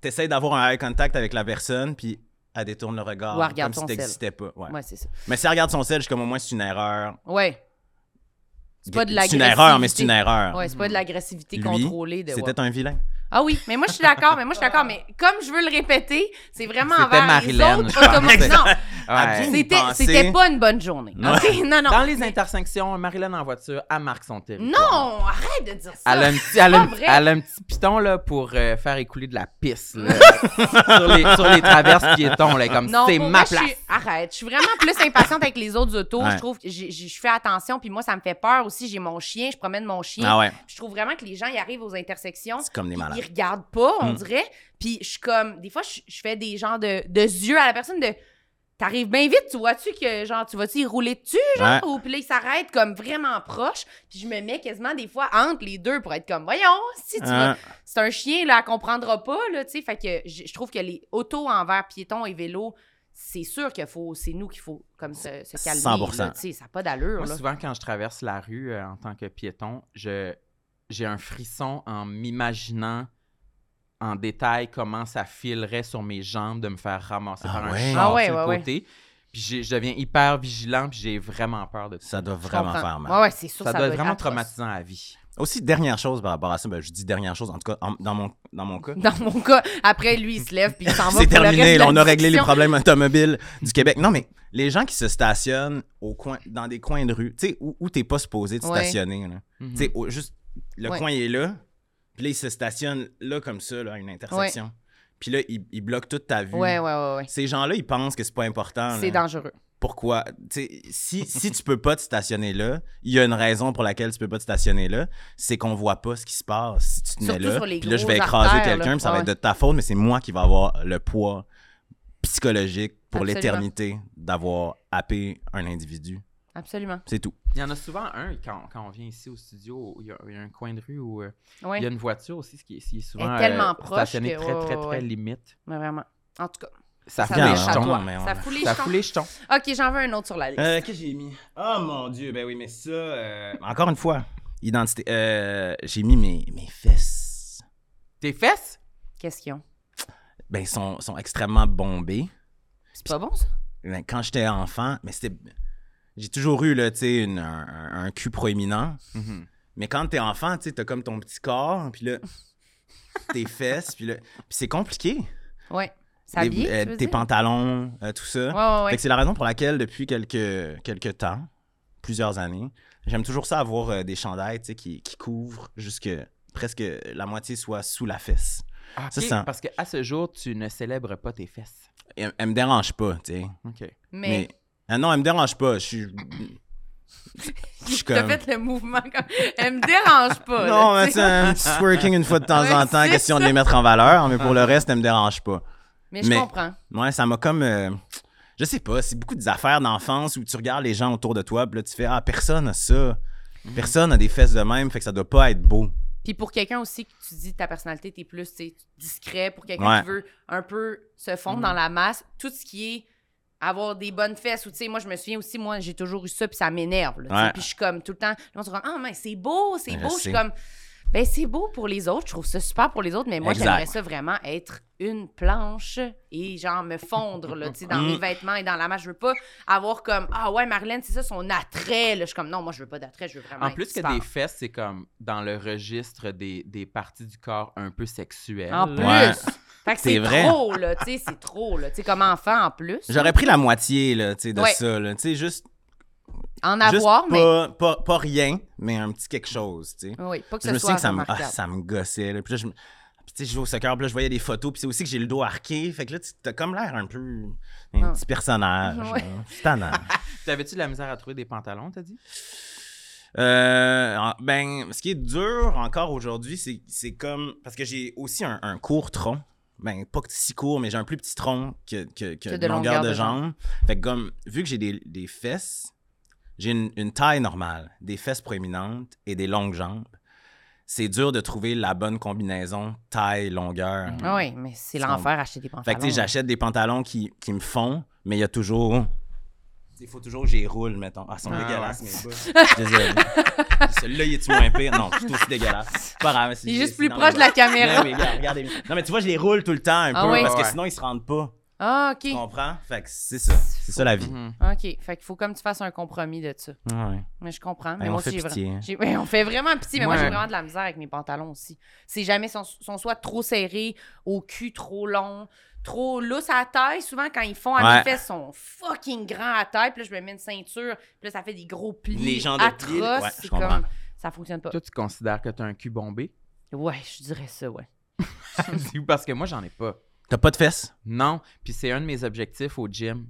Speaker 4: t'essayes d'avoir un eye contact avec la personne, puis elle détourne le regard.
Speaker 1: Ou elle regarde
Speaker 4: comme
Speaker 1: son
Speaker 4: si
Speaker 1: sel.
Speaker 4: t'existais pas. Ouais.
Speaker 1: Ouais, c'est ça.
Speaker 4: Mais si elle regarde son sel, je suis comme au moins, c'est une erreur.
Speaker 1: Ouais. C'est pas de
Speaker 4: C'est une erreur, mais c'est une
Speaker 1: l'agressivité.
Speaker 4: erreur.
Speaker 1: Ouais, c'est pas de l'agressivité
Speaker 4: Lui,
Speaker 1: contrôlée de
Speaker 4: C'était un vilain.
Speaker 1: Ah oui, mais moi je suis d'accord, mais moi je suis d'accord, mais comme je veux le répéter, c'est vraiment
Speaker 2: C'était
Speaker 1: envers
Speaker 2: Marilyn,
Speaker 1: les
Speaker 2: je
Speaker 1: autres
Speaker 2: pense.
Speaker 1: automobilistes. Non,
Speaker 4: Ah,
Speaker 2: Ouais.
Speaker 4: bien.
Speaker 1: c'était,
Speaker 4: Penser.
Speaker 1: c'était pas une bonne journée.
Speaker 4: Non.
Speaker 1: OK? Non, non.
Speaker 2: Dans les intersections, Marilyn en voiture, elle marque son territoire.
Speaker 1: Non, arrête de dire ça.
Speaker 2: Elle a un petit, elle a
Speaker 1: pas
Speaker 2: un-
Speaker 1: vrai.
Speaker 2: elle a un petit piton là, pour euh, faire écouler de la pisse là, sur, les, sur les traverses piétons. Là, comme
Speaker 1: Non,
Speaker 2: c'est
Speaker 1: pour
Speaker 2: ma
Speaker 1: vrai, je
Speaker 2: place.
Speaker 1: suis- Arrête, je suis vraiment plus impatiente avec les autres autos.
Speaker 4: Ouais.
Speaker 1: Je trouve que j'ai- j'ai- je fais attention, puis moi, ça me fait peur aussi. J'ai mon chien, je promène mon chien.
Speaker 4: Ah ouais.
Speaker 1: Je trouve vraiment que les gens, ils arrivent aux intersections.
Speaker 4: C'est comme des
Speaker 1: puis
Speaker 4: malades.
Speaker 1: Ils regardent pas, on
Speaker 4: Mm.
Speaker 1: dirait. Puis je suis comme... Des fois, je, je fais des genres de, de yeux à la personne de... T'arrives bien vite, tu vois-tu que, genre, tu vas-tu y rouler dessus,
Speaker 4: Ah.
Speaker 1: genre? Ou puis là, il s'arrête comme vraiment proche. Puis je me mets quasiment des fois entre les deux pour être comme, voyons, si tu vas
Speaker 4: Hein?
Speaker 1: c'est un chien, là, elle comprendra pas, là, tu sais. Fait que je je trouve que les autos envers piétons et vélos, c'est sûr qu'il faut, c'est nous qu'il faut comme se, se calmer.
Speaker 4: 100%.
Speaker 1: là, tu sais, ça n'a pas d'allure,
Speaker 2: Moi,
Speaker 1: là.
Speaker 2: souvent, quand je traverse la rue euh, en tant que piéton, je j'ai un frisson en m'imaginant en détail comment ça filerait sur mes jambes de me faire ramasser
Speaker 4: Ah
Speaker 2: par
Speaker 4: ouais?
Speaker 2: un char
Speaker 1: Ah ouais,
Speaker 2: sur le
Speaker 1: ouais, ouais.
Speaker 2: côté. Puis j'ai- je deviens hyper vigilant, puis j'ai vraiment peur de tout.
Speaker 4: Ça doit
Speaker 1: Je
Speaker 4: vraiment
Speaker 1: comprends.
Speaker 4: faire mal.
Speaker 1: Ouais, ouais, c'est sûr.
Speaker 2: Ça, doit être vraiment
Speaker 1: atroce.
Speaker 2: traumatisant à la vie.
Speaker 4: Aussi, dernière chose par rapport à ça, ben, je dis dernière chose, en tout cas, en- dans, mon, dans mon cas.
Speaker 1: Dans mon cas, après, lui, il se lève puis il s'en va.
Speaker 4: C'est
Speaker 1: pour le reste
Speaker 4: terminé,
Speaker 1: de
Speaker 4: là,
Speaker 1: la
Speaker 4: on a réglé les
Speaker 1: discussion.
Speaker 4: problèmes automobiles du Québec. Non, mais les gens qui se stationnent au coin, dans des coins de rue, tu sais, où, où t'es pas supposé te
Speaker 1: Ouais. Mm.
Speaker 4: stationner. là.
Speaker 2: Mhm.
Speaker 4: Tu sais, au- juste, le
Speaker 1: Ouais.
Speaker 4: coin est là, puis là, ils se stationnent là, comme ça, là, à une intersection. Puis là, ils, ils bloquent toute ta vue.
Speaker 1: Ouais, ouais, ouais, ouais.
Speaker 4: Ces gens-là, ils pensent que c'est pas important.
Speaker 1: C'est
Speaker 4: là.
Speaker 1: dangereux.
Speaker 4: pourquoi tu sais, si, si tu peux pas te stationner là, il y a une raison pour laquelle tu peux pas te stationner là, c'est qu'on voit pas ce qui se passe si tu te mets
Speaker 1: Surtout
Speaker 4: là.
Speaker 1: sur les
Speaker 4: Puis là je
Speaker 1: grosses
Speaker 4: vais écraser
Speaker 1: artères,
Speaker 4: quelqu'un,
Speaker 1: là.
Speaker 4: puis ça
Speaker 1: Ah
Speaker 4: va
Speaker 1: ouais.
Speaker 4: être de ta faute, mais c'est moi qui va avoir le poids psychologique pour
Speaker 1: Absolument.
Speaker 4: l'éternité d'avoir happé un individu.
Speaker 1: Absolument.
Speaker 4: C'est tout.
Speaker 2: Il y en a souvent un, quand, quand on vient ici au studio, il y a, il y a un coin de rue où euh,
Speaker 1: Ouais,
Speaker 2: il y a une voiture aussi, ce qui est, ce qui est souvent
Speaker 1: Elle est tellement
Speaker 2: euh,
Speaker 1: proche
Speaker 2: stationnée
Speaker 1: que-
Speaker 2: très,
Speaker 1: ouais,
Speaker 2: très,
Speaker 1: ouais,
Speaker 2: très,
Speaker 1: ouais.
Speaker 2: limite.
Speaker 1: mais vraiment. En tout cas,
Speaker 2: Ça
Speaker 1: ça
Speaker 2: fout les
Speaker 4: vient,
Speaker 1: touche
Speaker 4: hein.
Speaker 1: à
Speaker 2: jetons.
Speaker 1: toi.
Speaker 4: mais on-
Speaker 1: Ça fout les
Speaker 2: Ça fout
Speaker 1: jetons.
Speaker 2: les jetons.
Speaker 1: OK, j'en veux un autre sur la liste.
Speaker 4: Qu'est-ce que j'ai mis Oh mon dieu, ben oui, mais ça encore une fois, identité Euh, j'ai mis mes, mes fesses.
Speaker 2: Tes fesses?
Speaker 1: Qu'est-ce qu'ils ont?
Speaker 4: Ben sont sont extrêmement bombées.
Speaker 1: C'est pas bon, ça?
Speaker 4: Ben, quand j'étais enfant, mais c'était. J'ai toujours eu là, tu sais, une- un, un- un cul proéminent.
Speaker 1: Mm-hmm.
Speaker 2: Mhm.
Speaker 4: Mais quand t'es enfant, tu sais, t'as comme ton petit corps, puis là, tes fesses, puis là. Puis c'est compliqué.
Speaker 1: Ouais. Ça
Speaker 4: Des-
Speaker 1: vieillit,
Speaker 4: euh,
Speaker 1: tu veux
Speaker 4: tes
Speaker 1: dire?
Speaker 4: pantalons, euh, tout ça.
Speaker 1: Ouais, ouais,
Speaker 4: Fait
Speaker 1: ouais.
Speaker 4: que c'est la raison pour laquelle, depuis quelques, quelques temps, plusieurs années, j'aime toujours ça avoir euh, des chandails, tu sais, qui, qui couvrent jusque presque la moitié soit sous la fesse.
Speaker 2: Ah,
Speaker 4: Ça,
Speaker 2: ok,
Speaker 4: c'est un-
Speaker 2: Parce qu'à ce jour, tu ne célèbres pas tes fesses.
Speaker 4: Et Elle, elle me dérange pas, tu sais.
Speaker 2: OK.
Speaker 1: Mais...
Speaker 4: Mais. Ah non, elle me dérange pas. Je suis. Je suis
Speaker 1: T'as
Speaker 4: comme-
Speaker 1: fait le mouvement comme. Elle me dérange pas. là,
Speaker 4: Non, mais
Speaker 1: tu
Speaker 4: c'est
Speaker 1: sais.
Speaker 4: un petit twerking une fois de temps en
Speaker 1: Ouais,
Speaker 4: temps,
Speaker 1: c'est
Speaker 4: question de les mettre en valeur, mais pour le reste, elle me dérange pas.
Speaker 1: Mais je
Speaker 4: mais-
Speaker 1: comprends.
Speaker 4: Ouais, ça m'a comme. euh, je sais pas, c'est beaucoup des affaires d'enfance où tu regardes les gens autour de toi, puis là, tu fais Ah, personne a ça.
Speaker 1: Mm-hmm.
Speaker 4: Personne a des fesses de même, fait que ça doit pas être beau.
Speaker 1: Puis pour quelqu'un aussi que tu dis ta personnalité, t'es plus tu sais, discret, pour quelqu'un
Speaker 4: Ouais.
Speaker 1: qui veut un peu se fondre
Speaker 2: Mhm.
Speaker 1: dans la masse, tout ce qui est avoir des bonnes fesses, ou tu sais, moi je me souviens aussi, moi j'ai toujours eu ça, puis ça m'énerve. là, tu sais,
Speaker 4: Ouais.
Speaker 1: Puis je suis comme tout le temps, là on se dit, ah, mais c'est beau, c'est
Speaker 4: Je
Speaker 1: beau. Je suis
Speaker 4: sais.
Speaker 1: comme, ben c'est beau pour les autres, je trouve ça super pour les autres, mais moi
Speaker 4: Exact.
Speaker 1: j'aimerais ça vraiment être une planche et genre me fondre, là, tu sais, dans
Speaker 4: Mm.
Speaker 1: mes vêtements et dans la masse. Je veux pas avoir comme, ah ouais, Marlène, c'est ça son attrait. Là. Je suis comme, non, moi je veux pas d'attrait, je veux vraiment.
Speaker 2: En
Speaker 1: être
Speaker 2: plus que
Speaker 1: super.
Speaker 2: des fesses, c'est comme dans le registre des, des parties du corps un peu sexuelles.
Speaker 1: En plus.
Speaker 4: Ouais.
Speaker 1: Fait que
Speaker 4: C'est
Speaker 1: c'est
Speaker 4: vrai.
Speaker 1: trop, là. Tu sais, c'est trop, là. Tu sais, comme enfant en plus.
Speaker 4: J'aurais pris la moitié là, tu sais, de
Speaker 1: Ouais.
Speaker 4: ça. Là. Tu sais, juste,
Speaker 1: En
Speaker 4: juste
Speaker 1: avoir, mais.
Speaker 4: pas, pas, pas rien, mais un petit quelque chose. tu sais.
Speaker 1: Oui, pas que
Speaker 4: Je
Speaker 1: ce
Speaker 4: me
Speaker 1: soit
Speaker 4: souviens que ça me, ah,
Speaker 1: remarquable.
Speaker 4: ça me gossait. Là. Puis là, je, me- puis tu sais, je jouais au soccer, puis là, je voyais des photos, puis c'est aussi que j'ai le dos arqué. Fait que là, tu- t'as comme l'air un peu un
Speaker 1: Ah.
Speaker 4: petit personnage.
Speaker 1: Ouais.
Speaker 4: là. C'est tannant.
Speaker 2: T'avais-tu de la misère à trouver des pantalons, t'as dit?
Speaker 4: Euh, en- ben, ce qui est dur encore aujourd'hui, c'est c'est comme. Parce que j'ai aussi un, un court tronc. Ben, pas que si court, mais j'ai un plus petit tronc que, que, que de longueur, de, jambe. Fait que, comme, vu que j'ai des, des fesses, j'ai une, une taille normale, des fesses proéminentes et des longues jambes. C'est dur de trouver la bonne combinaison taille-longueur.
Speaker 1: Ah oui, mais c'est
Speaker 4: Ça me-
Speaker 1: l'enfer acheter des pantalons.
Speaker 4: Fait que, tu sais,
Speaker 1: là.
Speaker 4: j'achète des pantalons qui, qui me font, mais il y a toujours. Il faut toujours que j'y roule, mettons. Ah, ils sont
Speaker 2: Ah,
Speaker 4: dégueulasses, mes bas. Désolé. Celui-là, il est-tu moins pire? Non, tout aussi dégueulasse. Pas grave.
Speaker 1: Il est juste plus proche de la caméra.
Speaker 4: caméra. regardez. Non, mais tu vois, je les roule tout le temps un
Speaker 1: Ah
Speaker 4: peu,
Speaker 1: oui.
Speaker 4: parce que
Speaker 2: Ouais.
Speaker 4: sinon, ils se rendent pas.
Speaker 1: Ah,
Speaker 4: Tu
Speaker 1: OK.
Speaker 4: comprends? Fait que c'est ça. C'est ça la vie.
Speaker 2: Mhm.
Speaker 1: OK. Fait qu'il faut comme tu fasses un compromis de ça.
Speaker 4: Ouais.
Speaker 1: Mais je comprends. Mais
Speaker 4: Ben, on
Speaker 1: moi aussi,
Speaker 4: fait
Speaker 1: j'ai
Speaker 4: pitié, hein.
Speaker 1: vraiment. j'ai- ouais, on fait vraiment pitié, mais moi,
Speaker 2: Ouais.
Speaker 1: j'ai vraiment de la misère avec mes pantalons aussi. C'est jamais. Sont, sont soit trop serrés, au cul trop long, trop lousses à la taille. Souvent, quand ils font à
Speaker 4: Ouais.
Speaker 1: mes fesses, ils sont fucking grands à la taille. Puis là, je me mets une ceinture. Puis là, ça fait des gros plis.
Speaker 4: Les gens de plis, là.
Speaker 1: atroces.
Speaker 4: Ouais, je
Speaker 1: c'est
Speaker 4: comprends.
Speaker 1: comme. Ça fonctionne pas.
Speaker 2: Toi, tu considères que t'as un cul bombé?
Speaker 1: Ouais, je dirais ça, ouais.
Speaker 2: Parce que moi, j'en ai pas.
Speaker 4: T'as pas de fesses?
Speaker 2: Non, puis c'est un de mes objectifs au gym.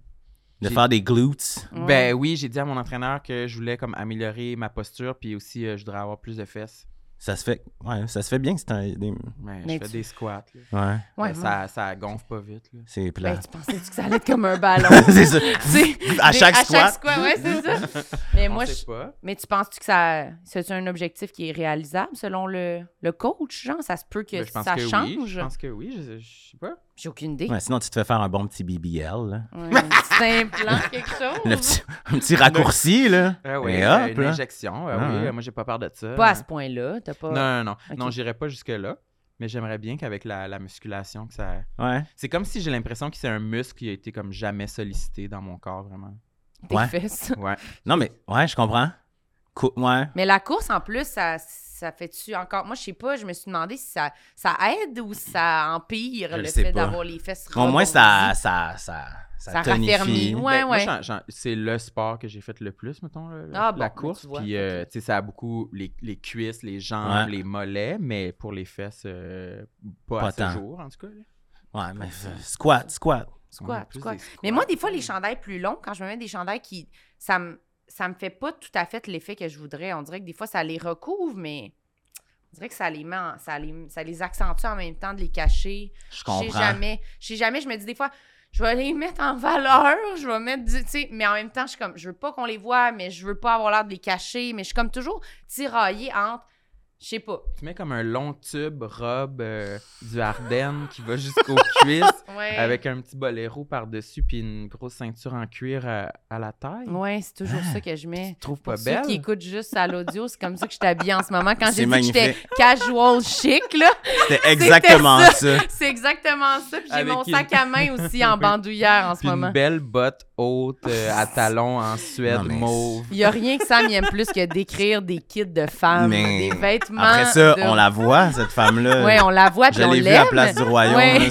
Speaker 4: De
Speaker 2: J'ai-
Speaker 4: faire des glutes?
Speaker 1: Ouais.
Speaker 2: Ben oui, j'ai dit à mon entraîneur que je voulais comme améliorer ma posture, puis aussi euh, je voudrais avoir plus de fesses.
Speaker 4: Ça se fait. Ouais, ça se fait bien que c'est un. des-
Speaker 2: Mais,
Speaker 1: Mais
Speaker 2: je fais
Speaker 1: tu-
Speaker 2: des squats. là. Ben,
Speaker 4: Ouais.
Speaker 1: Ouais, hein.
Speaker 2: ça, ça gonfle pas vite. là.
Speaker 4: C'est
Speaker 1: ouais.
Speaker 4: plat.
Speaker 1: Ben, tu pensais que ça allait être comme un ballon?
Speaker 4: c'est ça.
Speaker 1: Tu sais,
Speaker 4: À
Speaker 1: des-
Speaker 4: chaque
Speaker 1: à chaque
Speaker 4: squat.
Speaker 1: squat, ouais, c'est ça. Mais
Speaker 2: On
Speaker 1: moi,
Speaker 2: sait
Speaker 1: je,
Speaker 2: pas.
Speaker 1: Mais tu penses-tu que ça c'est un objectif qui est réalisable selon le, le coach, genre? Ça se peut que
Speaker 2: Ben, je pense
Speaker 1: ça
Speaker 2: que
Speaker 1: change?
Speaker 2: oui. Je pense que oui, je, je sais pas.
Speaker 1: J'ai aucune idée.
Speaker 4: Ouais, sinon, tu te fais faire un bon petit BBL. Là.
Speaker 1: Ouais, un petit implant, quelque chose?
Speaker 4: Le petit- un petit raccourci, là.
Speaker 2: Ah oui,
Speaker 4: Et
Speaker 2: euh,
Speaker 4: hop,
Speaker 2: une
Speaker 4: là.
Speaker 2: injection. ah
Speaker 4: Ah,
Speaker 2: oui,
Speaker 4: ouais.
Speaker 2: euh, moi j'ai pas peur de ça.
Speaker 1: Pas à ce point-là, t'as pas...
Speaker 2: Non, non, non.
Speaker 1: Ok.
Speaker 2: Non, j'irai pas jusque-là. Mais j'aimerais bien qu'avec la, la musculation, que ça.
Speaker 4: Ouais.
Speaker 2: C'est comme si j'ai l'impression que c'est un muscle qui a été comme jamais sollicité dans mon corps, vraiment.
Speaker 1: tes
Speaker 4: Ouais.
Speaker 1: fesses.
Speaker 2: Ouais.
Speaker 4: Non, mais ouais, je comprends. Cou- ouais.
Speaker 1: Mais la course, en plus, ça, ça fait-tu encore... Moi, je sais pas, je me suis demandé si ça, ça aide ou ça empire
Speaker 4: Je
Speaker 1: le
Speaker 4: le sais
Speaker 1: fait
Speaker 4: pas.
Speaker 1: d'avoir les fesses
Speaker 4: Au moins, ça,
Speaker 1: rebondies.
Speaker 4: ça, ça, ça,
Speaker 1: Ça
Speaker 4: tonifie.
Speaker 1: raffermit, ouais.
Speaker 2: Ben, moi, j'en- j'en- c'est le sport que j'ai fait le plus, mettons, le- la,
Speaker 1: Ah, bon,
Speaker 2: la
Speaker 1: ben,
Speaker 2: course.
Speaker 1: tu vois,
Speaker 2: Puis,
Speaker 1: ok.
Speaker 2: euh, tu sais, ça a beaucoup les, les cuisses, les jambes,
Speaker 4: Ouais.
Speaker 2: les mollets, mais pour les fesses, euh, pas,
Speaker 4: Pas
Speaker 2: à
Speaker 4: tant.
Speaker 2: ce jour, en tout cas. là.
Speaker 4: Ouais, mais euh, squat, squat.
Speaker 1: Squat,
Speaker 2: On a plus
Speaker 1: squat.
Speaker 2: des
Speaker 1: Mais
Speaker 2: squats.
Speaker 1: moi, des fois,
Speaker 4: Mm.
Speaker 1: les chandails plus longs, quand je me mets des chandails qui. Ça me, ça me fait pas tout à fait l'effet que je voudrais. On dirait que des fois, ça les recouvre, mais. On dirait que ça les, met en- ça les, ça les accentue en même temps de les cacher.
Speaker 4: Je
Speaker 1: Je sais
Speaker 4: comprends.
Speaker 1: jamais. Je sais jamais. Je me dis des fois, je vais les mettre en valeur. Je vais mettre du. Tu sais, mais en même temps, je suis comme. Je veux pas qu'on les voit, mais je veux pas avoir l'air de les cacher. Mais je suis comme toujours tiraillée entre. Je sais pas.
Speaker 2: Tu mets comme un long tube robe euh, du Ardennes qui va jusqu'aux cuisses
Speaker 1: Ouais.
Speaker 2: avec un petit boléro par-dessus puis une grosse ceinture en cuir à, à la taille.
Speaker 1: Ouais, c'est toujours
Speaker 4: Ah.
Speaker 1: ça que je mets.
Speaker 2: Tu te trouves
Speaker 1: Pour
Speaker 2: pas
Speaker 1: ceux
Speaker 2: belle?
Speaker 1: qui écoutent juste à l'audio, c'est comme ça que je t'habille en ce moment. Quand
Speaker 4: C'est
Speaker 1: j'ai dit que j'étais
Speaker 4: magnifique.
Speaker 1: casual chic, là,
Speaker 4: C'était exactement
Speaker 1: ça.
Speaker 4: ça.
Speaker 1: c'est exactement ça. Puis j'ai
Speaker 2: Avec
Speaker 1: mon
Speaker 2: une-
Speaker 1: sac à main aussi en
Speaker 2: Oui.
Speaker 1: bandoulière en ce
Speaker 2: Puis une
Speaker 1: moment.
Speaker 2: belle botte haute euh, à talons en suède
Speaker 4: Non, mais-
Speaker 2: mauve.
Speaker 1: Il n'y a rien que Sam aime plus que d'écrire des kits de femmes,
Speaker 4: Mais
Speaker 1: des vêtements.
Speaker 4: Après ça,
Speaker 1: de-
Speaker 4: on la voit, cette femme-là.
Speaker 1: Ouais, on la voit, puis
Speaker 4: Je
Speaker 1: on
Speaker 4: l'ai vue à
Speaker 1: l'aime.
Speaker 4: Place du Royaume,
Speaker 1: Ouais.
Speaker 4: là,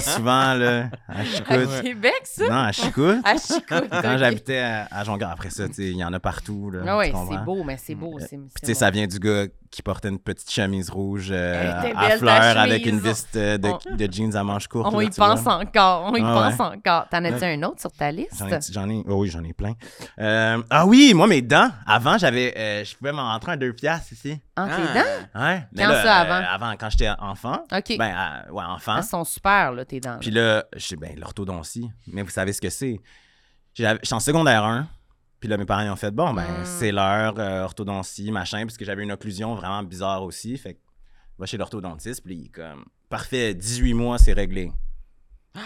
Speaker 4: souvent, là, à
Speaker 1: À
Speaker 4: Chicoute.
Speaker 1: Québec, ça?
Speaker 4: Non, à Chicoute.
Speaker 1: À Chicoute.
Speaker 4: Quand
Speaker 1: ok.
Speaker 4: j'habitais à, à Jonquière, après ça, tu sais, il y en a partout. Là,
Speaker 1: Ah ouais,
Speaker 4: tu
Speaker 1: c'est
Speaker 4: comprends? Mm.
Speaker 1: beau, mais c'est beau. c'est-
Speaker 4: Puis, tu
Speaker 1: c'est
Speaker 4: sais, ça vient du gars qui portait une petite chemise rouge euh,
Speaker 1: Elle était
Speaker 4: à
Speaker 1: belle, ta
Speaker 4: fleurs avec une
Speaker 1: chemise.
Speaker 4: veste euh, de, de jeans à manches courtes.
Speaker 1: On
Speaker 4: là,
Speaker 1: y
Speaker 4: tu vois.
Speaker 1: pense encore, on y
Speaker 4: Ah
Speaker 1: pense
Speaker 4: ouais.
Speaker 1: encore. T'en as-tu un autre sur ta liste?
Speaker 4: J'en ai, j'en ai- oh oui, j'en ai plein. Euh, ah oui, moi, mes dents, avant, j'avais, euh, je pouvais m'en rentrer un deux piastres ici.
Speaker 1: En tes dents?
Speaker 2: Ah!
Speaker 4: Ouais. mais
Speaker 1: Quand
Speaker 4: là,
Speaker 1: ça,
Speaker 4: euh,
Speaker 1: avant?
Speaker 4: avant, quand j'étais enfant.
Speaker 1: OK.
Speaker 4: Ben, euh, ouais, enfant.
Speaker 1: Elles sont super, là, tes dents. là.
Speaker 4: Puis là, je sais, ben, l'orthodontie. Mais vous savez ce que c'est. J'ai- J'avais- J'étais en secondaire 1. Puis là, mes parents ils ont fait bon, ben,
Speaker 1: Mm.
Speaker 4: c'est l'heure, euh, orthodontie, machin, parce que j'avais une occlusion vraiment bizarre aussi. Fait que, va chez l'orthodontiste, puis il est comme, parfait, 18 mois, c'est réglé.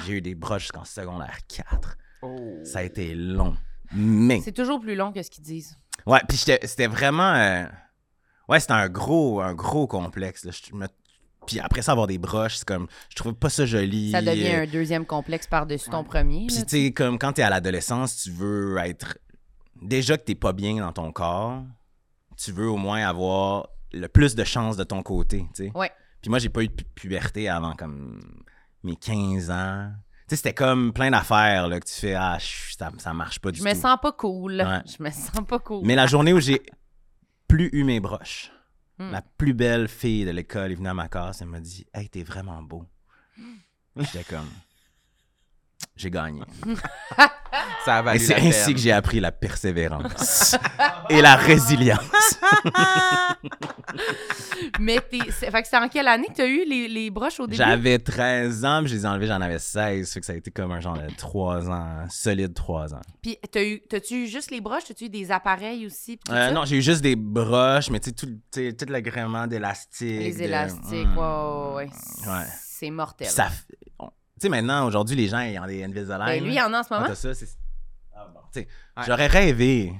Speaker 4: J'ai eu des broches jusqu'en secondaire 4.
Speaker 2: Oh!
Speaker 4: Ça a été long. Mais.
Speaker 1: C'est toujours plus long que ce qu'ils disent.
Speaker 4: Ouais, puis j'étais- c'était vraiment. euh, Ouais, c'était un gros, un gros complexe. là. Je me- Puis après ça, avoir des broches, c'est comme. Je trouvais pas ça joli.
Speaker 1: Ça devient
Speaker 4: euh,
Speaker 1: un deuxième complexe par-dessus ton
Speaker 2: ouais.
Speaker 1: premier.
Speaker 4: Puis
Speaker 1: là.
Speaker 4: tu sais, comme quand t'es à l'adolescence, tu veux être. Déjà que t'es pas bien dans ton corps, tu veux au moins avoir le plus de chance de ton côté, tu sais.
Speaker 1: Ouais.
Speaker 4: Puis moi, j'ai pas eu de pu- puberté avant comme mes 15 ans. Tu sais, c'était comme plein d'affaires là, que tu fais, ah, chut, ça, ça marche pas du
Speaker 1: Je
Speaker 4: tout.
Speaker 1: me sens pas cool.
Speaker 4: Ouais.
Speaker 1: Je me sens pas cool.
Speaker 4: Mais la journée où j'ai plus eu mes broches,
Speaker 1: Hmm.
Speaker 4: la plus belle fille de l'école est venue à ma classe et m'a dit Hey, t'es vraiment beau. J'étais comme J'ai gagné.
Speaker 2: Ça a
Speaker 4: Et
Speaker 2: valu
Speaker 4: c'est
Speaker 2: la peine.
Speaker 4: ainsi que j'ai appris la persévérance et la résilience.
Speaker 1: Mais t'es- c'est- fait que c'est en quelle année que t'as eu les, les broches au début?
Speaker 4: J'avais 13 ans, puis je les ai enlevés, j'en avais 16. Fait que ça a été comme un genre de 3 ans, solide 3 ans.
Speaker 1: Puis t'as eu, t'as-tu eu juste les broches? T'as-tu eu des appareils aussi? puis tout
Speaker 4: Euh,
Speaker 1: ça?
Speaker 4: non, j'ai eu juste des broches, mais tu sais, tout, le- tu sais, tout l'agrément d'élastique.
Speaker 1: Les
Speaker 4: de-
Speaker 1: élastiques,
Speaker 4: Hmm.
Speaker 1: ouais, ouais, ouais.
Speaker 4: Ouais.
Speaker 1: C'est mortel.
Speaker 4: Puis ça f- on- Tu sais, maintenant, aujourd'hui, les gens, ils ont des Invisalign.
Speaker 1: Ben, lui, il
Speaker 4: là.
Speaker 1: en a en ce
Speaker 4: Quand
Speaker 1: moment.
Speaker 4: t'as ça, c'est- Ah, bon. Tu sais,
Speaker 2: Ouais.
Speaker 4: J'aurais rêvé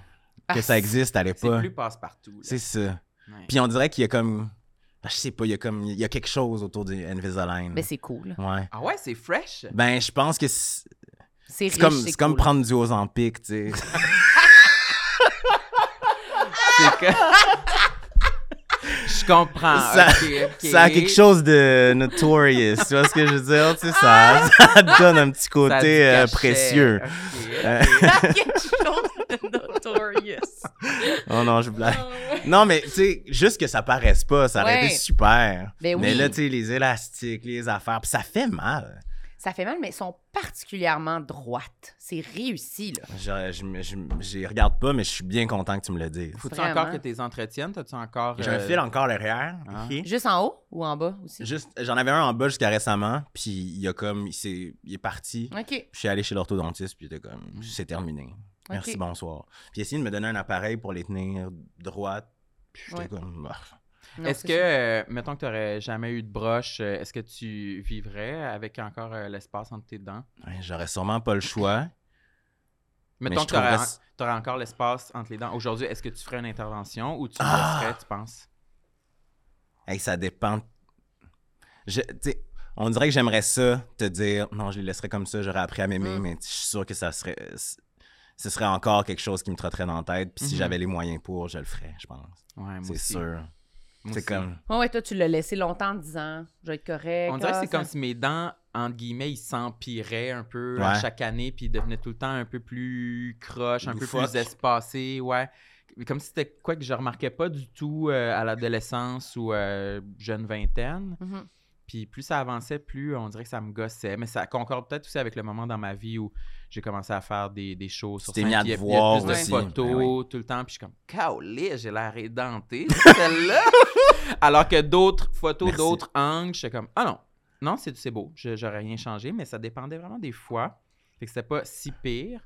Speaker 4: que
Speaker 1: Ah,
Speaker 4: ça existe à
Speaker 2: C'est
Speaker 4: l'époque.
Speaker 2: plus passe-partout. là.
Speaker 4: C'est ça.
Speaker 2: Ouais.
Speaker 4: Puis on dirait qu'il y a comme... ah, je sais pas, il y a comme... Il y a quelque chose autour du Invisalign.
Speaker 1: Mais ben, c'est cool.
Speaker 4: Ouais.
Speaker 2: Ah ouais, c'est fresh.
Speaker 4: Ben, je pense que c'est
Speaker 1: C'est riche,
Speaker 4: c'est comme,
Speaker 1: c'est
Speaker 4: c'est comme
Speaker 1: cool.
Speaker 4: prendre du Ozempic, tu sais.
Speaker 2: C'est que- je comprends.
Speaker 4: Ça-
Speaker 2: ok, ok.
Speaker 4: Ça a quelque chose de notorious, tu vois ce que je veux dire? Tu sais,
Speaker 1: Ah!
Speaker 4: ça, ça donne un petit
Speaker 2: Ça a du
Speaker 4: côté euh,
Speaker 2: cachet.
Speaker 4: précieux. Euh,
Speaker 2: Ok.
Speaker 1: Quelque chose de notorious.
Speaker 4: Oh non, je blague. Non, mais tu sais, juste que ça paraisse pas, ça aurait
Speaker 1: Ouais.
Speaker 4: été super.
Speaker 1: Ben
Speaker 4: Mais
Speaker 1: oui.
Speaker 4: là, tu sais, les élastiques, les affaires, puis ça fait mal.
Speaker 1: Ça fait mal, mais elles sont particulièrement droites. C'est réussi, là.
Speaker 4: Je, je, me- je, me- j'y regarde pas, mais je suis bien content que tu me le dises.
Speaker 2: Faut-tu
Speaker 1: Vraiment.
Speaker 2: encore que tes entretiennes? T'as-tu encore.
Speaker 4: J'ai un
Speaker 2: euh,
Speaker 4: fil encore derrière.
Speaker 2: Ah.
Speaker 4: ok?
Speaker 1: Juste en haut ou en bas aussi?
Speaker 4: Juste, j'en avais un en bas jusqu'à récemment, puis il a comme, il, s'est- il est parti.
Speaker 1: OK.
Speaker 4: Je suis allé chez l'orthodontiste, puis j'étais comme,
Speaker 2: Mm.
Speaker 4: c'est terminé. Merci,
Speaker 1: Ok.
Speaker 4: bonsoir. Puis il a essayé de me donner un appareil pour les tenir droite. Puis j'étais
Speaker 1: Ouais.
Speaker 4: comme, Ah.
Speaker 1: Non,
Speaker 2: Est-ce
Speaker 1: c'est
Speaker 2: que,
Speaker 1: ça.
Speaker 2: euh, mettons que tu n'aurais jamais eu de broche, euh, est-ce que tu vivrais avec encore euh, l'espace entre tes dents?
Speaker 4: Ouais, j'aurais sûrement pas le choix.
Speaker 2: Mettons
Speaker 4: je
Speaker 2: que tu aurais,
Speaker 4: trouverais-
Speaker 2: encore l'espace entre les dents. Aujourd'hui, est-ce que tu ferais une intervention ou tu
Speaker 4: Ah!
Speaker 2: laisserais, tu penses?
Speaker 4: Hey, ça dépend. Je, tu sais, on dirait que j'aimerais ça te dire non, je les laisserais comme ça, j'aurais appris à m'aimer,
Speaker 1: Mm.
Speaker 4: mais je suis sûr que ça serait c- ce serait encore quelque chose qui me trotterait dans la tête. Puis si
Speaker 2: Mhm.
Speaker 4: j'avais les moyens pour, je le ferais, je pense.
Speaker 2: Ouais, Ah, moi
Speaker 4: C'est
Speaker 2: aussi.
Speaker 4: sûr.
Speaker 2: Moi
Speaker 4: C'est
Speaker 2: aussi.
Speaker 4: comme
Speaker 1: Ouais, ouais, toi, tu l'as laissé longtemps en disant « Je vais être correct.
Speaker 2: On dirait que
Speaker 1: ah,
Speaker 2: c'est
Speaker 1: ça-
Speaker 2: comme si mes dents, entre guillemets, ils s'empiraient un peu à
Speaker 4: Ouais.
Speaker 2: chaque année, puis ils devenaient tout le temps un peu plus croches, un peu
Speaker 4: Loufoque.
Speaker 2: plus espacés, ouais. Comme si c'était quoi que je remarquais pas du tout euh, à l'adolescence ou euh, jeune vingtaine.
Speaker 1: Mhm.
Speaker 2: Puis plus ça avançait, plus on dirait que ça me gossait. Mais ça concorde peut-être aussi avec le moment dans ma vie où j'ai commencé à faire des, des shows sur
Speaker 4: Tu t'es
Speaker 2: scène,
Speaker 4: mis à
Speaker 2: puis
Speaker 4: te
Speaker 2: il y a- il y a
Speaker 4: voir
Speaker 2: plus de
Speaker 4: aussi.
Speaker 2: photos
Speaker 4: Ben
Speaker 2: tout le temps. Puis je suis comme, Caolé, j'ai l'air édenté, celle-là. Alors que d'autres photos,
Speaker 4: Merci.
Speaker 2: d'autres angles, j'étais comme, ah non, non, c'est c'est beau, Je- j'aurais rien changé. Mais ça dépendait vraiment des fois. Fait que c'était pas si pire.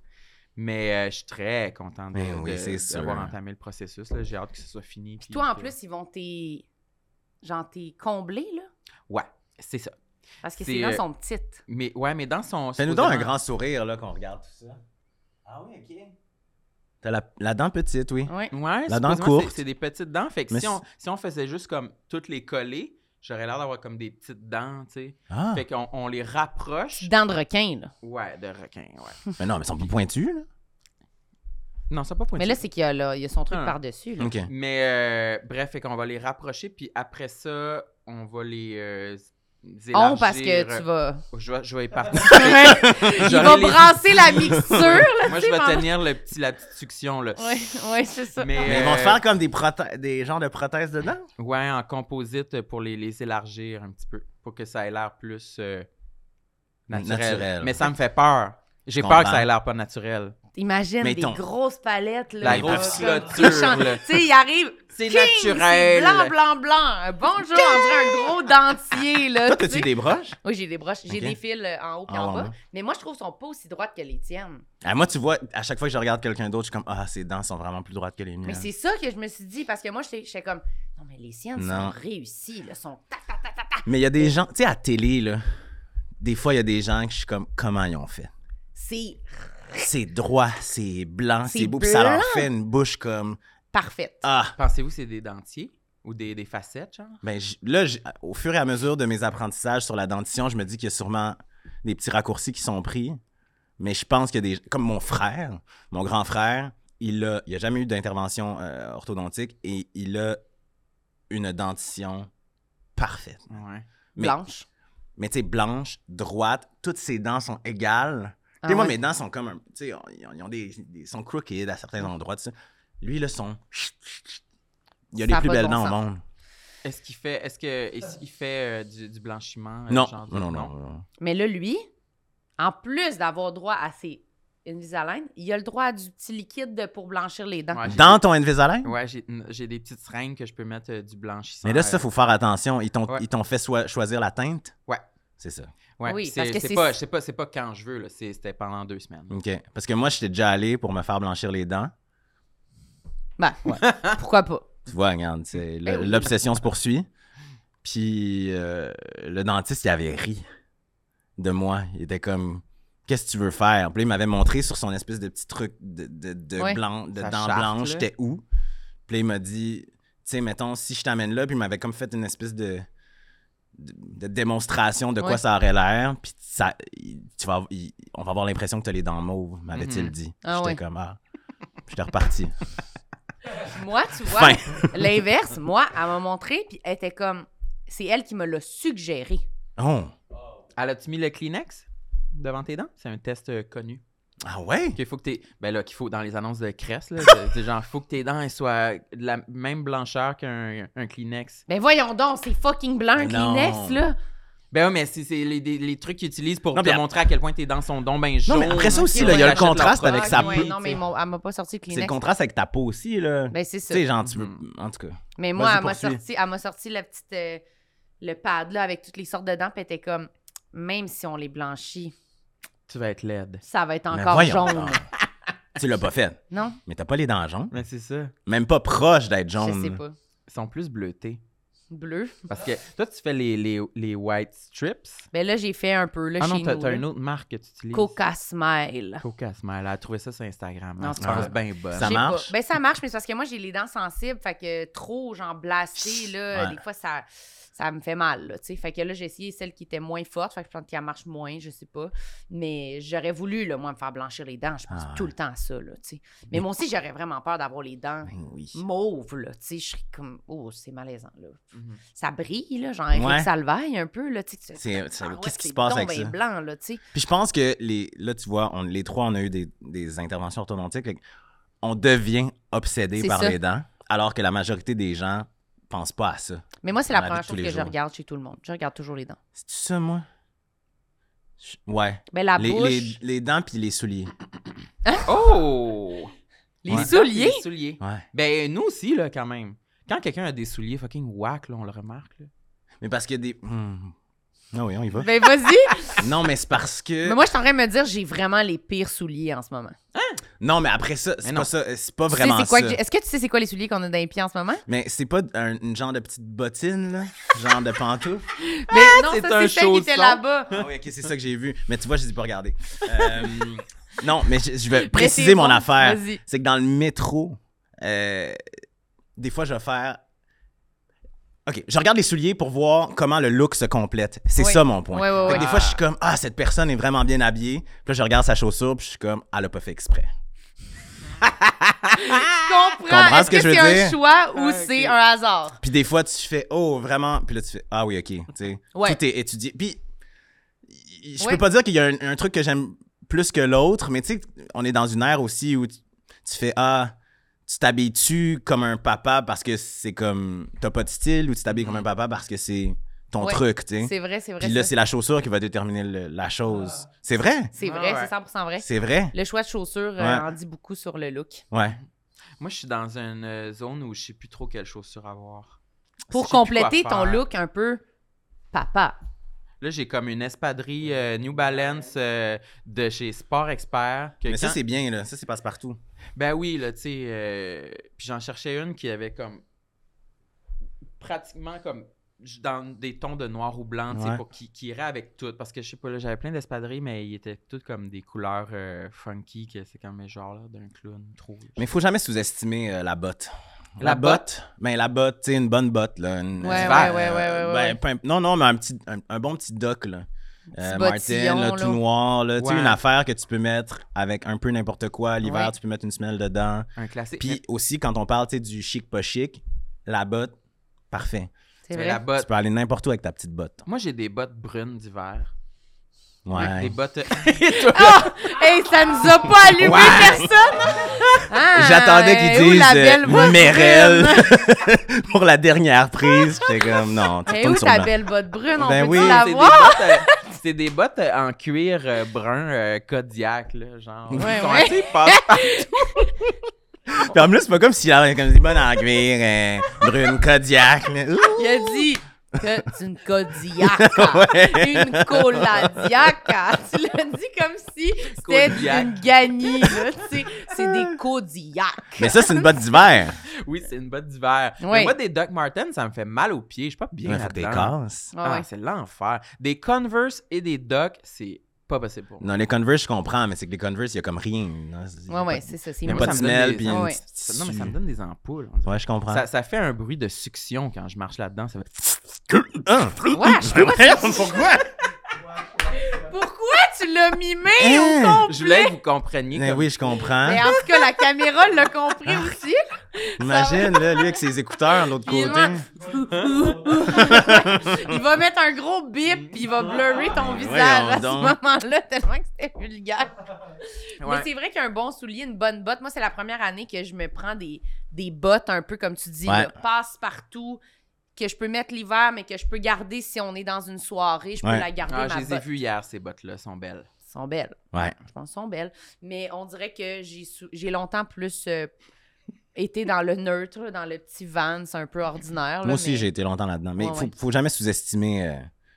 Speaker 2: Mais euh, je suis très content de-
Speaker 4: Ben oui,
Speaker 2: de-
Speaker 4: c'est
Speaker 2: d'avoir
Speaker 4: sûr.
Speaker 2: entamé le processus. là. J'ai hâte que ce soit fini.
Speaker 1: Puis toi, en
Speaker 2: que-
Speaker 1: plus, ils vont t'es... Genre, t'es comblé, là.
Speaker 2: Ouais, c'est ça.
Speaker 1: Parce que
Speaker 2: C'est,
Speaker 1: ces dents
Speaker 2: euh,
Speaker 1: sont petites.
Speaker 2: Mais ouais, mais dans son.
Speaker 4: Fais-nous donc un grand sourire là qu'on regarde tout ça. Ah oui, ok. T'as la, la dent petite, oui.
Speaker 1: Ouais.
Speaker 2: Ouais,
Speaker 4: La dent
Speaker 2: supposément, c'est-
Speaker 4: courte.
Speaker 2: C'est des petites dents. Fait que
Speaker 4: Mais
Speaker 2: si on, si on faisait juste comme toutes les coller, j'aurais l'air d'avoir comme des petites dents, tu sais.
Speaker 4: Ah.
Speaker 2: Fait qu'on on les rapproche.
Speaker 1: Dents de requin, là.
Speaker 2: Ouais, de requin, ouais.
Speaker 4: Mais non, mais ils sont plus pointus là.
Speaker 2: non, c'est pas pointu.
Speaker 1: Mais là, c'est qu'il y a, là, il y a son truc
Speaker 2: Ah.
Speaker 1: par-dessus, là.
Speaker 4: Ok.
Speaker 2: Mais euh, bref, fait qu'on va les rapprocher, puis après ça, on va les. euh,
Speaker 1: On, Oh, parce que
Speaker 2: élargir.
Speaker 1: tu vas...
Speaker 2: Je vais, je vais y participer.
Speaker 1: il
Speaker 2: J'aurais
Speaker 1: va
Speaker 2: les-
Speaker 1: brasser la mixture, là.
Speaker 2: Moi,
Speaker 1: tu
Speaker 2: je
Speaker 1: sais,
Speaker 2: vais
Speaker 1: pendant-
Speaker 2: tenir le petit, la petite succion, là.
Speaker 1: Ouais, ouais, c'est ça.
Speaker 2: Mais,
Speaker 4: Mais ils vont te
Speaker 2: euh,
Speaker 4: faire comme des prothè- des genres de prothèses dedans.
Speaker 2: Ouais, en composite pour les, les élargir un petit peu, pour que ça ait l'air plus euh, naturel.
Speaker 4: Naturel.
Speaker 2: Mais ça me fait peur. J'ai
Speaker 4: Je
Speaker 2: peur que
Speaker 4: comprends.
Speaker 2: ça ait l'air pas naturel.
Speaker 1: Imagine
Speaker 4: Mais
Speaker 1: des
Speaker 4: ton-
Speaker 1: grosses palettes. Là,
Speaker 2: La
Speaker 1: là,
Speaker 2: grosse
Speaker 1: comme-
Speaker 2: clôture, là.
Speaker 1: Tu sais, il arrive.
Speaker 2: C'est
Speaker 1: King, c'est
Speaker 2: naturel.
Speaker 1: Blanc, blanc, blanc. Bonjour, on dirait un gros dentier. Là,
Speaker 4: Toi,
Speaker 1: Euh, tu
Speaker 4: t'as-tu
Speaker 1: sais.
Speaker 4: des broches?
Speaker 1: Oui, j'ai des broches. J'ai
Speaker 4: Ok.
Speaker 1: des fils euh, en haut et
Speaker 4: Ah,
Speaker 1: en
Speaker 4: ouais,
Speaker 1: bas.
Speaker 4: ouais.
Speaker 1: Mais moi, je trouve qu'elles sont pas aussi droites que les tiennes.
Speaker 4: Ah, moi, tu vois, à chaque fois que je regarde quelqu'un d'autre, je suis comme, ah, ses dents sont vraiment plus droites que les miennes.
Speaker 1: Mais c'est ça que je me suis dit, parce que moi, j'étais j'étais comme, non, mais les siennes
Speaker 4: Non.
Speaker 1: sont réussies, là, sont tac,
Speaker 4: Mais il y a des gens, tu sais, à télé, là, des fois, il y a des gens que je suis comme, comment ils ont fait?
Speaker 1: c'est
Speaker 4: C'est droit, c'est blanc,
Speaker 1: C'est
Speaker 4: c'est beau, puis ça
Speaker 1: blanc.
Speaker 4: leur fait une bouche comme,
Speaker 1: parfait.
Speaker 4: ah!
Speaker 2: Pensez-vous que c'est des dentiers ou des, des facettes, genre?
Speaker 4: Ben, j- là, j- au fur et à mesure de mes apprentissages sur la dentition, je me dis qu'il y a sûrement des petits raccourcis qui sont pris. Mais je pense qu'il y a des. Comme mon frère, mon grand frère, il a, il a jamais eu d'intervention euh, orthodontique et il a une dentition parfaite.
Speaker 2: Ouais.
Speaker 4: Mais-
Speaker 1: Blanche.
Speaker 4: Mais tu sais, blanche, droite, toutes ses dents sont égales.
Speaker 1: Ah
Speaker 4: Tu sais, moi,
Speaker 1: ouais.
Speaker 4: mes dents sont comme. un- Tu sais, on- ils ont- ils ont des, des- sont crooked à certains
Speaker 1: Mm.
Speaker 4: endroits. tu sais. Lui, là, son. Il a
Speaker 1: Ça a
Speaker 4: les plus
Speaker 1: pas de
Speaker 4: belles
Speaker 1: bon
Speaker 4: dents au
Speaker 1: sens.
Speaker 4: monde.
Speaker 2: Est-ce qu'il fait, est-ce que, est-ce qu'il fait euh, du, du blanchiment? euh,
Speaker 4: Non,
Speaker 2: genre de-
Speaker 4: non, non, non.
Speaker 1: Mais là, lui, en plus d'avoir droit à ses Invisalign, il a le droit à du petit liquide de- pour blanchir les dents.
Speaker 2: Ouais, Ah, j'ai-
Speaker 4: Dans ton Invisalign?
Speaker 2: Ouais, j'ai, n- j'ai des petites seringues que je peux mettre euh, du blanchissant.
Speaker 4: Mais là, ça,
Speaker 2: euh,
Speaker 4: faut faire attention. Ils t'ont
Speaker 2: Ouais.
Speaker 4: ils t'ont fait soi- choisir la teinte?
Speaker 2: Ouais.
Speaker 4: C'est ça.
Speaker 2: ouais,
Speaker 1: Oui,
Speaker 2: puis
Speaker 1: parce
Speaker 2: c'est,
Speaker 1: que
Speaker 2: c'est
Speaker 1: c'est-
Speaker 2: pas, je sais pas, c'est pas quand je veux, là. C'est- c'était pendant deux semaines.
Speaker 4: OK. Parce que moi, j'étais déjà allé pour me faire blanchir les dents.
Speaker 1: Ben, pourquoi pas?
Speaker 4: Tu vois, regarde, c'est- le-
Speaker 1: Ben oui.
Speaker 4: l'obsession se poursuit. Puis euh, le dentiste, il avait ri de moi. Il était comme, qu'est-ce que tu veux faire? Puis là, il m'avait montré sur son espèce de petit truc de, de, de,
Speaker 1: Ouais.
Speaker 4: blanc- de
Speaker 2: Sa
Speaker 4: dents
Speaker 2: charte,
Speaker 4: blanches,
Speaker 2: là.
Speaker 4: j'étais où? Puis là, il m'a dit, tu sais, mettons, si je t'amène là, puis il m'avait comme fait une espèce de, de, de démonstration de quoi
Speaker 1: Ouais.
Speaker 4: ça aurait l'air. Puis ça, il- tu vas, il- on va avoir l'impression que tu as les dents mauves, m'avait-il
Speaker 2: Mhm.
Speaker 4: dit.
Speaker 1: Ah
Speaker 4: j'étais
Speaker 1: ouais.
Speaker 4: comme, ah, j'étais reparti.
Speaker 1: Moi, tu vois,
Speaker 4: Fin.
Speaker 1: l'inverse, moi, elle m'a montré, puis elle était comme, c'est elle qui me l'a suggéré.
Speaker 4: Oh,
Speaker 2: Alors, tu mis le Kleenex devant tes dents? C'est un test euh, connu.
Speaker 4: ah ouais?
Speaker 2: Qu'il faut que tes... Ben là, qu'il faut, dans les annonces de Crest, là, c'est- c'est genre, faut que tes dents elles soient de la même blancheur qu'un un Kleenex.
Speaker 1: Ben voyons donc, c'est fucking blanc, un
Speaker 4: Non.
Speaker 1: Kleenex, là.
Speaker 2: Ben oui, mais c'est, c'est les, des- les trucs qu'ils utilisent pour
Speaker 4: Non,
Speaker 2: te
Speaker 4: mais-
Speaker 2: montrer à quel point tes dents sont donc ben jaunes.
Speaker 4: mais après ça aussi,
Speaker 2: puis
Speaker 4: là, il y
Speaker 2: ils
Speaker 4: a le
Speaker 2: achètent leur
Speaker 4: contraste
Speaker 2: propre-
Speaker 4: avec sa
Speaker 1: Ouais,
Speaker 4: peau,
Speaker 1: Non, mais
Speaker 2: tu sais.
Speaker 1: mon- elle m'a pas sorti le
Speaker 4: C'est le
Speaker 1: Kleenex.
Speaker 4: contraste avec ta peau aussi, là.
Speaker 1: Ben, c'est ça.
Speaker 4: tu sais, genre, tu veux.
Speaker 2: Mhm.
Speaker 4: En tout cas.
Speaker 1: Mais moi,
Speaker 4: Vas-y,
Speaker 1: elle m'a
Speaker 4: poursuis.
Speaker 1: sorti, elle m'a sorti la petite, euh, le pad là, avec toutes les sortes de dents, puis elle était comme, même si on les blanchit,
Speaker 2: Tu vas être laide.
Speaker 1: ça va être
Speaker 4: Mais
Speaker 1: encore
Speaker 4: voyons
Speaker 1: jaune.
Speaker 4: donc. tu l'as pas fait.
Speaker 1: Non,
Speaker 4: Mais t'as pas les dents jaunes.
Speaker 2: Mais c'est ça.
Speaker 4: Même pas proche d'être
Speaker 1: je
Speaker 4: jaune.
Speaker 1: sais pas.
Speaker 2: Ils sont plus bleutés.
Speaker 1: Bleu.
Speaker 2: Parce que toi, tu fais les, les, les white strips.
Speaker 1: Ben là, j'ai fait un peu là,
Speaker 2: ah
Speaker 1: chez
Speaker 2: non, t'as,
Speaker 1: nous.
Speaker 2: t'as
Speaker 1: là.
Speaker 2: une autre marque que tu utilises.
Speaker 1: Coca Smile.
Speaker 2: Coca Smile. Elle a trouvé ça sur Instagram. hein.
Speaker 1: Non,
Speaker 2: Non,
Speaker 1: c'est
Speaker 2: je
Speaker 4: pas
Speaker 2: pense
Speaker 4: vrai.
Speaker 2: bien bonne.
Speaker 4: Ça
Speaker 1: J'ai
Speaker 4: marche?
Speaker 1: pas- Ben ça marche, mais c'est parce que moi j'ai les dents sensibles, fait que trop genre blasté là,
Speaker 4: Ouais.
Speaker 1: des fois ça, ça me fait mal là, tu sais. Fait que là j'ai essayé celle qui était moins forte, fait que je pense qu'elle marche moins, je sais pas. Mais j'aurais voulu là, moi me faire blanchir les dents, je pense
Speaker 4: Ah ouais.
Speaker 1: tout le temps à ça là, tu sais. Mais moi aussi j'aurais vraiment peur d'avoir les dents
Speaker 4: Ben oui.
Speaker 1: mauves là, tu sais, je serais comme oh c'est malaisant là.
Speaker 2: Mhm.
Speaker 1: Ça brille là, genre Eric
Speaker 4: Mm-hmm. Ouais.
Speaker 1: Salvaille un peu là, tu sais. tu-
Speaker 4: C'est- c'est-
Speaker 1: Ah ouais,
Speaker 4: Qu'est-ce qui
Speaker 1: c'est
Speaker 4: se passe
Speaker 1: donc
Speaker 4: avec
Speaker 1: ben
Speaker 4: ça?
Speaker 1: blanc là, tu sais.
Speaker 4: Puis je pense que les, là, tu vois, on, les trois, on a eu des, des interventions orthodontiques. Fait que On devient obsédé
Speaker 1: C'est
Speaker 4: par
Speaker 1: ça.
Speaker 4: les dents, alors que la majorité des gens pensent pas à ça.
Speaker 1: Mais moi c'est
Speaker 4: Dans
Speaker 1: la
Speaker 4: la vie
Speaker 1: première
Speaker 4: de tous
Speaker 1: chose que
Speaker 4: les
Speaker 1: je
Speaker 4: jours.
Speaker 1: regarde chez tout le monde. Je regarde toujours les dents.
Speaker 4: C'est-tu ça, moi? Je- Ouais.
Speaker 1: Ben la
Speaker 4: Les,
Speaker 1: bouche,
Speaker 4: les- les dents puis les souliers.
Speaker 2: Oh!
Speaker 1: les
Speaker 4: Ouais.
Speaker 1: souliers.
Speaker 2: Les souliers.
Speaker 4: Ouais.
Speaker 2: Ben, nous aussi, là, quand même. Quand quelqu'un a des souliers fucking whack, là, on le remarque. Là.
Speaker 4: Mais parce que des. Hmm. Ah oui, on y va.
Speaker 1: Ben vas-y.
Speaker 4: Non, mais c'est parce que.
Speaker 2: Euh,
Speaker 1: Mais moi, je suis en train de me dire, j'ai vraiment les pires souliers en ce moment.
Speaker 4: Non, mais après ça, c'est
Speaker 2: Mais
Speaker 4: pas
Speaker 2: non.
Speaker 4: ça. euh, C'est pas
Speaker 1: Tu sais,
Speaker 4: vraiment
Speaker 1: c'est quoi
Speaker 4: ça.
Speaker 1: que j'ai- Est-ce que tu sais c'est quoi les souliers qu'on a dans les pieds en ce moment?
Speaker 2: Ah,
Speaker 4: Mais c'est pas un, une genre de petite bottine, là? genre de pantoufle?
Speaker 1: Mais Ben, non,
Speaker 2: c'est
Speaker 1: ça,
Speaker 2: un
Speaker 1: c'est celle qui était
Speaker 2: chausson.
Speaker 1: là-bas.
Speaker 4: Ah oui, OK, c'est ça que j'ai vu. Mais tu vois, je dis pas regarder. Euh, non, mais je, je vais
Speaker 1: Mais c'est
Speaker 4: préciser mon
Speaker 1: bon,
Speaker 4: affaire.
Speaker 1: Vas-y.
Speaker 4: C'est que dans le métro, euh, des fois, je vais faire... OK, je regarde les souliers pour voir comment le look se complète. C'est
Speaker 1: Oui.
Speaker 4: ça mon point.
Speaker 1: Ouais, ouais,
Speaker 4: Fait que
Speaker 1: ouais.
Speaker 4: Des fois, je suis comme, ah, cette personne est vraiment bien habillée. Puis là, je regarde sa chaussure, puis je suis comme, elle a pas fait exprès.
Speaker 1: Je comprends.
Speaker 4: Comprends
Speaker 1: Est-ce
Speaker 4: ce
Speaker 1: que,
Speaker 4: que je veux
Speaker 1: c'est un
Speaker 4: dire?
Speaker 1: choix ou
Speaker 2: Ah, ok.
Speaker 1: c'est un hasard?
Speaker 4: Puis des fois, tu fais oh vraiment, puis là tu fais ah oui ok, tu sais,
Speaker 1: Ouais.
Speaker 4: tout est étudié. Puis y- je
Speaker 1: Ouais.
Speaker 4: peux pas dire qu'il y a un, un truc que j'aime plus que l'autre, mais tu sais, on est dans une ère aussi où tu, tu fais ah tu t'habilles-tu comme un papa parce que c'est comme t'as pas de style ou tu t'habilles comme un papa parce que c'est ton
Speaker 1: Ouais.
Speaker 4: truc, tu sais.
Speaker 1: C'est vrai, c'est vrai.
Speaker 4: Puis là,
Speaker 1: ça.
Speaker 4: c'est la chaussure qui va déterminer le- la chose. C'est vrai?
Speaker 1: c'est vrai,
Speaker 2: Ah ouais.
Speaker 1: c'est 100% vrai.
Speaker 4: C'est vrai?
Speaker 1: Le choix de chaussures euh,
Speaker 4: Ouais.
Speaker 1: en dit beaucoup sur le look.
Speaker 4: Ouais.
Speaker 2: Moi, je suis dans une euh, zone où je sais plus trop quelle chaussure avoir.
Speaker 1: Pour
Speaker 2: Je sais plus quoi
Speaker 1: compléter ton
Speaker 2: faire.
Speaker 1: look un peu papa.
Speaker 2: Là, j'ai comme une espadrille euh, New Balance euh, de chez Sport Expert. que
Speaker 4: Mais ça,
Speaker 2: quand-
Speaker 4: c'est bien, là. Ça, c'est passe-partout.
Speaker 2: Ben oui, là, tu sais. euh, Puis j'en cherchais une qui avait comme. pratiquement comme. j- dans des tons de noir ou blanc, tu sais,
Speaker 4: Ouais.
Speaker 2: pour qui, qui irait avec tout. Parce que je sais pas, là, j'avais plein d'espadrilles, mais ils étaient toutes comme des couleurs euh, funky, que c'est comme le genre là, d'un clown trop.
Speaker 4: Mais il faut jamais sous-estimer euh, la botte.
Speaker 2: La
Speaker 4: Ben, la botte, tu sais, une bonne botte, là. Une,
Speaker 1: Ouais,
Speaker 4: une-
Speaker 2: ouais,
Speaker 4: euh,
Speaker 1: ouais, ouais, ouais, ouais.
Speaker 4: ben, peu imp- non, non, mais un, petit, un, un bon petit doc, là.
Speaker 1: Petit
Speaker 4: Martin,
Speaker 1: bottillon, là.
Speaker 4: là, tout noir, là. Tu sais,
Speaker 2: Ouais.
Speaker 4: une affaire que tu peux mettre avec un peu n'importe quoi. L'hiver,
Speaker 1: Ouais.
Speaker 4: tu peux mettre une semelle dedans.
Speaker 2: Un classique.
Speaker 4: Puis aussi, quand on parle, tu sais, du chic pas chic, la botte, parfait.
Speaker 1: C'est
Speaker 2: Mais
Speaker 1: vrai.
Speaker 2: la
Speaker 4: Tu
Speaker 2: botte.
Speaker 4: peux aller n'importe où avec ta petite botte.
Speaker 2: Moi, j'ai des bottes brunes d'hiver. Avec
Speaker 4: Ouais.
Speaker 2: Des bottes. euh,
Speaker 1: Ah! Hey, ça nous a pas allumé
Speaker 4: Ouais.
Speaker 1: personne! Ah,
Speaker 4: J'attendais
Speaker 1: hey,
Speaker 4: qu'ils
Speaker 1: où
Speaker 4: disent
Speaker 1: la belle
Speaker 4: euh,
Speaker 1: botte
Speaker 4: Merel
Speaker 1: brune?
Speaker 4: pour la dernière prise. J'étais comme, non, tu
Speaker 1: Hey, où
Speaker 4: tournes sur
Speaker 1: ta
Speaker 4: blanc.
Speaker 1: belle botte brune? On
Speaker 4: Ben
Speaker 1: peut
Speaker 4: oui.
Speaker 1: la
Speaker 2: C'est des
Speaker 1: voir?
Speaker 2: bottes, euh, c'est des bottes euh, en cuir euh, brun euh, Kodiak, là, genre.
Speaker 1: Ouais,
Speaker 2: Ils sont
Speaker 1: ouais.
Speaker 2: assez passe-
Speaker 4: Puis en plus, c'est pas comme s'il avait comme des bonnes en cuir, euh, brune Kodiak. là. Ouh,
Speaker 1: Il a dit que c'est une Kodiaka. Une Coladiaca. Tu l'as dit comme si c'était
Speaker 2: Kodiak.
Speaker 1: une Gagny. là, tu sais. C'est des Kodiak.
Speaker 4: Mais ça, c'est une botte d'hiver.
Speaker 2: Oui, c'est une botte d'hiver. Mais
Speaker 1: Ouais.
Speaker 2: moi, des Doc Martens, ça me fait mal aux pieds. Je suis pas bien
Speaker 4: Il faut que t'es
Speaker 2: là-dedans.
Speaker 4: casse.
Speaker 1: Ah
Speaker 2: Ah,
Speaker 1: ouais.
Speaker 2: c'est l'enfer. Des Converse et des Doc, c'est pas possible pour moi.
Speaker 4: Non, les Converse, je comprends, mais c'est que les Converse, il y a comme rien. là. Il y a
Speaker 1: Ouais,
Speaker 4: pas
Speaker 1: ouais,
Speaker 4: de-
Speaker 1: c'est ça. C'est
Speaker 4: Il y a
Speaker 1: mou.
Speaker 2: Mais
Speaker 4: pas
Speaker 2: moi,
Speaker 4: de
Speaker 2: ça me donne
Speaker 4: semelle,
Speaker 2: des-
Speaker 4: puis il y a
Speaker 1: Ah
Speaker 4: une
Speaker 1: ouais.
Speaker 4: petite
Speaker 2: Ça- Non, mais
Speaker 4: tissue.
Speaker 2: ça me donne des ampoules. on dirait.
Speaker 4: Ouais, je comprends.
Speaker 2: Ça, ça fait un bruit de succion quand je marche là-dedans. Ça fait...
Speaker 4: Hein?
Speaker 1: Wesh,
Speaker 4: Pourquoi?
Speaker 1: Pourquoi tu l'as mimé au
Speaker 4: Hein?
Speaker 1: complet?
Speaker 2: Je voulais que vous compreniez.
Speaker 4: Mais
Speaker 2: comme-
Speaker 4: oui, je comprends.
Speaker 1: Mais en tout cas, la caméra l'a compris
Speaker 4: Ah.
Speaker 1: aussi.
Speaker 4: Imagine, là, lui avec ses écouteurs de l'autre
Speaker 1: Puis
Speaker 4: côté.
Speaker 1: il va mettre un gros bip puis il va blurrer ton visage
Speaker 4: Ah, voyons
Speaker 1: à ce
Speaker 4: donc.
Speaker 1: moment-là tellement que c'était vulgaire.
Speaker 2: Ouais.
Speaker 1: Mais c'est vrai qu'un bon soulier, une bonne botte. Moi, c'est la première année que je me prends des, des bottes un peu comme tu dis,
Speaker 4: Ouais.
Speaker 1: là, passe-partout, que je peux mettre l'hiver, mais que je peux garder si on est dans une soirée. Je peux
Speaker 4: Ouais.
Speaker 1: la garder,
Speaker 2: Ah,
Speaker 1: ma
Speaker 2: je les ai
Speaker 1: botte.
Speaker 2: vues hier, ces bottes-là. sont belles.
Speaker 1: Elles sont belles.
Speaker 4: Ouais.
Speaker 1: Je pense qu'elles sont belles. Mais on dirait que j'ai sou- j'ai longtemps plus euh, été dans le neutre, là, dans le petit van, c'est un peu ordinaire. là,
Speaker 4: Moi aussi,
Speaker 1: mais-
Speaker 4: j'ai été longtemps là-dedans. Mais
Speaker 1: Ouais,
Speaker 4: il faut,
Speaker 1: ouais.
Speaker 4: faut jamais sous-estimer euh,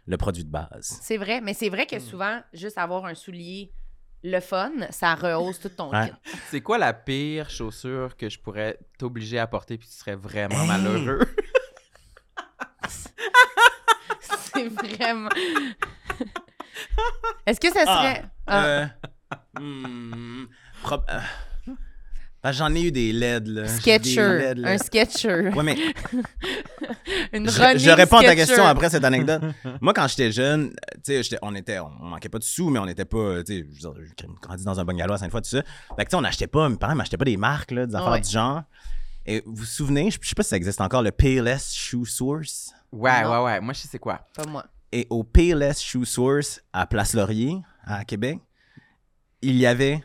Speaker 4: le produit de base.
Speaker 1: C'est vrai, mais c'est vrai
Speaker 2: Mm.
Speaker 1: que souvent, juste avoir un soulier le fun, ça rehausse tout ton
Speaker 4: Ouais.
Speaker 1: kit.
Speaker 2: C'est quoi la pire chaussure que je pourrais t'obliger à porter puis tu serais vraiment
Speaker 4: Hey.
Speaker 2: malheureux?
Speaker 1: C'est vraiment. Est-ce que ça serait. Ah.
Speaker 4: Euh, hmm, prob- euh, ben, J'en ai eu des LED, là. J'ai des
Speaker 1: Sketcher,
Speaker 4: LED, là.
Speaker 1: un sketcher,
Speaker 4: Ouais, mais
Speaker 1: une
Speaker 4: je,
Speaker 1: running
Speaker 4: je réponds à ta
Speaker 1: Sketcher.
Speaker 4: question après cette anecdote. Moi, quand j'étais jeune, euh, tu sais, j'étais- on était, on manquait pas de sous, mais on n'était pas, euh, tu sais, je veux dire, j'ai grandi dans un bungalow à sainte fois tout ça. Fait que, tu sais, on n'achetait pas, mes parents m'achetaient pas des marques, là, des affaires
Speaker 1: Ouais.
Speaker 4: du genre. Et vous vous souvenez, je je sais pas si ça existe encore, le Payless Shoe Source.
Speaker 2: Ouais,
Speaker 1: Non.
Speaker 2: ouais, ouais. Moi, je sais c'est quoi.
Speaker 1: Pas moi.
Speaker 4: Et au Payless Shoe Source à Place Laurier, à Québec, il y avait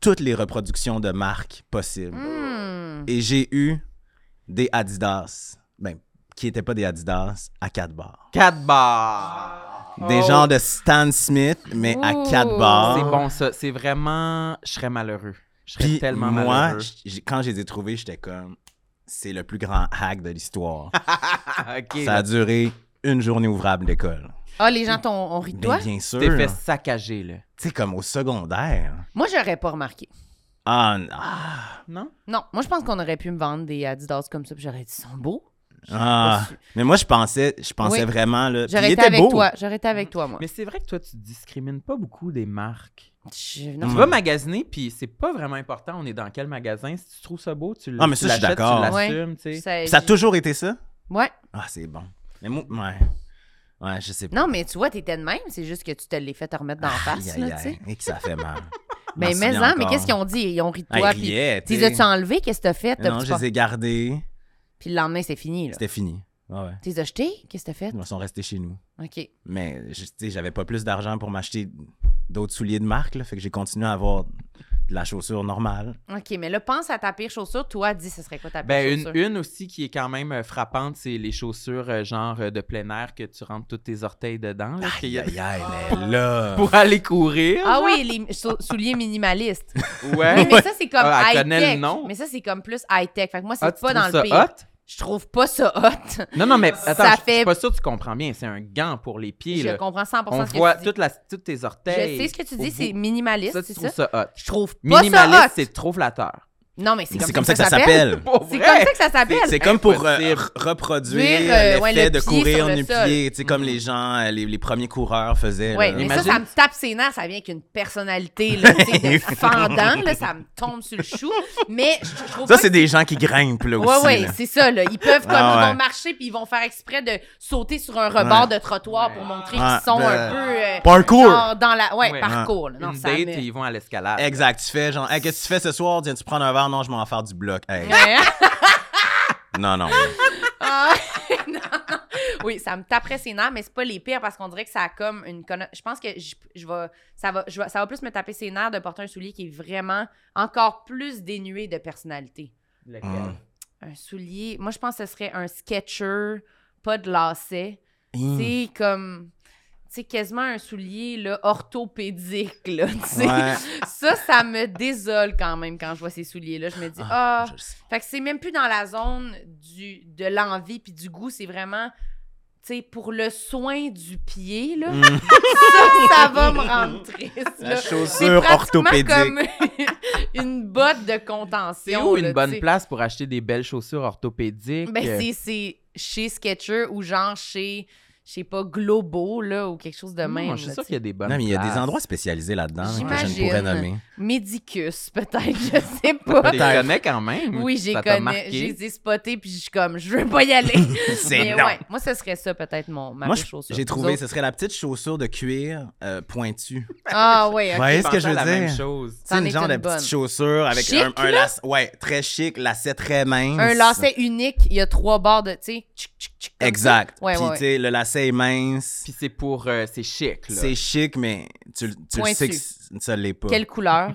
Speaker 4: toutes les reproductions de marques possibles.
Speaker 1: Hmm.
Speaker 4: Et j'ai eu des Adidas, ben, qui n'étaient pas des Adidas, à 4 bars.
Speaker 2: Quatre bars!
Speaker 4: Des
Speaker 2: Oh.
Speaker 4: genres de Stan Smith, mais à
Speaker 1: Ouh.
Speaker 4: 4 bars.
Speaker 2: C'est bon, ça. C'est vraiment. Je serais malheureux. Je serais
Speaker 4: Ah. Puis
Speaker 2: tellement
Speaker 4: moi,
Speaker 2: malheureux.
Speaker 4: j'ai- quand je les ai trouvés, j'étais comme, c'est le plus grand hack de l'histoire.
Speaker 2: Ah, ok.
Speaker 4: Ça a duré une journée ouvrable d'école.
Speaker 1: Ah, les gens t'ont on ri de
Speaker 4: Mais
Speaker 1: toi?
Speaker 4: bien sûr,
Speaker 2: T'es fait
Speaker 4: tu
Speaker 2: saccager, là.
Speaker 4: sais, comme au secondaire.
Speaker 1: Moi, j'aurais pas remarqué.
Speaker 4: Ah, n- ah,
Speaker 2: Non?
Speaker 1: Non, moi, je pense qu'on aurait pu me vendre des Adidas comme ça, puis j'aurais dit, ils sont beaux.
Speaker 4: ah.
Speaker 1: su.
Speaker 4: Mais moi, je pensais, je pensais
Speaker 1: Oui.
Speaker 4: vraiment, là, puis il
Speaker 1: J'aurais été
Speaker 4: était
Speaker 1: avec
Speaker 4: beau.
Speaker 1: toi. J'aurais été avec toi, moi.
Speaker 2: Mais c'est vrai que toi, tu discrimines pas beaucoup des marques.
Speaker 1: Je- non,
Speaker 2: Tu
Speaker 4: Mm.
Speaker 2: vas magasiner, puis c'est pas vraiment important. On est dans quel magasin. Si tu trouves ça beau, tu l-
Speaker 4: Ah, mais
Speaker 2: tu
Speaker 4: ça, je suis
Speaker 2: l'achètes, tu
Speaker 4: d'accord.
Speaker 2: l'assumes, tu
Speaker 1: ça-
Speaker 2: sais.
Speaker 4: Ça a toujours été ça?
Speaker 1: Ouais.
Speaker 4: Ah, c'est bon. Mais moi, ouais. Ouais, je sais pas.
Speaker 1: Non, mais tu vois, t'étais de même. C'est juste que tu te l'es fait te remettre dans la
Speaker 4: Aïe,
Speaker 1: face,
Speaker 4: aïe,
Speaker 1: là, tu
Speaker 4: aïe.
Speaker 1: sais.
Speaker 4: Et que ça fait mal.
Speaker 1: Mais, mais, hein, mais qu'est-ce qu'ils ont dit? Ils ont ri de
Speaker 4: dit?
Speaker 1: toi. puis tu les as-tu enlevés? Qu'est-ce que t'as fait? T'as-
Speaker 4: Non,
Speaker 1: tu
Speaker 4: je
Speaker 1: pas-
Speaker 4: les ai gardés.
Speaker 1: Puis le lendemain, c'est fini, là.
Speaker 4: C'était fini. Ouais, ouais.
Speaker 1: Tu les as jetés? Qu'est-ce que t'as fait?
Speaker 4: Ils sont restés chez nous.
Speaker 1: OK.
Speaker 4: Mais, je- tu sais, j'avais pas plus d'argent pour m'acheter d'autres souliers de marque, là. Fait que j'ai continué à avoir de la chaussure normale.
Speaker 1: OK, mais là, pense à ta pire chaussure. Toi, dis, ce serait quoi ta pire
Speaker 2: Ben,
Speaker 1: chaussure?
Speaker 2: une, une aussi qui est quand même euh, frappante, c'est les chaussures euh, genre euh, de plein air que tu rentres tous tes orteils dedans. là, qu'il y a-
Speaker 4: Aïe, aïe, mais là.
Speaker 2: Pour aller courir.
Speaker 1: Ah oui, les sou- souliers minimalistes. Oui,
Speaker 2: Ouais.
Speaker 1: mais ça, c'est comme
Speaker 2: Ah, elle connaît le
Speaker 1: high-tech.
Speaker 2: nom.
Speaker 1: Mais ça, c'est comme plus high-tech. Fait que moi, c'est
Speaker 2: Ah, tu
Speaker 1: pas dans
Speaker 2: trouves
Speaker 1: le pire.
Speaker 2: ça hot?
Speaker 1: Je trouve pas ça hot.
Speaker 2: Non, non, mais
Speaker 1: Ça
Speaker 2: attends, je- je
Speaker 1: fait-
Speaker 2: suis pas sûr que tu comprends bien. C'est un gant pour les pieds.
Speaker 1: Je
Speaker 2: là.
Speaker 1: comprends 100
Speaker 2: On
Speaker 1: ce que
Speaker 2: voit
Speaker 1: tu dis.
Speaker 2: toute la, toutes tes orteils.
Speaker 1: Je sais ce que tu
Speaker 2: au
Speaker 1: dis, c'est
Speaker 2: bout.
Speaker 1: minimaliste,
Speaker 2: Ça,
Speaker 1: c'est
Speaker 2: tu
Speaker 1: ça?
Speaker 2: trouves ça hot.
Speaker 1: Je trouve pas ça
Speaker 2: Minimaliste,
Speaker 1: hot.
Speaker 2: c'est trop flatteur.
Speaker 1: Non, mais c'est
Speaker 4: Mais
Speaker 1: comme,
Speaker 4: C'est comme ça que ça
Speaker 1: s'appelle.
Speaker 4: s'appelle.
Speaker 2: Pour
Speaker 1: C'est
Speaker 2: vrai.
Speaker 1: comme ça que ça s'appelle.
Speaker 4: C'est comme pour euh,
Speaker 2: Impossible.
Speaker 4: re- reproduire
Speaker 1: Dire, euh, ouais,
Speaker 4: l'effet
Speaker 1: le
Speaker 4: de
Speaker 1: pied
Speaker 4: courir
Speaker 1: sur le
Speaker 4: nu-pied, tu sais, comme
Speaker 2: Mhm.
Speaker 4: les gens, euh, les, les premiers coureurs faisaient.
Speaker 1: Oui,
Speaker 4: là.
Speaker 1: mais
Speaker 2: Imagine-
Speaker 1: ça, ça me tape ses nerfs. Ça vient avec une personnalité là, tu sais, de fendant. Là, ça me tombe sur le chou. Mais je, je trouve
Speaker 4: Ça,
Speaker 1: pas
Speaker 4: c'est des gens qui grimpent, là,
Speaker 1: Oui,
Speaker 4: aussi.
Speaker 1: oui,
Speaker 4: là.
Speaker 1: c'est ça. Là. Ils peuvent, comme,
Speaker 4: Ah
Speaker 1: ils
Speaker 4: ouais.
Speaker 1: vont marcher puis ils vont faire exprès de sauter sur un rebord
Speaker 4: Ouais.
Speaker 1: de trottoir pour montrer
Speaker 4: Ouais.
Speaker 1: qu'ils sont
Speaker 4: Ben,
Speaker 1: un peu. euh,
Speaker 4: parkour.
Speaker 1: genre dans la... ouais,
Speaker 2: Ouais.
Speaker 1: parcours. là. Non,
Speaker 2: Une
Speaker 1: ça
Speaker 2: date
Speaker 1: me-
Speaker 2: et ils vont à l'escalade.
Speaker 4: Exact. Tu fais genre, Hey, qu'est-ce que tu fais ce soir? Viens-tu prendre un verre? Non, je m'en vais en faire du bloc.
Speaker 1: Ouais.
Speaker 4: Hey, non, non.
Speaker 1: Ah, non. oui, ça me taperait ses nerfs, mais c'est pas les pires parce qu'on dirait que ça a comme une conno- Je pense que je, je vais, ça va, je vais- ça va plus me taper ses nerfs de porter un soulier qui est vraiment encore plus dénué de personnalité.
Speaker 2: Lequel?
Speaker 4: Mm.
Speaker 1: Un soulier, moi je pense que ce serait un sketcher, pas de lacet.
Speaker 4: Hmm.
Speaker 1: C'est comme, c'est quasiment un soulier là, orthopédique là. tu sais.
Speaker 4: Ouais.
Speaker 1: Ça, ça me désole quand même quand je vois ces souliers là. Je me dis ah.
Speaker 4: Je sais.
Speaker 1: Fait que c'est même plus dans la zone du, de l'envie puis du goût, c'est vraiment, tu sais, pour le soin du pied, là,
Speaker 4: Hmm.
Speaker 1: ça, ça va me rendre triste.
Speaker 4: La
Speaker 1: là. C'est
Speaker 4: chaussure
Speaker 1: pratiquement
Speaker 4: orthopédique.
Speaker 1: comme une botte de contention.
Speaker 2: C'est où
Speaker 1: là,
Speaker 2: une
Speaker 1: tu
Speaker 2: bonne euh?
Speaker 1: sais.
Speaker 2: place pour acheter des belles chaussures orthopédiques?
Speaker 1: Ben, c'est- c'est chez Sketcher ou genre chez, je sais pas, Globo, là, ou quelque chose de même.
Speaker 2: Non, Hmm, je suis
Speaker 1: là,
Speaker 2: sûr
Speaker 1: tu
Speaker 2: qu'il y a des bonnes
Speaker 4: Non, mais il y a des
Speaker 2: places.
Speaker 4: endroits spécialisés là-dedans là, que je ne
Speaker 1: J'imagine.
Speaker 4: pourrais nommer.
Speaker 1: sais. Medicus, peut-être, je sais pas.
Speaker 2: Tu les connais quand même?
Speaker 1: Oui, j'ai
Speaker 2: Ça t'a
Speaker 1: connais,
Speaker 2: marqué?
Speaker 1: j'ai les ai spotés, puis je suis comme, je veux pas y aller.
Speaker 4: C'est
Speaker 1: Mais
Speaker 4: non.
Speaker 1: ouais, moi, ce serait ça, peut-être, mon, ma
Speaker 4: Moi,
Speaker 1: pire
Speaker 4: je-
Speaker 1: chaussure.
Speaker 4: j'ai
Speaker 1: Vous
Speaker 4: trouvé,
Speaker 1: autres?
Speaker 4: ce serait la petite chaussure de cuir euh, pointue.
Speaker 1: Ah, ouais,
Speaker 4: Vous
Speaker 1: ok.
Speaker 4: voyez ce que
Speaker 2: Pensez
Speaker 4: je
Speaker 2: à
Speaker 4: veux
Speaker 2: la
Speaker 4: dire?
Speaker 2: même chose.
Speaker 4: C'est
Speaker 1: C'en
Speaker 4: une
Speaker 1: est
Speaker 4: genre de
Speaker 1: une bonne.
Speaker 4: petite chaussure avec
Speaker 1: Chic,
Speaker 4: un, un lacet. Ouais, très chic, lacet très mince.
Speaker 1: Un lacet unique, il y a trois barres de, tu sais, tchic, tchic, tchic, comme
Speaker 4: Exact.
Speaker 1: Ouais,
Speaker 4: Puis,
Speaker 1: ouais,
Speaker 4: tu sais, le lacet est mince.
Speaker 2: Puis c'est pour... euh, c'est chic, là.
Speaker 4: C'est chic, mais tu, le- tu le
Speaker 1: Pointu.
Speaker 4: sais que c- ça l'est pas.
Speaker 1: ça. Quelle couleur?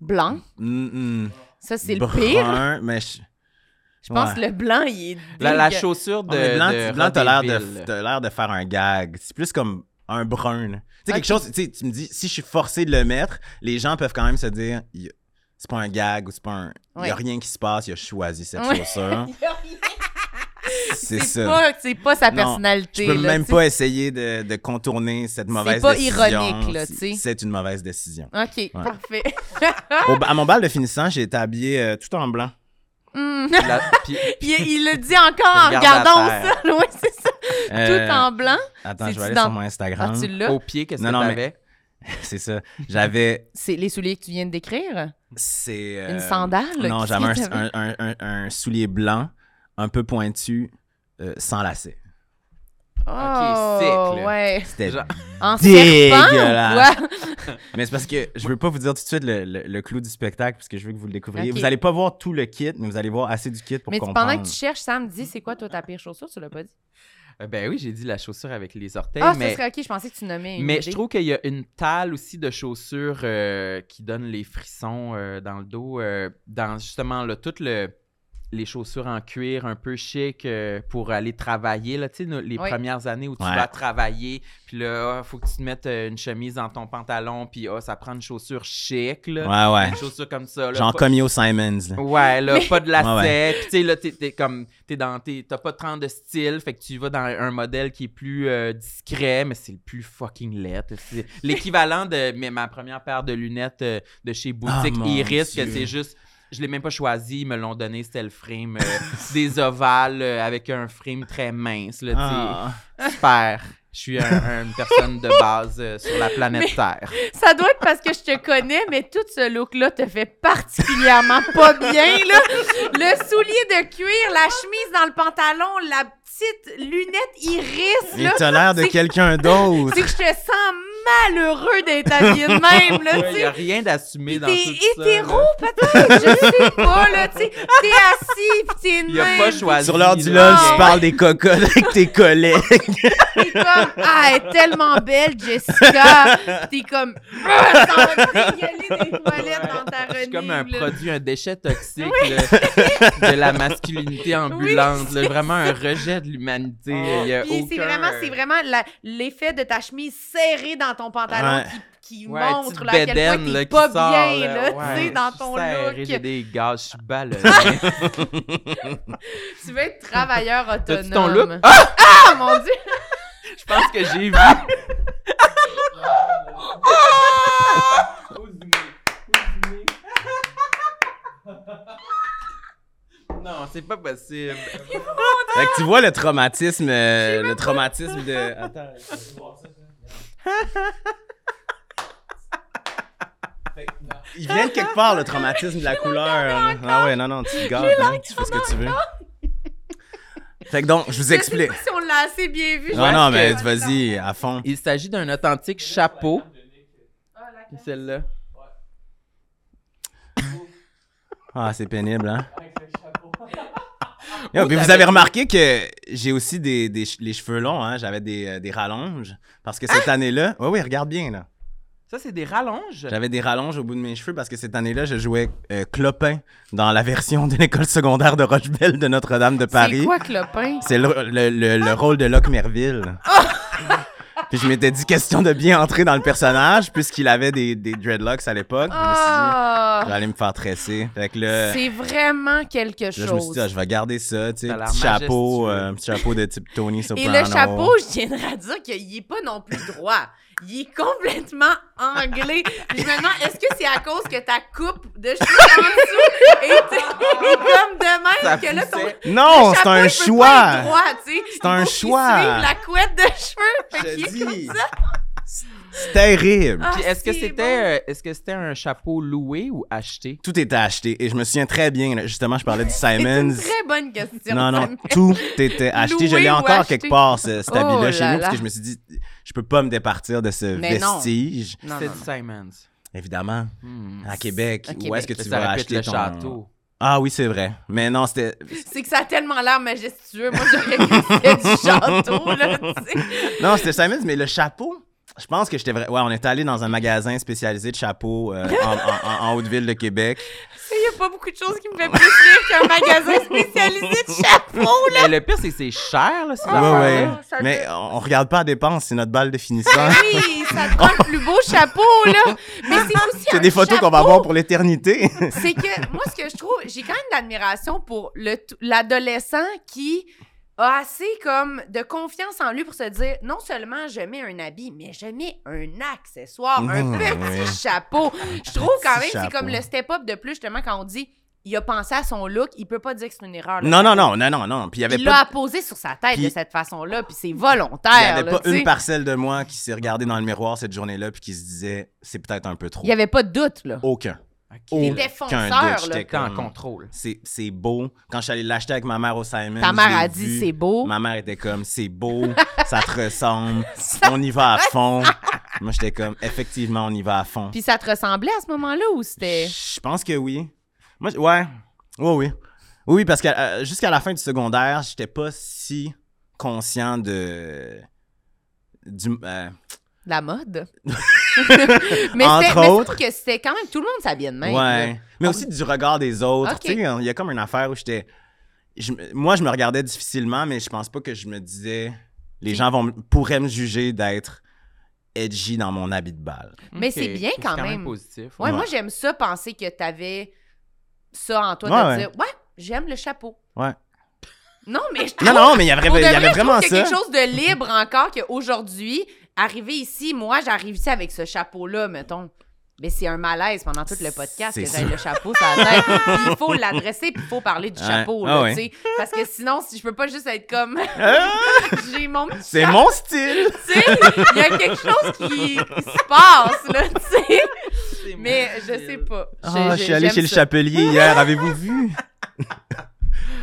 Speaker 1: Blanc.
Speaker 4: Mm, mm.
Speaker 1: Ça, c'est le
Speaker 4: Brun,
Speaker 1: pire.
Speaker 4: mais je-
Speaker 1: Je pense
Speaker 4: ouais.
Speaker 1: que le blanc, il est
Speaker 2: La, la
Speaker 1: dégueu.
Speaker 2: chaussure de...
Speaker 4: Oh, mais blanc,
Speaker 2: de
Speaker 4: tu- blanc, t'as l'air de,
Speaker 2: Rodéville.
Speaker 4: t'as l'air de faire un gag. C'est plus comme un brun. là. Tu sais,
Speaker 1: Ok.
Speaker 4: quelque chose, tu sais, tu me dis, si je suis forcé de le mettre, les gens peuvent quand même se dire, Y- c'est pas un gag ou c'est pas un. Il y
Speaker 1: Ouais.
Speaker 4: a rien qui se passe, il a choisi cette
Speaker 1: Ouais.
Speaker 4: chaussure. c'est
Speaker 1: C'est
Speaker 4: ça.
Speaker 1: pas, c'est pas sa
Speaker 4: Non,
Speaker 1: personnalité.
Speaker 4: Je peux
Speaker 1: là,
Speaker 4: même
Speaker 1: tu sais.
Speaker 4: pas essayer de, de contourner cette mauvaise
Speaker 1: pas
Speaker 4: décision.
Speaker 1: ironique, là,
Speaker 4: C'est-
Speaker 1: tu sais.
Speaker 4: C'est une mauvaise décision.
Speaker 1: Ok, parfait. Ah!
Speaker 4: Au ba- à mon bal de finissant, j'ai été habillé euh, tout en blanc.
Speaker 1: Hmm.
Speaker 2: La- puis-
Speaker 1: Puis il le dit encore en
Speaker 2: Regarde la
Speaker 1: regardant au
Speaker 2: terre.
Speaker 1: sol. Oui, c'est ça.
Speaker 4: Euh,
Speaker 1: Tout en blanc.
Speaker 4: Attends, je
Speaker 1: C'est-tu
Speaker 4: vais aller
Speaker 1: dans-
Speaker 4: sur mon Instagram.
Speaker 1: Ah, tu l'as.
Speaker 4: Oh.
Speaker 2: Au pied, qu'est-ce
Speaker 4: Non,
Speaker 2: que
Speaker 4: non, mais-
Speaker 2: t'avais?
Speaker 4: C'est ça. J'avais
Speaker 1: C'est les souliers que tu viens de décrire?
Speaker 4: C'est.
Speaker 1: Une
Speaker 4: euh,
Speaker 1: sandale?
Speaker 4: Non,
Speaker 1: Qu'est-ce
Speaker 4: j'avais
Speaker 1: que
Speaker 4: un,
Speaker 1: t'avais?
Speaker 4: un, un, un- un soulier blanc, un peu pointu, euh, sans lacet.
Speaker 1: Oh,
Speaker 2: sick, là.
Speaker 1: ouais.
Speaker 4: C'était.
Speaker 2: Genre-
Speaker 1: En
Speaker 4: Dégueulasse.
Speaker 1: serpent, ou quoi?
Speaker 4: Mais c'est parce que je veux pas vous dire tout de suite le, le- le clou du spectacle, parce que je veux que vous le découvriez.
Speaker 1: Ok.
Speaker 4: Vous allez pas voir tout le kit, mais vous allez voir assez du kit pour
Speaker 1: Mais tu-
Speaker 4: comprendre.
Speaker 1: pendant que tu cherches, Sam, dis c'est quoi toi ta pire chaussure, tu l'as pas dit.
Speaker 2: Euh, Ben oui, j'ai dit la chaussure avec les
Speaker 4: Eh,
Speaker 2: orteils,
Speaker 1: Ah, ce
Speaker 2: mais...
Speaker 1: serait ok, je pensais que tu nommais une
Speaker 2: Mais
Speaker 1: idée.
Speaker 2: je trouve qu'il y a une talle aussi de chaussures euh, qui donne les frissons euh, dans le dos. euh, dans justement là, toutes le- les chaussures en cuir un peu chic euh, pour aller travailler. Là, tu sais, nos- les
Speaker 1: Oui.
Speaker 2: premières années où tu
Speaker 4: Ouais.
Speaker 2: vas travailler, puis là, ah, faut que tu te mettes euh, une chemise dans ton pantalon, puis ah, ça prend une chaussure chic. Là,
Speaker 4: Ouais,
Speaker 2: Une
Speaker 4: ouais.
Speaker 2: chaussure comme ça. Là,
Speaker 4: Genre
Speaker 2: pas-
Speaker 4: Comio Simons. là.
Speaker 2: Ouais, là, pas de lacets.
Speaker 4: Ouais,
Speaker 2: Puis, tu sais, là, t'es, t'es comme. T'es dans, t'es- t'as pas tant de style, fait que tu vas dans un modèle qui est plus euh, discret, mais c'est le plus fucking laid. C'est l'équivalent de mais, ma première paire de lunettes euh, de chez Boutique
Speaker 4: Ah, mon
Speaker 2: Iris,
Speaker 4: Dieu.
Speaker 2: que c'est juste. Je l'ai même pas choisi, ils me l'ont donné, c'était le frame. euh, des ovales euh, avec un frame très mince, là, tu sais.
Speaker 4: Ah.
Speaker 2: Super. Je suis un- une personne de base euh, sur la planète Terre.
Speaker 1: Ça doit être parce que je te connais, mais tout ce look-là te fait particulièrement pas bien, là. Le soulier de cuir, la chemise dans le pantalon, la petite lunette iris,
Speaker 4: Et
Speaker 1: là.
Speaker 4: t'as l'air de
Speaker 1: c'est-
Speaker 4: quelqu'un d'autre.
Speaker 1: C'est que je te sens malheureux d'être habillé de même, là,
Speaker 2: Il
Speaker 1: tu
Speaker 2: n'y a
Speaker 1: sais.
Speaker 2: rien d'assumer
Speaker 1: Puis
Speaker 2: dans
Speaker 1: T'es
Speaker 2: tout ça.
Speaker 1: hétéro,
Speaker 2: là.
Speaker 1: peut-être, je sais pas, là, tu sais. T'es assis, pis t'es de
Speaker 2: Il a
Speaker 1: même.
Speaker 2: pas choisi.
Speaker 4: Sur l'heure du
Speaker 2: là.
Speaker 4: lunch, tu parles des cocottes avec tes collègues.
Speaker 1: T'es comme, ah, elle est tellement belle, Jessica. Puis T'es comme, ah, elle s'en va te dégueuler des toilettes dans ta
Speaker 2: Je
Speaker 1: renive.
Speaker 2: suis comme un
Speaker 1: là.
Speaker 2: produit, un déchet toxique là, de la masculinité ambulante. là. vraiment un rejet de l'humanité.
Speaker 4: Oh.
Speaker 2: Il y a
Speaker 1: Puis c'est
Speaker 2: aucun-
Speaker 1: vraiment, c'est vraiment la- l'effet de ta chemise serrée dans ton pantalon
Speaker 4: Ouais.
Speaker 1: qui, qui
Speaker 2: Ouais,
Speaker 1: montre
Speaker 2: petite
Speaker 1: là, à quel
Speaker 2: bédaine,
Speaker 1: point
Speaker 2: là,
Speaker 1: t'es
Speaker 2: qui
Speaker 1: pas
Speaker 2: sort,
Speaker 1: bien,
Speaker 2: là.
Speaker 1: là, tu sais,
Speaker 2: Ouais,
Speaker 1: dans
Speaker 2: je
Speaker 1: ton
Speaker 2: suis serré, J'ai
Speaker 1: look.
Speaker 2: des gaz, je suis ballonné.
Speaker 1: Tu veux être travailleur
Speaker 2: T'as-tu
Speaker 1: autonome.
Speaker 2: ton look?
Speaker 1: Ah! mon Dieu!
Speaker 2: je pense que j'ai vu. Non, c'est pas possible.
Speaker 4: Fait que tu vois le traumatisme, euh, le traumatisme de. Attends, Il vient de quelque part le traumatisme de la couleur. là. Ah ouais, non, non, tu le gardes. hein, tu fais ce que tu veux. Fait que donc, je vous explique.
Speaker 1: Je sais pas si on l'a assez bien vu. je
Speaker 4: Non,
Speaker 1: pense
Speaker 4: non,
Speaker 1: que-
Speaker 4: mais vas-y, à fond.
Speaker 2: Il s'agit d'un authentique chapeau. Celle-là.
Speaker 4: Ah, c'est pénible, hein? Yo, puis vous avez remarqué que j'ai aussi des, des che- les cheveux longs, hein? J'avais des, euh, des rallonges. Parce que
Speaker 1: Ah!
Speaker 4: cette année-là. Oui, oui, regarde bien, là.
Speaker 2: Ça, c'est des rallonges.
Speaker 4: J'avais des rallonges au bout de mes cheveux parce que cette année-là, je jouais euh, Clopin dans la version de l'école secondaire de Rochebelle de Notre-Dame de
Speaker 1: C'est
Speaker 4: Paris.
Speaker 1: quoi, Ah! Clopin?
Speaker 4: C'est le, le- le- le rôle de Locke Merville.
Speaker 1: Ah!
Speaker 4: Puis je m'étais dit question de bien entrer dans le personnage puisqu'il avait des, des dreadlocks à l'époque. Je me suis dit,
Speaker 1: Ah!
Speaker 4: j'allais me faire tresser. Fait que là,
Speaker 1: C'est vraiment quelque
Speaker 4: là, je me suis dit,
Speaker 1: chose.
Speaker 4: ah, je vais garder ça, tu sais,
Speaker 2: Ça a l'air
Speaker 4: petit chapeau,
Speaker 2: majestueux.
Speaker 4: euh, petit chapeau de type Tony
Speaker 1: Et
Speaker 4: Soprano.
Speaker 1: le chapeau, je tiendrai à dire qu'il est pas non plus droit. Il est complètement anglais. Je me demande, est-ce que c'est à cause que ta coupe de cheveux en dessous est, est comme de même
Speaker 2: Ça
Speaker 1: Ah, que là, ton
Speaker 2: poussait.
Speaker 4: Non, Oh, c'est
Speaker 1: chapeau, il
Speaker 4: un
Speaker 1: peut pas être
Speaker 4: choix.
Speaker 1: droit, tu sais.
Speaker 4: C'est
Speaker 1: Il
Speaker 4: un
Speaker 1: faut qu'il
Speaker 4: choix.
Speaker 1: suive la couette de cheveux. Fait
Speaker 4: Je
Speaker 1: qu'il est
Speaker 4: dis.
Speaker 1: comme ça.
Speaker 4: C'est terrible.
Speaker 1: Ah,
Speaker 2: Puis est-ce que
Speaker 1: c'est
Speaker 2: c'était euh, est-ce que c'était un chapeau loué ou acheté?
Speaker 4: Tout était acheté et je me souviens très bien. là, justement, je parlais du
Speaker 1: bon. C'est une
Speaker 4: Simons.
Speaker 1: très bonne question.
Speaker 4: Non, non,
Speaker 1: Sam.
Speaker 4: tout était acheté. je
Speaker 1: Loué
Speaker 4: l'ai
Speaker 1: ou
Speaker 4: encore
Speaker 1: acheté?
Speaker 4: quelque part, ce, cet
Speaker 1: Oh
Speaker 4: habit-là, chez
Speaker 1: là
Speaker 4: nous, parce
Speaker 1: là.
Speaker 4: que je me suis dit, je peux pas me départir de ce
Speaker 1: Mais non.
Speaker 4: vestige.
Speaker 1: Non,
Speaker 2: C'était
Speaker 1: non,
Speaker 2: du
Speaker 1: non.
Speaker 2: Simons.
Speaker 4: Évidemment,
Speaker 2: Hmm.
Speaker 4: à Québec,
Speaker 1: Mm. À
Speaker 4: où
Speaker 1: Québec.
Speaker 4: est-ce que
Speaker 2: Ça,
Speaker 4: tu
Speaker 2: ça
Speaker 4: vas
Speaker 2: répète
Speaker 4: acheter
Speaker 2: le
Speaker 4: ton...
Speaker 2: château.
Speaker 4: Ah oui, c'est vrai. Mais non, c'était...
Speaker 1: C'est que ça a tellement l'air majestueux. Moi, j'aurais cru que c'était du château, là, tu sais.
Speaker 4: Non, c'était Simons, mais le chapeau... Je pense que j'étais vrai. Ouais, on est allé dans un magasin spécialisé de chapeaux euh, en, en- en- en Haute-Ville de Québec.
Speaker 1: Il n'y a pas beaucoup de choses qui me fait plus rire qu'un magasin spécialisé de chapeaux, là.
Speaker 2: Mais le pire, c'est que c'est cher, là, ces
Speaker 1: Ah,
Speaker 4: ouais,
Speaker 2: affaires-là.
Speaker 4: ouais.
Speaker 1: ça
Speaker 4: Mais
Speaker 1: fait-
Speaker 4: on, on regarde pas à dépense, c'est notre balle de finissant.
Speaker 1: Oui, ça te prend le plus beau chapeau, là. Mais c'est aussi
Speaker 4: c'est
Speaker 1: un
Speaker 4: des photos qu'on va
Speaker 1: chapeau,
Speaker 4: avoir pour l'éternité.
Speaker 1: C'est que moi, ce que je trouve, j'ai quand même d'admiration pour le t- l'adolescent qui a assez comme de confiance en lui pour se dire non seulement je mets un habit, mais je mets un accessoire, un
Speaker 4: Mmh,
Speaker 1: petit
Speaker 4: ouais.
Speaker 1: chapeau. Je trouve quand même
Speaker 4: Petit
Speaker 1: c'est comme
Speaker 4: chapeau.
Speaker 1: le step-up de plus, justement, quand on dit il a pensé à son look, il peut pas dire que c'est une erreur. là.
Speaker 4: non, non, non, non, non, non. Puis il y avait
Speaker 1: il
Speaker 4: pas
Speaker 1: l'a apposé sur sa tête
Speaker 4: Puis-
Speaker 1: de cette façon-là, puis c'est
Speaker 4: Il n'y
Speaker 1: volontaire.
Speaker 4: avait
Speaker 1: là,
Speaker 4: pas
Speaker 1: tu sais.
Speaker 4: une parcelle de moi qui s'est regardée dans le miroir cette journée-là puis qui se disait c'est peut-être un peu trop.
Speaker 1: Il y avait pas de doute, là.
Speaker 4: Aucun.
Speaker 1: T'es
Speaker 2: Ok. Hum.
Speaker 4: Aucun
Speaker 1: défenseur,
Speaker 4: doute.
Speaker 1: là.
Speaker 4: J'étais
Speaker 2: T'es en
Speaker 4: comme,
Speaker 2: contrôle.
Speaker 4: C'est c'est beau. Quand je suis allé l'acheter avec ma mère au Simon.
Speaker 1: Ta mère a dit c'est beau.
Speaker 4: Ma mère était comme c'est beau, ça te ressemble, on y va à fond. Moi j'étais comme effectivement on y va à fond.
Speaker 1: Puis ça te ressemblait à ce moment-là ou c'était.
Speaker 4: Je pense que oui. Moi, j- ouais. Oui, oui. Oui, oui, parce que euh, jusqu'à la fin du secondaire, j'étais pas si conscient de. Du, euh,
Speaker 1: La mode. mais
Speaker 4: Entre
Speaker 1: c'était- mais c'est
Speaker 4: autres.
Speaker 1: surtout que c'était quand même tout le monde s'habillait de même. là.
Speaker 4: Ouais. Mais aussi du regard des autres.
Speaker 1: Ok.
Speaker 4: Tu sais, il y a comme une affaire où j'étais. je me- moi, je me regardais difficilement, mais je pense pas que je me disais. Les gens vont, m- pourraient me juger d'être edgy dans mon habit de balle.
Speaker 1: Mais
Speaker 2: Ok.
Speaker 1: c'est bien quand même.
Speaker 2: positif.
Speaker 1: Ouais,
Speaker 4: Ouais.
Speaker 1: moi j'aime ça penser que t'avais ça en toi
Speaker 4: Ouais,
Speaker 1: de
Speaker 4: ouais.
Speaker 1: dire ouais, j'aime le chapeau.
Speaker 4: Ouais.
Speaker 1: Non, mais je trouve.
Speaker 4: Non, non, mais il y avait,
Speaker 1: pour
Speaker 4: ben, il
Speaker 1: de
Speaker 4: y
Speaker 1: vrai,
Speaker 4: avait
Speaker 1: je trouve
Speaker 4: vraiment
Speaker 1: qu'il y a
Speaker 4: ça.
Speaker 1: quelque chose de libre encore qu'aujourd'hui, arriver ici, moi j'arrive ici avec ce chapeau-là, mettons. Mais c'est un malaise pendant tout le podcast
Speaker 4: C'est
Speaker 1: que j'ai
Speaker 4: sûr.
Speaker 1: le chapeau sur la tête. Puis il faut l'adresser, puis il faut parler du
Speaker 4: Ouais.
Speaker 1: chapeau,
Speaker 4: Ah
Speaker 1: là,
Speaker 4: ouais.
Speaker 1: tu sais. Parce que sinon, si je peux pas juste être comme
Speaker 4: Ah,
Speaker 1: j'ai mon petit
Speaker 4: C'est mon style.
Speaker 1: tu sais, il y a quelque chose qui, qui se passe, là, tu sais. Mais je sais pas. J'ai-
Speaker 4: Ah,
Speaker 1: j'ai-
Speaker 4: je suis allé
Speaker 1: j'aime
Speaker 4: chez le
Speaker 1: ça.
Speaker 4: chapelier hier, avez-vous vu?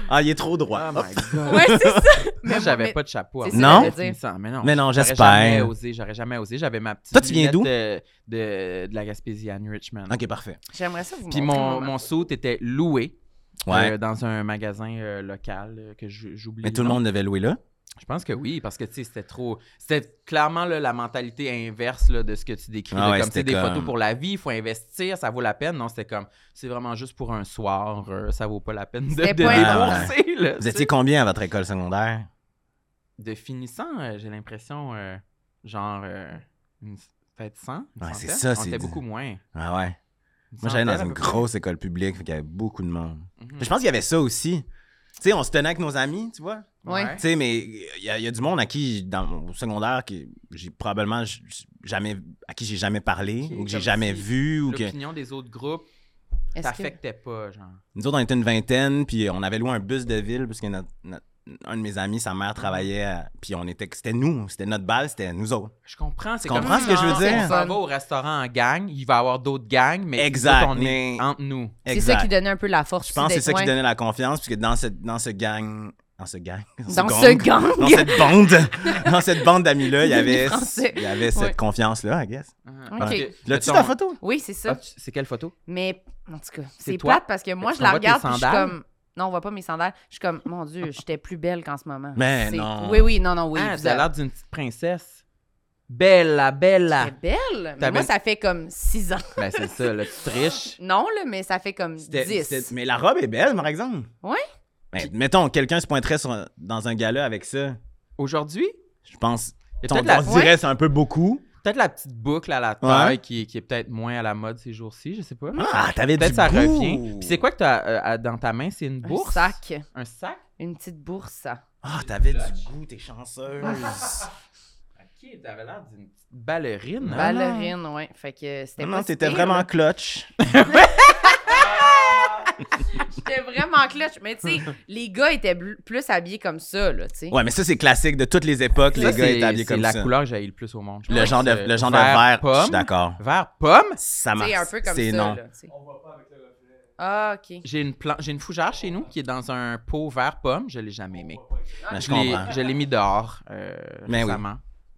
Speaker 4: Ah, il est trop droit.
Speaker 2: Oh my God.
Speaker 1: Ouais, c'est ça.
Speaker 2: Moi,
Speaker 1: moi,
Speaker 2: j'avais
Speaker 1: mais-
Speaker 2: pas de chapeau.
Speaker 1: c'est ça
Speaker 2: avant.
Speaker 4: Non?
Speaker 1: que j'allais
Speaker 2: Il me
Speaker 1: dire.
Speaker 2: semble, Mais non,
Speaker 4: Mais non,
Speaker 2: j'aurais
Speaker 4: j'espère.
Speaker 2: jamais osé, j'aurais jamais osé. J'avais ma petite
Speaker 4: Toi, tu viens
Speaker 2: lunette
Speaker 4: d'où?
Speaker 2: De, de, de la Gaspésiane Richmond.
Speaker 4: Ok, parfait.
Speaker 1: J'aimerais ça vous
Speaker 2: Puis
Speaker 1: montrer
Speaker 2: mon,
Speaker 1: maman.
Speaker 2: mon suit était loué
Speaker 4: Ouais.
Speaker 2: euh, dans un magasin euh, local euh, que je- j'oublie.
Speaker 4: Mais tout le
Speaker 2: nom.
Speaker 4: monde devait louer là.
Speaker 2: Je pense que oui, parce que tu sais, c'était trop. C'était clairement là, la mentalité inverse là, de ce que tu décris.
Speaker 4: Ah
Speaker 2: de
Speaker 4: ouais,
Speaker 2: comme tu sais, des
Speaker 4: c'était comme-
Speaker 2: photos pour la vie, il faut investir, ça vaut la peine. Non, c'était comme c'est vraiment juste pour un soir, euh, ça vaut pas la peine de, de
Speaker 1: C'était pas
Speaker 4: un-
Speaker 2: débourser, là,
Speaker 4: Vous
Speaker 2: tu sais.
Speaker 4: étiez combien à votre école secondaire?
Speaker 2: De finissant, euh, j'ai l'impression, euh, genre, euh, une... peut-être 100. une
Speaker 4: Ouais, c'est
Speaker 2: centaine.
Speaker 4: ça,
Speaker 2: On
Speaker 4: c'est
Speaker 2: était
Speaker 4: du-
Speaker 2: beaucoup moins.
Speaker 4: Ah ouais.
Speaker 2: Une
Speaker 4: Moi, j'allais
Speaker 2: centaine,
Speaker 4: dans
Speaker 2: à
Speaker 4: une
Speaker 2: peu près.
Speaker 4: grosse école publique, fait qu'il y avait beaucoup de monde.
Speaker 2: Mhm.
Speaker 4: Mais Je pense qu'il y avait ça aussi. Tu sais, on se tenait avec nos amis, tu vois.
Speaker 1: Ouais.
Speaker 4: Tu sais, mais il y, a- il y a du monde à qui, dans, au secondaire, qui j'ai probablement j- jamais, à qui j'ai jamais parlé,
Speaker 2: Qui est
Speaker 4: ou que j'ai
Speaker 2: comme
Speaker 4: jamais
Speaker 2: si
Speaker 4: vu, ou que.
Speaker 2: L'opinion des autres groupes
Speaker 1: Est-ce que-
Speaker 2: t'affectait pas, genre.
Speaker 4: Nous autres, on était une vingtaine, puis on avait loué un bus de ville, parce que notre- notre- un de mes amis, sa mère travaillait, à- puis on était, c'était nous, c'était notre balle, c'était nous autres.
Speaker 2: Je comprends. c'est
Speaker 4: Tu comprends
Speaker 2: comme
Speaker 1: ce que je veux
Speaker 2: genre,
Speaker 1: dire?
Speaker 2: On s'en va au restaurant en gang, il va y avoir d'autres gangs, mais
Speaker 4: Exact,
Speaker 2: nous autres, on
Speaker 4: mais-
Speaker 2: est entre nous.
Speaker 1: C'est ça
Speaker 4: Exact.
Speaker 1: qui donnait un peu la force.
Speaker 4: Je pense que
Speaker 1: aussi
Speaker 4: c'est ça
Speaker 1: d'être
Speaker 4: qui
Speaker 1: loin.
Speaker 4: donnait la confiance, puisque dans ce, dans ce gang. Dans ce gang.
Speaker 1: Dans ce
Speaker 4: gang.
Speaker 1: gang.
Speaker 4: Dans cette bande. dans cette bande d'amis-là, il y avait,
Speaker 1: Français.
Speaker 4: il y avait cette
Speaker 1: Ouais.
Speaker 4: confiance-là, I guess.
Speaker 1: Ok.
Speaker 4: Là-tu
Speaker 2: Ah, Mettons-
Speaker 4: ta photo?
Speaker 1: Oui, c'est ça.
Speaker 2: Ah, tu- c'est quelle photo?
Speaker 1: Mais en tout cas, c'est
Speaker 2: toi?
Speaker 1: plate parce que moi,
Speaker 2: Est-ce
Speaker 1: je la
Speaker 2: qu'on voit tes
Speaker 1: regarde puis je suis
Speaker 2: sandales?
Speaker 1: comme. Non, on voit pas mes sandales. Je suis comme, mon Dieu, j'étais plus belle qu'en ce moment.
Speaker 4: Mais
Speaker 1: C'est-
Speaker 4: non.
Speaker 1: Oui, oui, non, non, oui.
Speaker 2: ah,
Speaker 1: vous
Speaker 2: t'as
Speaker 1: avez-
Speaker 2: l'air d'une petite princesse. Bella, bella.
Speaker 1: J'étais belle. Mais
Speaker 2: T'avais-
Speaker 1: moi, ça fait comme six ans.
Speaker 2: ben, c'est ça, là, tu triches.
Speaker 1: Non, là, mais ça fait comme
Speaker 2: C'était-
Speaker 1: 10.
Speaker 2: c'était-
Speaker 4: Mais la robe est belle, par exemple.
Speaker 1: Ouais.
Speaker 4: Mais Ben, mettons, quelqu'un se pointerait sur un- dans un gala avec ça.
Speaker 2: Aujourd'hui,
Speaker 4: Je pense.
Speaker 2: il y a
Speaker 4: On,
Speaker 2: peut-être la,
Speaker 4: on dirait c'est un peu beaucoup.
Speaker 2: peut-être la petite boucle à la taille qui, qui est peut-être moins à la mode ces jours-ci, je sais pas.
Speaker 4: Ah, t'avais
Speaker 2: peut-être
Speaker 4: du
Speaker 2: ça
Speaker 4: bout.
Speaker 2: revient. Puis c'est quoi que t'as euh, à- dans ta main? C'est une bourse?
Speaker 1: Un sac.
Speaker 2: Un sac?
Speaker 1: Une petite bourse.
Speaker 4: Ah, t'avais du goût, t'es
Speaker 1: Ah.
Speaker 4: chanceuse.
Speaker 2: Ok, t'avais l'air d'une petite ballerine. hein?
Speaker 1: Ballerine, ouais. Fait que c'était
Speaker 4: non,
Speaker 1: pas
Speaker 4: non,
Speaker 1: si
Speaker 4: t'étais
Speaker 1: pire,
Speaker 4: vraiment
Speaker 1: là.
Speaker 4: clutch.
Speaker 1: J'étais vraiment clutch. Mais tu sais, les gars étaient bl- plus habillés comme ça, là, tu sais.
Speaker 4: Ouais, mais ça, c'est classique de toutes les époques,
Speaker 2: Ça,
Speaker 4: les gars
Speaker 2: c'est-
Speaker 4: étaient habillés comme
Speaker 2: C'est
Speaker 4: ça.
Speaker 2: la couleur que j'ai le plus au monde. je
Speaker 4: Le
Speaker 2: pense.
Speaker 4: genre de,
Speaker 2: Euh,
Speaker 4: le genre de vert, je suis
Speaker 2: pomme.
Speaker 4: d'accord.
Speaker 2: Vert pomme.
Speaker 4: Ça
Speaker 1: Tu
Speaker 4: marche.
Speaker 1: sais, un peu comme ça,
Speaker 4: C'est non.
Speaker 1: là, tu sais. On voit pas avec le reflet. Ah, OK.
Speaker 2: J'ai une plan- j'ai une fougère chez nous qui est dans un pot vert pomme. Je l'ai jamais aimé.
Speaker 1: Ah,
Speaker 4: Mais je
Speaker 2: Je l'ai-
Speaker 4: comprends.
Speaker 2: je l'ai mis dehors euh,
Speaker 4: Mais oui.
Speaker 2: récemment.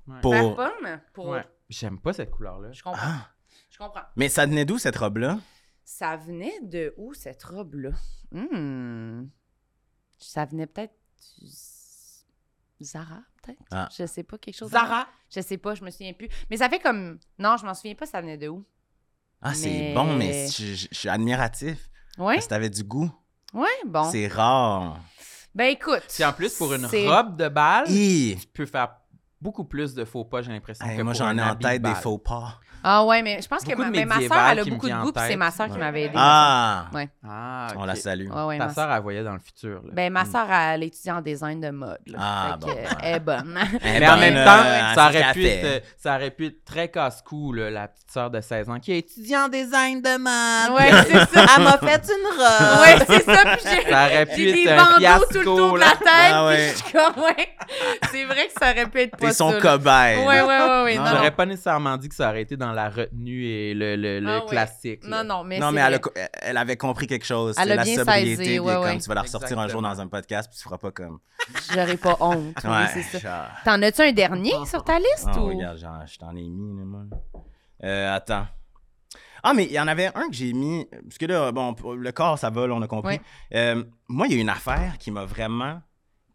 Speaker 1: Faire
Speaker 4: Pour...
Speaker 1: pomme pour...
Speaker 2: Ouais. J'aime pas cette couleur-là.
Speaker 1: Je comprends.
Speaker 4: Ah.
Speaker 1: Je comprends.
Speaker 4: Mais ça venait d'où cette robe-là?
Speaker 1: Ça venait de où cette robe-là? Hmm. Ça venait peut-être du Z- Zara, peut-être?
Speaker 4: Ah.
Speaker 1: Je sais pas, quelque chose.
Speaker 2: Zara.
Speaker 1: Je sais pas, je me souviens plus. Mais ça fait comme. Non, je m'en souviens pas, ça venait de où?
Speaker 4: Ah, c'est
Speaker 1: Mais-
Speaker 4: bon, mais je, je- je suis admiratif.
Speaker 1: Ouais,
Speaker 4: Parce que t'avais du goût.
Speaker 1: ouais, bon.
Speaker 4: C'est rare.
Speaker 1: Ben écoute.
Speaker 2: Puis en plus, pour une
Speaker 1: c'est-
Speaker 2: robe de balle,
Speaker 4: Hi!
Speaker 2: tu peux faire beaucoup plus de faux pas, j'ai l'impression.
Speaker 4: Hey,
Speaker 2: que
Speaker 4: moi,
Speaker 2: pour
Speaker 4: j'en
Speaker 2: un
Speaker 4: ai en
Speaker 2: habit de
Speaker 4: tête des
Speaker 2: balle.
Speaker 4: faux pas.
Speaker 1: Ah ouais, mais je pense que
Speaker 2: Beaucoup
Speaker 1: ma,
Speaker 2: de
Speaker 1: mais ma
Speaker 2: médiéval
Speaker 1: soeur, elle a
Speaker 2: qui me
Speaker 1: beaucoup de
Speaker 2: vient
Speaker 1: goût,
Speaker 2: en
Speaker 1: puis c'est
Speaker 2: tête.
Speaker 1: ma soeur qui
Speaker 4: Ouais.
Speaker 1: m'avait aidée.
Speaker 4: Ah!
Speaker 1: Ouais.
Speaker 2: Ah,
Speaker 4: On la
Speaker 2: ok.
Speaker 4: salue.
Speaker 1: Ouais, ouais,
Speaker 2: Ta Hmm.
Speaker 1: ma-
Speaker 2: sœur, elle voyait dans le futur. là. Mm.
Speaker 1: Ben, ma soeur, elle étudie en design de mode. là.
Speaker 4: Ah,
Speaker 1: Fait
Speaker 4: bon.
Speaker 1: que, Elle est bonne.
Speaker 4: Eh
Speaker 2: Mais
Speaker 4: ben,
Speaker 2: en même
Speaker 4: euh,
Speaker 2: temps, ça,
Speaker 4: c'est
Speaker 2: aurait pu
Speaker 4: café.
Speaker 2: être, ça aurait pu être très casse-cou, là, la petite sœur de 16 ans qui est étudiante en design de mode.
Speaker 1: Ah ouais, c'est ça.
Speaker 2: Elle m'a fait une robe.
Speaker 1: Ouais, c'est ça. Puis j'ai-
Speaker 2: Ça aurait pu
Speaker 1: J'ai des
Speaker 2: être un
Speaker 1: bandeaux tout le
Speaker 2: fiasco.
Speaker 1: tour de
Speaker 2: là.
Speaker 1: la tête.
Speaker 4: Ah ouais.
Speaker 1: puis je suis comme, ouais. C'est vrai que ça aurait pu être pas
Speaker 4: T'es son
Speaker 1: ça, là.
Speaker 4: cobaye.
Speaker 1: Ouais, ouais, ouais, ouais.
Speaker 4: Non,
Speaker 1: Non,
Speaker 4: j'aurais
Speaker 1: non.
Speaker 2: J'aurais pas nécessairement dit que ça aurait été dans la retenue et le, le, le
Speaker 1: Ah ouais.
Speaker 2: classique. là.
Speaker 1: Non, non, mais.
Speaker 4: non,
Speaker 1: c'est
Speaker 4: mais elle, a
Speaker 1: vrai.
Speaker 4: co- elle- elle avait compris quelque chose.
Speaker 1: Elle
Speaker 4: c'est
Speaker 1: a
Speaker 4: la
Speaker 1: bien
Speaker 4: sobriété.
Speaker 1: saisé,
Speaker 4: puis
Speaker 1: ouais,
Speaker 4: comme
Speaker 1: ouais.
Speaker 4: tu vas la ressortir un jour
Speaker 2: Exactement.
Speaker 4: dans un podcast, puis tu feras pas comme.
Speaker 1: J'aurais pas honte. oui, c'est ça.
Speaker 4: genre-
Speaker 1: T'en as-tu un dernier sur ta liste
Speaker 4: Ah,
Speaker 1: ou.
Speaker 4: regarde, j'en- je t'en ai mis, là, moi. Euh, attends. Ah, mais il y en avait un que j'ai mis. Parce que là, bon, p- le corps, ça vole, on a compris.
Speaker 1: Ouais.
Speaker 4: Euh, moi, il y a une affaire qui m'a vraiment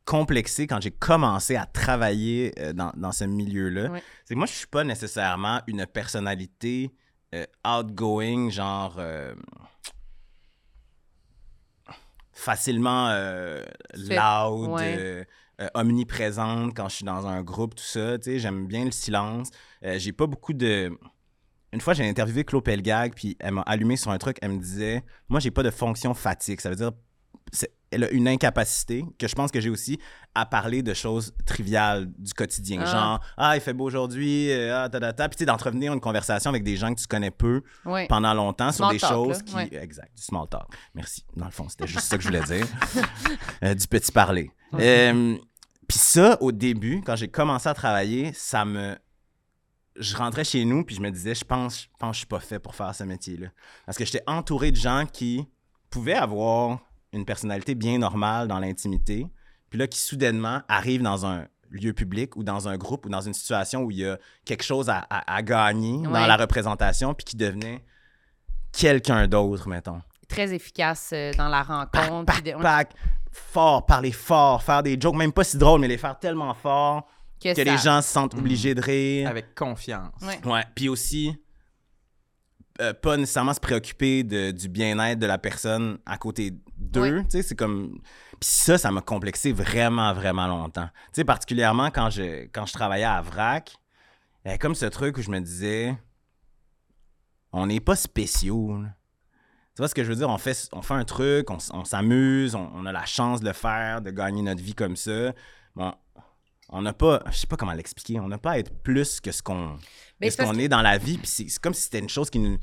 Speaker 4: complexé quand j'ai commencé à travailler euh, dans, dans ce milieu-là.
Speaker 1: Ouais.
Speaker 4: C'est que moi, je suis pas nécessairement une personnalité euh, outgoing, genre. euh, facilement euh,
Speaker 1: Fait-
Speaker 4: loud,
Speaker 1: ouais.
Speaker 4: euh, euh, omniprésente quand je suis dans un groupe, tout ça. Tu sais, j'aime bien le silence. Euh, j'ai pas beaucoup de. Une fois, j'ai interviewé Claude Pelgag, puis elle m'a allumé sur un truc. Elle me disait Moi, j'ai pas de fonction fatigue. Ça veut dire. c'est- Elle a une incapacité que je pense que j'ai aussi à parler de choses triviales du quotidien.
Speaker 1: Ah.
Speaker 4: Genre, ah, il fait beau aujourd'hui, euh, ah, ta, ta, ta. Puis, tu sais, d'entrevenir une conversation avec des gens que tu connais peu
Speaker 1: Ouais.
Speaker 4: pendant longtemps sur
Speaker 1: Small
Speaker 4: des
Speaker 1: talk,
Speaker 4: choses
Speaker 1: là,
Speaker 4: qui.
Speaker 1: ouais.
Speaker 4: Exact, du small talk. Merci. Dans le fond, c'était juste ça que je voulais dire. Euh, du petit parler. Euh, puis ça, au début, quand j'ai commencé à travailler, ça me. Je rentrais chez nous, puis je me disais, je pense, je pense que je suis pas fait pour faire ce métier-là. Parce que j'étais entouré de gens qui pouvaient avoir une personnalité bien normale dans l'intimité, puis là, qui soudainement arrive dans un lieu public ou dans un groupe ou dans une situation où il y a quelque chose à, à- à gagner
Speaker 1: Ouais.
Speaker 4: dans la représentation, puis qui devenait quelqu'un d'autre, mettons.
Speaker 1: Très efficace euh, dans la
Speaker 4: Pac,
Speaker 1: rencontre.
Speaker 4: pac,
Speaker 1: puis de- on-
Speaker 4: pac. fort, parler fort, faire des jokes, même pas si drôles, mais les faire tellement fort que,
Speaker 1: ça- Mm.
Speaker 4: les gens se sentent obligés de rire.
Speaker 2: Avec confiance.
Speaker 1: Ouais.
Speaker 4: Ouais, puis aussi, euh, pas nécessairement se préoccuper de- du bien-être de la personne à côté d'eux. Tu sais, c'est comme. Puis ça, ça m'a complexé vraiment, vraiment longtemps. Tu sais, particulièrement quand je, quand je travaillais à VRAC, il y avait comme ce truc où je me disais, on n'est pas spéciaux. là. Tu vois ce que je veux dire? On fait, on fait un truc, on, s- on s'amuse, on, on a la chance de le faire, de gagner notre vie comme ça. Bon, on n'a pas, je sais pas comment l'expliquer, on n'a pas à être plus que ce qu'on
Speaker 1: Ben,
Speaker 4: que
Speaker 1: c'est
Speaker 4: ce
Speaker 1: parce
Speaker 4: qu'on est dans la vie. Puis c'est c'est comme si c'était une chose qui nous.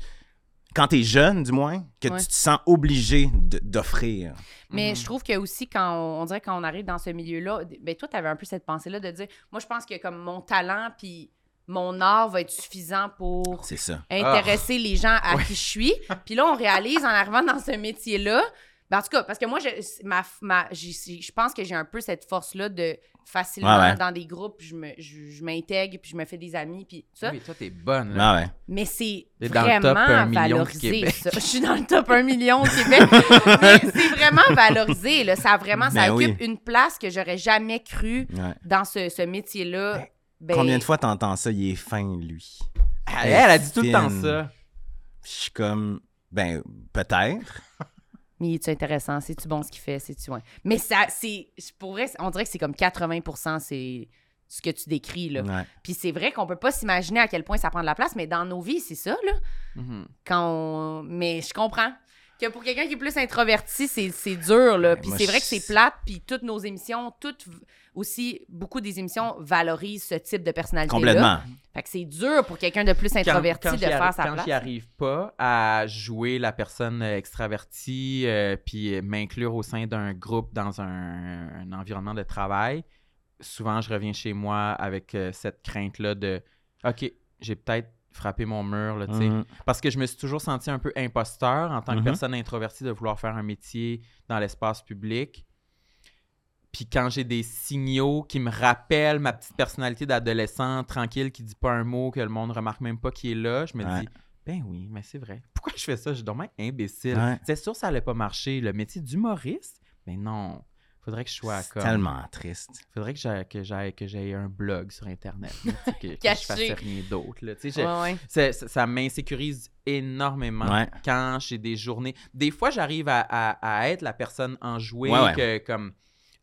Speaker 4: Quand t'es jeune, du moins, que
Speaker 1: Ouais.
Speaker 4: tu te sens obligé de- d'offrir. Mm.
Speaker 1: Mais je trouve que aussi, quand on, on dirait qu'on arrive dans ce milieu-là, d- ben toi, tu avais un peu cette pensée-là de dire moi, je pense que comme mon talent puis mon art va être suffisant pour
Speaker 4: C'est ça.
Speaker 1: intéresser les gens à qui je suis. Puis là, on réalise en arrivant dans ce métier-là. ben, en tout cas, parce que moi, je, ma, ma- j'ai- j'ai- je pense que j'ai un peu cette force-là de facilement
Speaker 4: Ouais, ouais.
Speaker 1: dans des groupes, je me- je je m'intègre, puis je me fais des amis, puis tout ça.
Speaker 2: Oui, toi, t'es bonne. Là.
Speaker 4: Ah ouais.
Speaker 1: Mais c'est
Speaker 2: T'es dans le
Speaker 1: vraiment
Speaker 2: top un million du
Speaker 1: valorisé,
Speaker 2: Québec.
Speaker 1: ça. Je suis dans le top 1 million au Québec. mais c'est vraiment valorisé, là. Ça, a vraiment, ça
Speaker 4: Ben oui.
Speaker 1: occupe une place que j'aurais jamais cru
Speaker 4: ouais.
Speaker 1: dans ce, ce métier-là. Ben,
Speaker 4: Combien de fois t'entends ça? Il est fin, lui.
Speaker 2: Elle, elle a dit tout le temps
Speaker 4: Fine.
Speaker 2: ça.
Speaker 4: Puis je suis comme, ben, peut-être.
Speaker 1: Mais c'est intéressant, c'est-tu bon ce qu'il fait, c'est-tu... ouais. Mais ça, c'est... Pour vrai, on dirait que c'est comme 80 c'est ce que tu décris, là.
Speaker 4: Ouais.
Speaker 1: Puis c'est vrai qu'on peut pas s'imaginer à quel point ça prend de la place, mais dans nos vies, c'est ça, là.
Speaker 2: Mhm.
Speaker 1: quand on- Mais je comprends que pour quelqu'un qui est plus introverti, c'est c'est dur, là.
Speaker 4: Ouais,
Speaker 1: Puis
Speaker 4: moi,
Speaker 1: c'est vrai
Speaker 4: je-
Speaker 1: que c'est plate, puis toutes nos émissions, toutes v- aussi, beaucoup des émissions valorisent ce type de personnalité-là.
Speaker 4: Complètement.
Speaker 1: Fait que c'est dur pour quelqu'un de plus introverti
Speaker 2: quand
Speaker 1: de
Speaker 2: j'y arri-
Speaker 1: faire sa
Speaker 2: Quand
Speaker 1: place.
Speaker 2: j'y arrive pas à jouer la personne euh, extravertie euh, puis euh, m'inclure au sein d'un groupe dans un, un environnement de travail, souvent je reviens chez moi avec euh, cette crainte-là de OK, j'ai peut-être frappé mon mur, là, tu sais.
Speaker 4: Mhm.
Speaker 2: Parce que je me suis toujours senti un peu imposteur en tant que
Speaker 4: Mhm.
Speaker 2: personne introvertie de vouloir faire un métier dans l'espace public. Puis quand j'ai des signaux qui me rappellent ma petite personnalité d'adolescent tranquille qui dit pas un mot, que le monde remarque même pas qui est là, je me
Speaker 4: Ouais.
Speaker 2: dis ben oui, mais c'est vrai. Pourquoi je fais ça? Je suis dommage imbécile.
Speaker 4: Ouais.
Speaker 2: C'est sûr ça allait pas marcher. Le métier d'humoriste? Mais non. Faudrait que je sois
Speaker 4: C'est
Speaker 2: comme...
Speaker 4: tellement triste.
Speaker 2: Faudrait que j'aille- que j'aille- que j'aille un blog sur Internet. là, tu sais, que, que je
Speaker 1: Caché.
Speaker 2: fasse rien d'autre. là. Tu sais, je-
Speaker 1: Ouais, ouais.
Speaker 2: ça, ça- ça m'insécurise énormément
Speaker 4: Ouais.
Speaker 2: quand j'ai des journées. Des fois, j'arrive à, à- à être la personne enjouée
Speaker 4: Ouais, ouais.
Speaker 2: que comme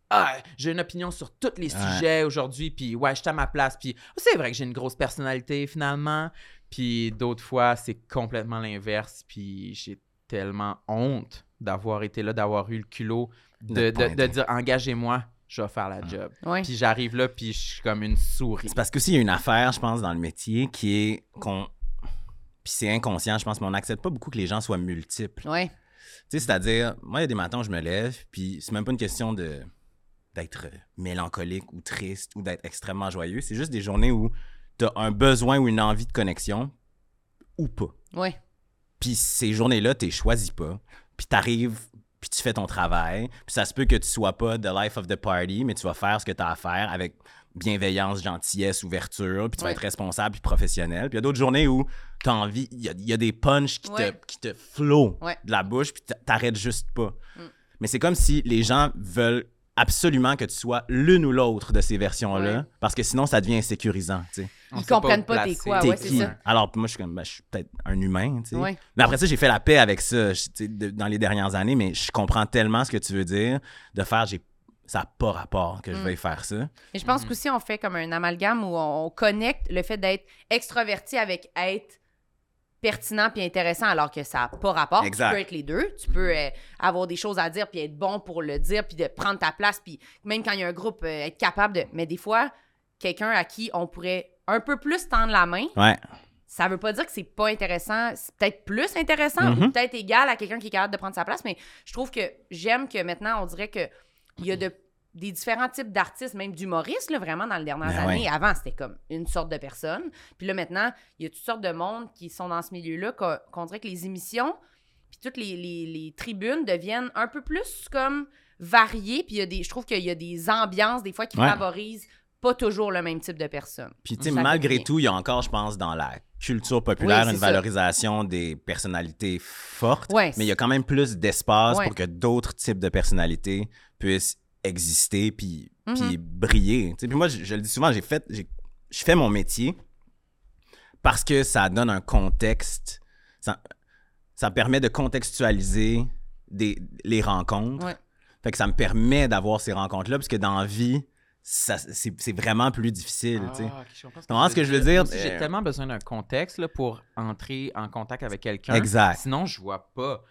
Speaker 2: ah, j'ai une opinion sur tous les
Speaker 4: Ouais.
Speaker 2: sujets aujourd'hui, puis ouais, je suis à ma place, puis oh, c'est vrai que j'ai une grosse personnalité finalement. Puis d'autres fois, c'est complètement l'inverse, puis j'ai tellement honte d'avoir été là, d'avoir eu le culot de,
Speaker 4: De
Speaker 2: de- de
Speaker 4: pointer.
Speaker 2: dire engagez-moi, je vais faire la job.
Speaker 1: Ouais.
Speaker 2: Puis j'arrive là, puis je suis comme une souris.
Speaker 4: C'est parce que aussi, il y a une affaire, je pense, dans le métier qui est qu'on. Puis c'est inconscient, je pense, mais on n'accepte pas beaucoup que les gens soient multiples.
Speaker 1: Ouais.
Speaker 4: Tu sais, c'est-à-dire, moi, il y a des matins où je me lève, puis c'est même pas une question de d'être euh, mélancolique ou triste ou d'être extrêmement joyeux. C'est juste des journées où t'as un besoin ou une envie de connexion ou pas.
Speaker 1: Ouais.
Speaker 4: Puis ces journées-là, t'es choisis pas. Puis t'arrives, puis tu fais ton travail. Puis ça se peut que tu sois pas the life of the party, mais tu vas faire ce que t'as à faire avec bienveillance, gentillesse, ouverture. Puis tu vas
Speaker 1: Ouais.
Speaker 4: être responsable puis professionnel. Puis il y a d'autres journées où t'as envie, il y a, il y a des punchs qui,
Speaker 1: Ouais.
Speaker 4: te, qui te flow
Speaker 1: Ouais.
Speaker 4: de la bouche, puis t'a- t'arrêtes juste pas. Mais c'est comme si les gens veulent absolument que tu sois l'une ou l'autre de ces versions-là,
Speaker 1: Ouais.
Speaker 4: parce que sinon, ça devient insécurisant, tu sais.
Speaker 2: On
Speaker 1: Ils
Speaker 2: sait où
Speaker 1: comprennent pas t'es
Speaker 2: placer.
Speaker 1: quoi, Ah
Speaker 4: T'es
Speaker 1: ouais, c'est
Speaker 4: qui?
Speaker 1: ça.
Speaker 4: Alors, moi, je suis comme, ben, je suis peut-être un humain, tu sais.
Speaker 1: Ouais.
Speaker 4: Mais après ça, j'ai fait la paix avec ça je- tu sais, de- dans les dernières années, mais je comprends tellement ce que tu veux dire de faire, j'ai ça n'a pas rapport
Speaker 1: Mm.
Speaker 4: que je vais faire ça.
Speaker 1: Mais je pense qu'aussi, on fait comme un amalgame où on, on connecte le fait d'être extroverti avec être pertinent puis intéressant alors que ça n'a pas rapport.
Speaker 4: Exact.
Speaker 1: Tu peux être les deux. Tu peux euh, avoir des choses à dire puis être bon pour le dire puis de prendre ta place puis même quand il y a un groupe, euh, être capable de... Mais des fois, quelqu'un à qui on pourrait un peu plus tendre la main,
Speaker 4: Ouais.
Speaker 1: ça veut pas dire que c'est pas intéressant, c'est peut-être plus intéressant ou
Speaker 4: Mhm.
Speaker 1: peut-être égal à quelqu'un qui est capable de prendre sa place, mais je trouve que j'aime que maintenant, on dirait que il y a de- des différents types d'artistes, même d'humoristes, là, vraiment, dans les dernières
Speaker 4: Ben
Speaker 1: années.
Speaker 4: ouais.
Speaker 1: Avant, c'était comme une sorte de personne. Puis là, maintenant, il y a toutes sortes de monde qui sont dans ce milieu-là, qu'on qu'on dirait que les émissions, puis puis toutes les, les- les tribunes deviennent un peu plus comme variées, puis il y a des, je trouve qu'il y a des ambiances des fois qui
Speaker 4: Ouais.
Speaker 1: favorisent pas toujours le même type de personne.
Speaker 4: Puis, tu sais,
Speaker 1: Ça
Speaker 4: malgré
Speaker 1: convient.
Speaker 4: tout, il y a encore, je pense, dans la culture populaire,
Speaker 1: Oui, c'est
Speaker 4: une
Speaker 1: ça.
Speaker 4: valorisation des personnalités fortes.
Speaker 1: Ouais,
Speaker 4: mais il y a quand même plus d'espace
Speaker 1: Ouais.
Speaker 4: pour que d'autres types de personnalités puissent exister puis,
Speaker 1: Mhm.
Speaker 4: puis briller. Tu sais, puis moi, je, je le dis souvent, j'ai fait, j'ai- je fais mon métier parce que ça donne un contexte. Ça, ça permet de contextualiser des, les rencontres.
Speaker 1: Ouais.
Speaker 4: Fait que ça me permet d'avoir ces rencontres-là, parce que dans la vie, ça- c'est c'est vraiment plus difficile.
Speaker 1: Ah.
Speaker 4: tu
Speaker 2: Ah,
Speaker 4: sais. Tu comprends ce que je veux dire?
Speaker 2: Moi aussi, J'ai
Speaker 4: Euh,
Speaker 2: tellement besoin d'un contexte là, pour entrer en contact avec quelqu'un.
Speaker 4: Exact.
Speaker 2: Sinon, je vois pas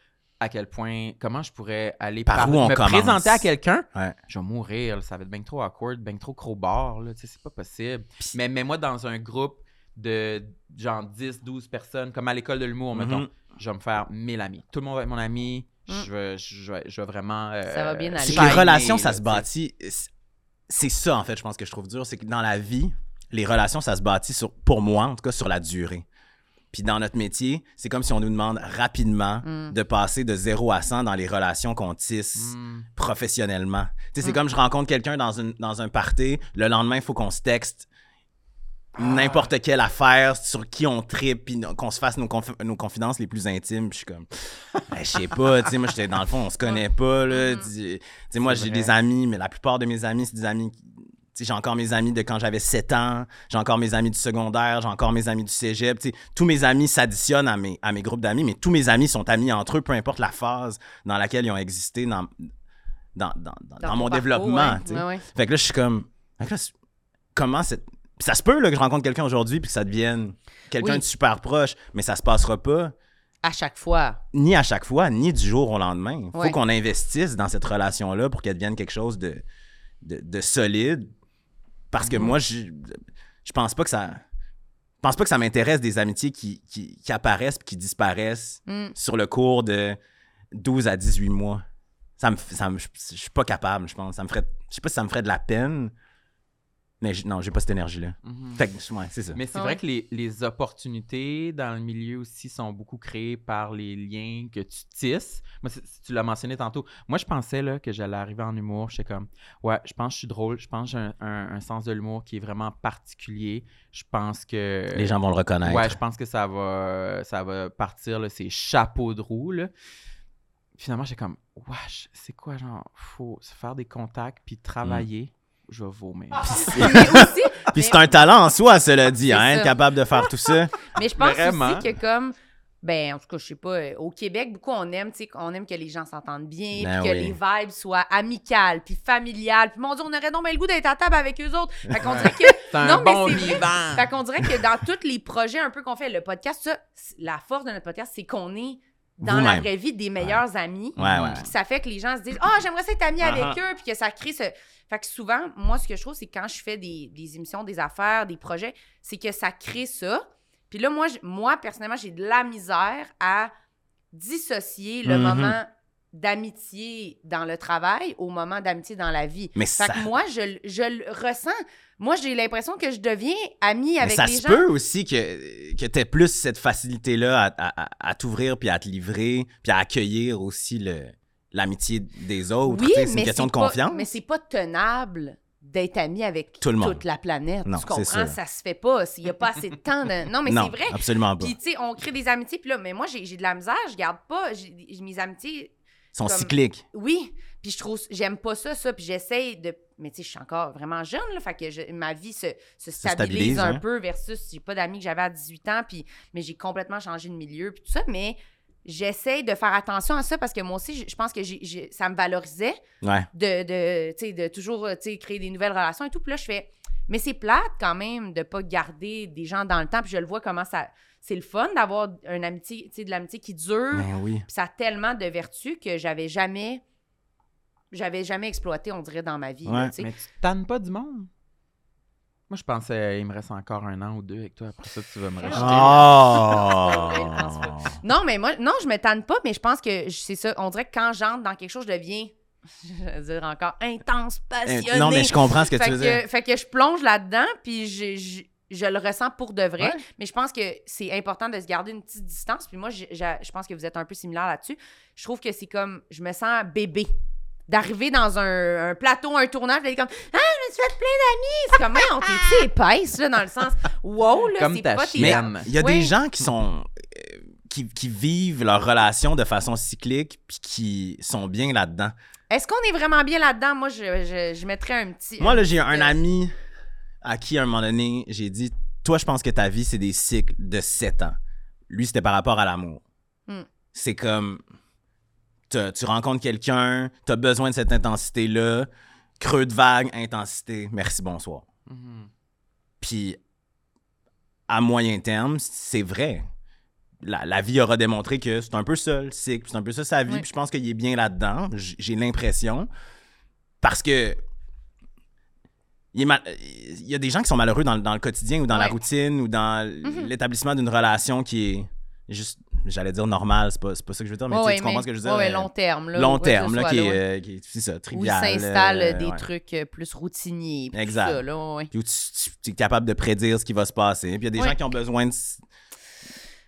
Speaker 2: à quel point, comment je pourrais aller
Speaker 4: Par où on
Speaker 2: me
Speaker 4: commence?
Speaker 2: présenter à quelqu'un.
Speaker 4: Ouais.
Speaker 2: Je vais mourir, là, ça va être bien trop awkward, bien trop gros bord, là, tu sais, c'est pas possible. Mais mets-moi dans un groupe de genre 10, 12 personnes, comme à l'école de l'humour, mettons.
Speaker 4: Mhm.
Speaker 2: Je vais me faire 1000 amis. Tout le monde va être mon ami. Je,
Speaker 1: Mm.
Speaker 2: vais, je, vais, je vais vraiment. euh,
Speaker 1: Ça va bien aller.
Speaker 4: C'est que
Speaker 2: shiner,
Speaker 4: les relations, ça
Speaker 2: là,
Speaker 4: se
Speaker 2: tu sais.
Speaker 4: bâtit. c'est- C'est ça, en fait, je pense que je trouve dur. C'est que dans la vie, les relations, ça se bâtit, sur, pour moi, en tout cas, sur la durée. Puis dans notre métier, c'est comme si on nous demande rapidement
Speaker 1: Mm.
Speaker 4: de passer de 0 à 100 dans les relations qu'on tisse
Speaker 2: Mm.
Speaker 4: professionnellement. Tu sais, c'est
Speaker 1: Mm.
Speaker 4: comme je rencontre quelqu'un dans, une- dans un party, le lendemain, il faut qu'on se texte n'importe quelle affaire sur qui on tripe, puis no- qu'on se fasse nos, conf- nos confidences les plus intimes. Puis je suis comme, Ben, je sais pas, tu sais, moi, j'étais dans le fond, on se connaît pas, là.
Speaker 1: Mm.
Speaker 4: Tu tu sais, moi,
Speaker 2: C'est
Speaker 4: j'ai
Speaker 2: vrai.
Speaker 4: des amis, mais la plupart de mes amis, c'est des amis qui- Tu sais, j'ai encore mes amis de quand j'avais 7 ans, j'ai encore mes amis du secondaire, j'ai encore mes amis du cégep. Tu sais, tous mes amis s'additionnent à mes, à mes groupes d'amis, mais tous mes amis sont amis entre eux, peu importe la phase dans laquelle ils ont existé dans, dans, dans, dans- dans
Speaker 1: ton
Speaker 4: mon
Speaker 1: parcours,
Speaker 4: développement.
Speaker 1: ouais,
Speaker 4: tu sais.
Speaker 1: ouais, ouais.
Speaker 4: Fait que là, je suis comme. Fait que là, c'est- comment c'est. Puis ça se peut là, que je rencontre quelqu'un aujourd'hui puis que ça devienne quelqu'un
Speaker 1: Oui.
Speaker 4: de super proche, mais ça se passera pas
Speaker 1: À chaque fois.
Speaker 4: ni à chaque fois, ni du jour au lendemain. Il faut
Speaker 1: Ouais.
Speaker 4: qu'on investisse dans cette relation-là pour qu'elle devienne quelque chose de, de, de solide. Parce
Speaker 1: Mhm.
Speaker 4: que moi, je, je pense pas que ça. Je pense pas que ça m'intéresse des amitiés qui, qui, qui apparaissent puis qui disparaissent
Speaker 1: Mm.
Speaker 4: sur le cours de 12 à 18 mois. Ça me, f- ça me- je, je suis pas capable, je pense. Ça me ferait, je sais pas si ça me ferait de la peine, mais je- non, j'ai pas cette énergie-là.
Speaker 2: Mhm.
Speaker 4: Fait que, ouais, c'est ça.
Speaker 2: Mais c'est
Speaker 1: Ah
Speaker 2: vrai
Speaker 1: ouais.
Speaker 2: que les, les opportunités dans le milieu aussi sont beaucoup créées par les liens que tu tisses. Moi, c'est- tu l'as mentionné tantôt. Moi, je pensais là, que j'allais arriver en humour. J'étais comme, ouais, je pense que je suis drôle. Je pense que j'ai un, un- un sens de l'humour qui est vraiment particulier. Je pense que.
Speaker 4: Les gens vont le reconnaître.
Speaker 2: Ouais, je pense que ça va, ça va partir, là, ces chapeaux de roue. là. Finalement, j'étais comme, wesh, c'est quoi, genre, faut se faire des contacts
Speaker 4: Hmm.
Speaker 2: puis travailler. Je vais vomir.
Speaker 1: Ah! mais aussi,
Speaker 4: Puis c'est un talent en soi, cela dit,
Speaker 1: C'est
Speaker 4: hein,
Speaker 1: ça.
Speaker 4: être capable de faire tout ça.
Speaker 1: mais je pense
Speaker 2: Vraiment.
Speaker 1: aussi que comme ben en tout cas je sais pas euh, au Québec beaucoup on aime tu sais on aime que les gens s'entendent bien
Speaker 4: Ben
Speaker 1: puis que
Speaker 4: oui.
Speaker 1: les vibes soient amicales puis familiales puis mon dieu on aurait donc bien le goût d'être à table avec eux autres fait qu'on dirait que
Speaker 2: C'est un
Speaker 1: Non, mais
Speaker 2: bon
Speaker 1: c'est vrai.
Speaker 2: vivant.
Speaker 1: fait qu'on dirait que dans tous les projets un peu qu'on fait le podcast ça c'est- la force de notre podcast c'est qu'on est dans la
Speaker 4: Vous-même.
Speaker 1: vraie vie des meilleurs amis
Speaker 4: Ouais, ouais. Uh-huh.
Speaker 1: Puis que ça fait que les gens se disent Ah, j'aimerais ça être ami avec eux, puis que ça crée ce. Fait que souvent, moi, ce que je trouve, c'est que quand je fais des, des émissions, des affaires, des projets, c'est que ça crée ça. Puis là, moi, je- moi personnellement, j'ai de la misère à dissocier le
Speaker 4: Mhm.
Speaker 1: moment d'amitié dans le travail au moment d'amitié dans la vie.
Speaker 4: Mais
Speaker 1: Fait
Speaker 4: ça,
Speaker 1: que moi, je, l- je le ressens. Moi, j'ai l'impression que je deviens amie
Speaker 4: mais
Speaker 1: avec
Speaker 4: ça
Speaker 1: les
Speaker 4: se
Speaker 1: gens.
Speaker 4: peut aussi que, que tu aies plus cette facilité-là à, à- à- à t'ouvrir, puis à te livrer, puis à accueillir aussi le, l'amitié des autres.
Speaker 1: Oui,
Speaker 4: Tu sais,
Speaker 1: mais
Speaker 4: c'est une question de
Speaker 1: pas-
Speaker 4: confiance.
Speaker 1: Mais c'est pas tenable d'être ami avec
Speaker 4: Tout le monde.
Speaker 1: toute la planète.
Speaker 4: Non,
Speaker 1: tu
Speaker 4: c'est
Speaker 1: comprends?
Speaker 4: sûr.
Speaker 1: Ça se fait pas. S'il y a pas assez de temps. de- Non, mais
Speaker 4: non,
Speaker 1: c'est vrai.
Speaker 4: absolument pas.
Speaker 1: Puis, tu sais, on crée des amitiés. Puis là, mais moi, j'ai j'ai de la misère. Je garde pas. j'ai- j'ai- Mes amitiés,
Speaker 4: Ils sont
Speaker 1: comme-
Speaker 4: cycliques.
Speaker 1: oui. Puis, je trouve, j'aime pas ça, ça. Puis, j'essaye de. Mais, tu sais, je suis encore vraiment jeune, là. Fait que je- ma vie se, se stabilise
Speaker 4: stabilise,
Speaker 1: un
Speaker 4: hein.
Speaker 1: peu versus j'ai pas d'amis que j'avais à 18 ans. Puis, mais j'ai complètement changé de milieu. Puis, tout ça. Mais j'essaye de faire attention à ça parce que moi aussi, je- je pense que j'ai- j'ai- ça me valorisait
Speaker 4: Ouais.
Speaker 1: de, de, tu sais, de toujours euh, tu sais, créer des nouvelles relations et tout. Puis là, je fais, mais c'est plate quand même de pas garder des gens dans le temps. Puis je le vois comment ça. C'est le fun d'avoir une amitié, tu sais, de l'amitié qui dure.
Speaker 4: Ben oui.
Speaker 1: Puis ça a tellement de vertus que j'avais jamais. J'avais jamais exploité, on dirait, dans ma vie. là,
Speaker 4: Ouais,
Speaker 1: tu sais.
Speaker 2: Mais tu te tannes pas du monde? Moi, je pensais, euh, il me reste encore un an ou deux avec toi. Après ça, tu vas me
Speaker 1: Ah.
Speaker 2: rejeter.
Speaker 4: Oh!
Speaker 1: Non, mais moi, non, je me tanne pas, mais je pense que je- c'est ça. On dirait que quand j'entre dans quelque chose, je deviens, je vais dire encore, intense,
Speaker 4: Eh,
Speaker 1: passionnée.
Speaker 4: non, mais je comprends ce que
Speaker 1: fait
Speaker 4: tu veux dire.
Speaker 1: que, fait que je plonge là-dedans, puis j'ai- j'ai- je le ressens pour de vrai,
Speaker 2: Ouais.
Speaker 1: mais je pense que c'est important de se garder une petite distance. Puis moi, je, je- je pense que vous êtes un peu similaire là-dessus. Je trouve que c'est comme, je me sens bébé. D'arriver dans un, un plateau, un tournage, d'être comme Ah, je me suis fait plein d'amis! C'est comme, on t'es épaisse, là, dans le sens, wow, là,
Speaker 2: Comme
Speaker 1: c'est
Speaker 2: ta
Speaker 1: pas tes
Speaker 4: Mais
Speaker 2: chienne.
Speaker 4: il y a
Speaker 1: Oui.
Speaker 4: des gens qui sont. euh, Qui, qui vivent leur relation de façon cyclique puis qui sont bien là-dedans.
Speaker 1: Est-ce qu'on est vraiment bien là-dedans? Moi, je, je, je mettrais un petit.
Speaker 4: Moi, là, j'ai un
Speaker 1: euh,
Speaker 4: ami à qui, à un moment donné, j'ai dit Toi, je pense que ta vie, c'est des cycles de 7 ans. Lui, c'était par rapport à l'amour.
Speaker 1: Hmm.
Speaker 4: C'est comme t'as- Tu rencontres quelqu'un, tu as besoin de cette intensité-là, creux de vague, intensité, merci, bonsoir.
Speaker 2: Mhm.
Speaker 4: Puis, à moyen terme, c'est vrai. La, la vie aura démontré que c'est un peu ça, le cycle, c'est un peu ça sa vie.
Speaker 1: Oui.
Speaker 4: Puis je pense qu'il est bien là-dedans, j- j'ai l'impression. Parce que. Il, est mal- il y a des gens qui sont malheureux dans, le- dans le quotidien ou dans la
Speaker 1: Ouais. Mm-hmm.
Speaker 4: routine ou dans l'établissement d'une relation qui est juste, j'allais dire normale, c'est pas, c'est pas ça que je veux dire, mais
Speaker 1: Ouais,
Speaker 4: tu-
Speaker 1: ouais,
Speaker 4: tu comprends ce que je veux dire?
Speaker 1: ouais, ouais,
Speaker 4: euh,
Speaker 1: long terme. Là,
Speaker 4: long
Speaker 1: où que ce
Speaker 4: terme, là,
Speaker 1: soit,
Speaker 4: qui,
Speaker 1: ouais.
Speaker 4: est, euh, qui est- c'est ça,
Speaker 1: Où
Speaker 4: trivial.
Speaker 1: s'installent
Speaker 4: euh,
Speaker 1: des
Speaker 4: ouais.
Speaker 1: trucs euh, plus routiniers. puis tout
Speaker 4: Exact.
Speaker 1: ça, là, ouais.
Speaker 4: Puis où tu, tu- tu es capable de prédire ce qui va se passer. Puis il y a des
Speaker 1: Oui.
Speaker 4: gens qui ont besoin de, c-